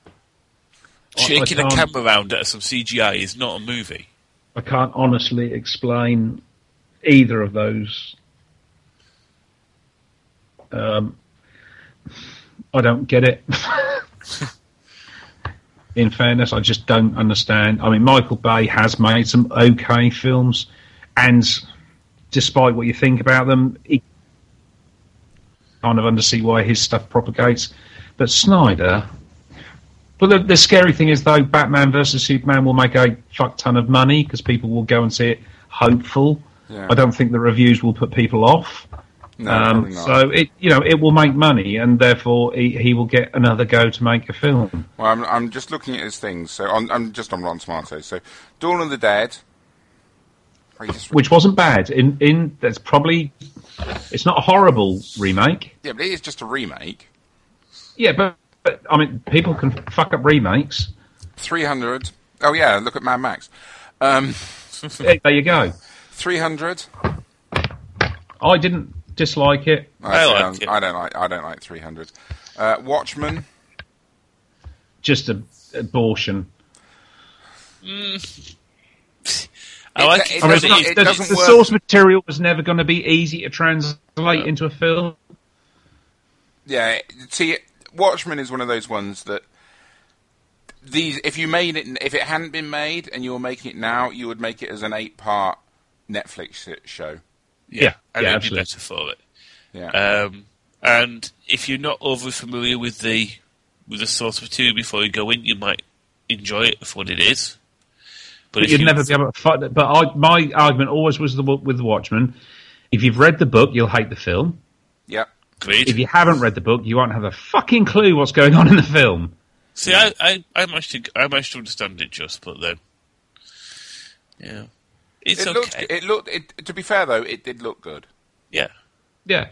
Oh, I- I Shaking a can't- camera around at some CGI is not a movie. I can't honestly explain either of those. Um, I don't get it. In fairness, I just don't understand. I mean, Michael Bay has made some okay films, and despite what you think about them, it kind of undersee why his stuff propagates. But Snyder, but the, the scary thing is, though, Batman versus Superman will make a fuck ton of money because people will go and see it hopeful. Yeah. I don't think the reviews will put people off. No, Um, probably not. so it, you know, it will make money, and therefore he, he will get another go to make a film. Well, I'm, I'm just looking at his things. So I'm, I'm just on Rotten Tomatoes. So Dawn of the Dead. I just- which wasn't bad. In in that's probably it's not a horrible remake. yeah, but it is just a remake. Yeah, but, but I mean, people can fuck up remakes. 300. Oh, yeah, look at Mad Max. Um, there there you go. 300. I didn't dislike it. I like don't- it. I don't like. I don't like 300. Uh, Watchmen. Just a abortion. I It- like it. it- for it's the- not- the, it doesn't the work. source material was never going to be easy to translate into a film. Yeah, see, Watchmen is one of those ones that these. If you made it, if it hadn't been made, and you were making it now, you would make it as an eight-part Netflix show. Yeah, and yeah, it'd absolutely. be better for it. Yeah. Um, and if you're not overly familiar with the with the source material before you go in, you might enjoy it for what it is. But But if you'd you- never be able to fight that. But I, my argument always was the, with Watchmen. If you've read the book, you'll hate the film. Yep. Agreed. If you haven't read the book, you won't have a fucking clue what's going on in the film. See, I, I, I managed to, I managed to understand it just, but then, yeah, it's it okay. looked. It looked. It, to be fair, though, it did look good. yeah, Yeah.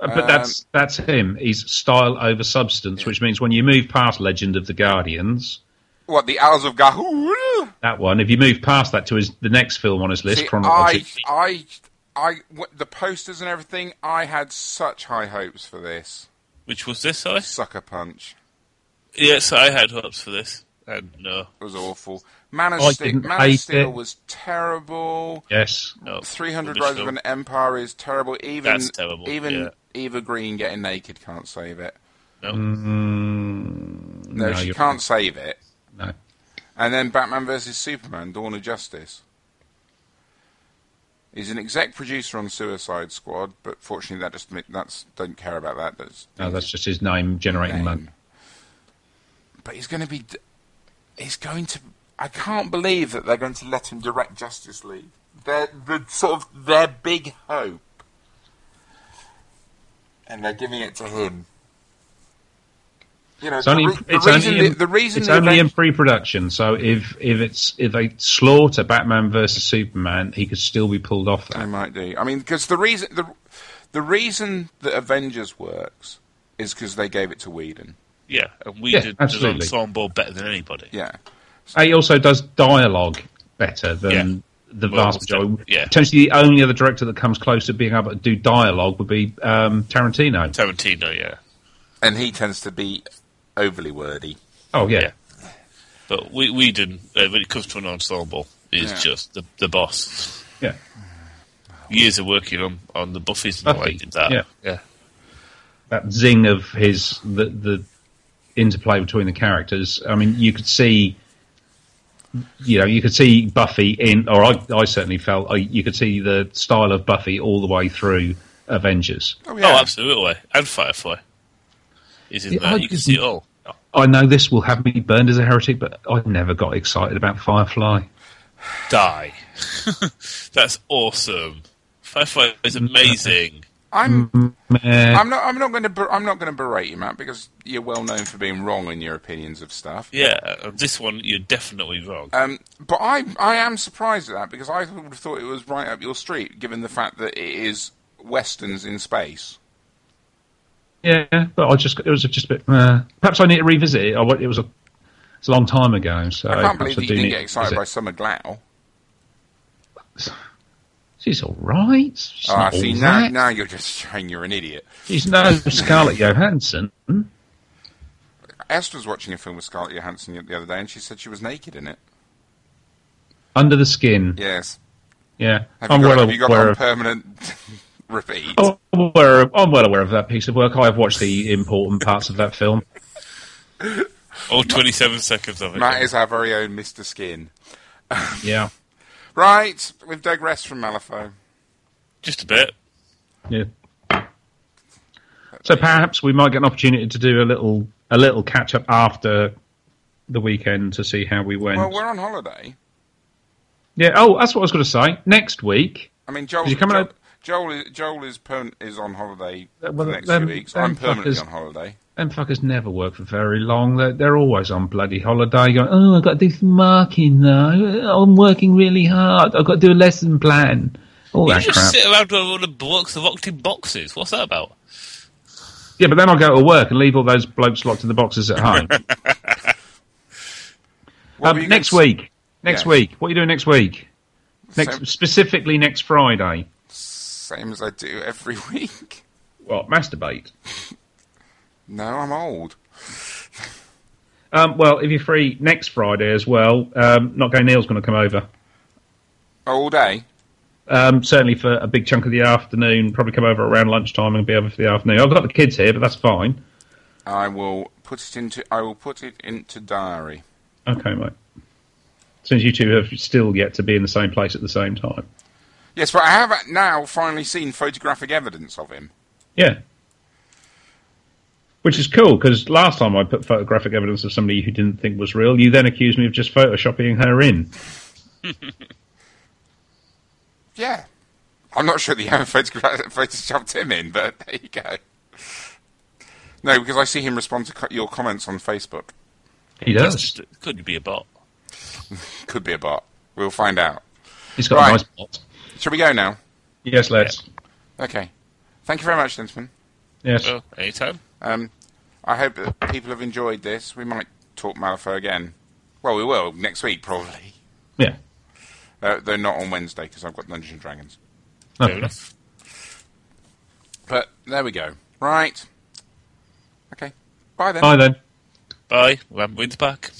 Uh, But that's Um, that's him. He's style over substance, which means when you move past Legend of the Guardians, What the Isles of Gahul? That one. If you move past that to his, the next film on his list, See, I, chronologically, I, I, w- the posters and everything. I had such high hopes for this Which was this, sorry? sucker punch. Yes, I had hopes for this. And no. It was awful. Man of I Steel, didn't Man of hate Steel it. was terrible. yes, no 300 rubbish Rise of film. an Empire is terrible. Even That's terrible, even yeah. Eva Green getting naked can't save it. No. Mm, No, no, she you're- can't save it. No. And then Batman vs Superman: Dawn of Justice. He's an exec producer on Suicide Squad, but fortunately, that just that's don't care about that. That's No, that's just his name generating money. name. But he's going to be. d- He's going to. I can't believe that they're going to let him direct Justice League. They're the sort of their big hope, and they're giving it to him. You know, It's the, only, re- the it's reason only, the, in, the reason it's the only in event- pre-production. So if if it's if they slaughter Batman versus Superman, he could still be pulled off I that. might do. I mean, because the reason the the reason that Avengers works is because they gave it to Whedon. Yeah, and we Yeah, did the absolutely. ensemble better than anybody. Yeah, He also does dialogue better than the Well, vast majority. yeah. Potentially, the only other director that comes close to being able to do dialogue would be um, Tarantino. Tarantino, yeah. and he tends to be overly wordy. Oh yeah. Yeah. But we, we didn't, uh, when it comes to an ensemble, it's Yeah. just the, the boss. yeah. Years of working on, on the Buffy's and all Buffy, I did that. yeah. yeah. that zing of his the the interplay between the characters. I mean, you could see, you know, you could see Buffy in, or I, I certainly felt I, you could see the style of Buffy all the way through Avengers. Oh, Oh, absolutely. And Firefly is in Yeah, oh, there. I you can see it all. I know this will have me burned as a heretic, but I never got excited about Firefly. Die. That's awesome. Firefly is amazing. I'm Meh. I'm not. I'm not going to. Ber- I'm not going to berate you, Matt, because you're well known for being wrong in your opinions of stuff. Yeah, and this one you're definitely wrong. Um, but I, I am surprised at that because I would have thought it was right up your street, given the fact that it is westerns in space. yeah, but I just it was just a bit. meh. perhaps I need to revisit it. I, wa- it was a it's a long time ago, so I can't believe perhaps that do you didn't need get to excited revisit by it. Summer Glau. She's all right. She's Ah, not see, all now, that. now you're just saying you're an idiot. She's no Scarlett Johansson. Esther was watching a film with Scarlett Johansson the other day, and she said she was naked in it. Under the skin. Yes. Yeah. Have I'm you got, well have you got aware on of. Oh. permanent repeat? I'm aware of, I'm well aware of that piece of work. I have watched the important parts of that film. All 27 Oh, seconds of it. Matt is our very own Mr. Skin. Yeah, Right, we've digressed from Malifaux. Just a bit. yeah. So perhaps we might get an opportunity to do a little a little catch up after the weekend to see how we went. Well, we're on holiday. yeah. Oh, that's what I was going to say. Next week. I mean, Joel. Did you come Joel, out- Joel is Joel is perm- is on holiday Uh, for well, the next them- few weeks. them I'm permanently fuckers- on holiday. Them fuckers never work for very long. They're, they're always on bloody holiday going, oh, I've got to do some marking now. I'm working really hard. I've got to do a lesson plan. All You that just crap. sit around with all the blocks of octane boxes. What's that about? Yeah, but then I'll go to work and leave all those blokes locked in the boxes at home. What were you um, next gonna s- week. Next Yeah. week. What are you doing next week? Next, Same- Specifically next Friday. Same as I do every week. What, masturbate? No, I'm old. Um, well, if you're free next Friday as well, um, Not Go Neil's going to come over. All day. Um, certainly for a big chunk of the afternoon, probably come over around lunchtime and be over for the afternoon. I've got the kids here, but that's fine. I will put it into. I will put it into diary. Okay, mate. Since you two have still yet to be in the same place at the same time. Yes, but I have now finally seen photographic evidence of him. Yeah. Which is cool because last time I put photographic evidence of somebody you didn't think was real, you then accused me of just photoshopping her in. Yeah. I'm not sure that you haven't photogra- photoshopped him in, but there you go. No, because I see him respond to co- your comments on Facebook. He That's does. just, could be a bot. Could be a bot. We'll find out. He's got Right. a nice bot. Shall we go now? Yes, let's. Okay. Thank you very much, gentlemen. Yes. Well, anytime. Um, I hope that people have enjoyed this. We might talk Malifaux again. Well, we will next week probably. Yeah. Uh, though not on Wednesday because I've got Dungeons and Dragons. Fair enough. But there we go. Right. Okay. Bye then. Bye then. Bye. Lamb wins back.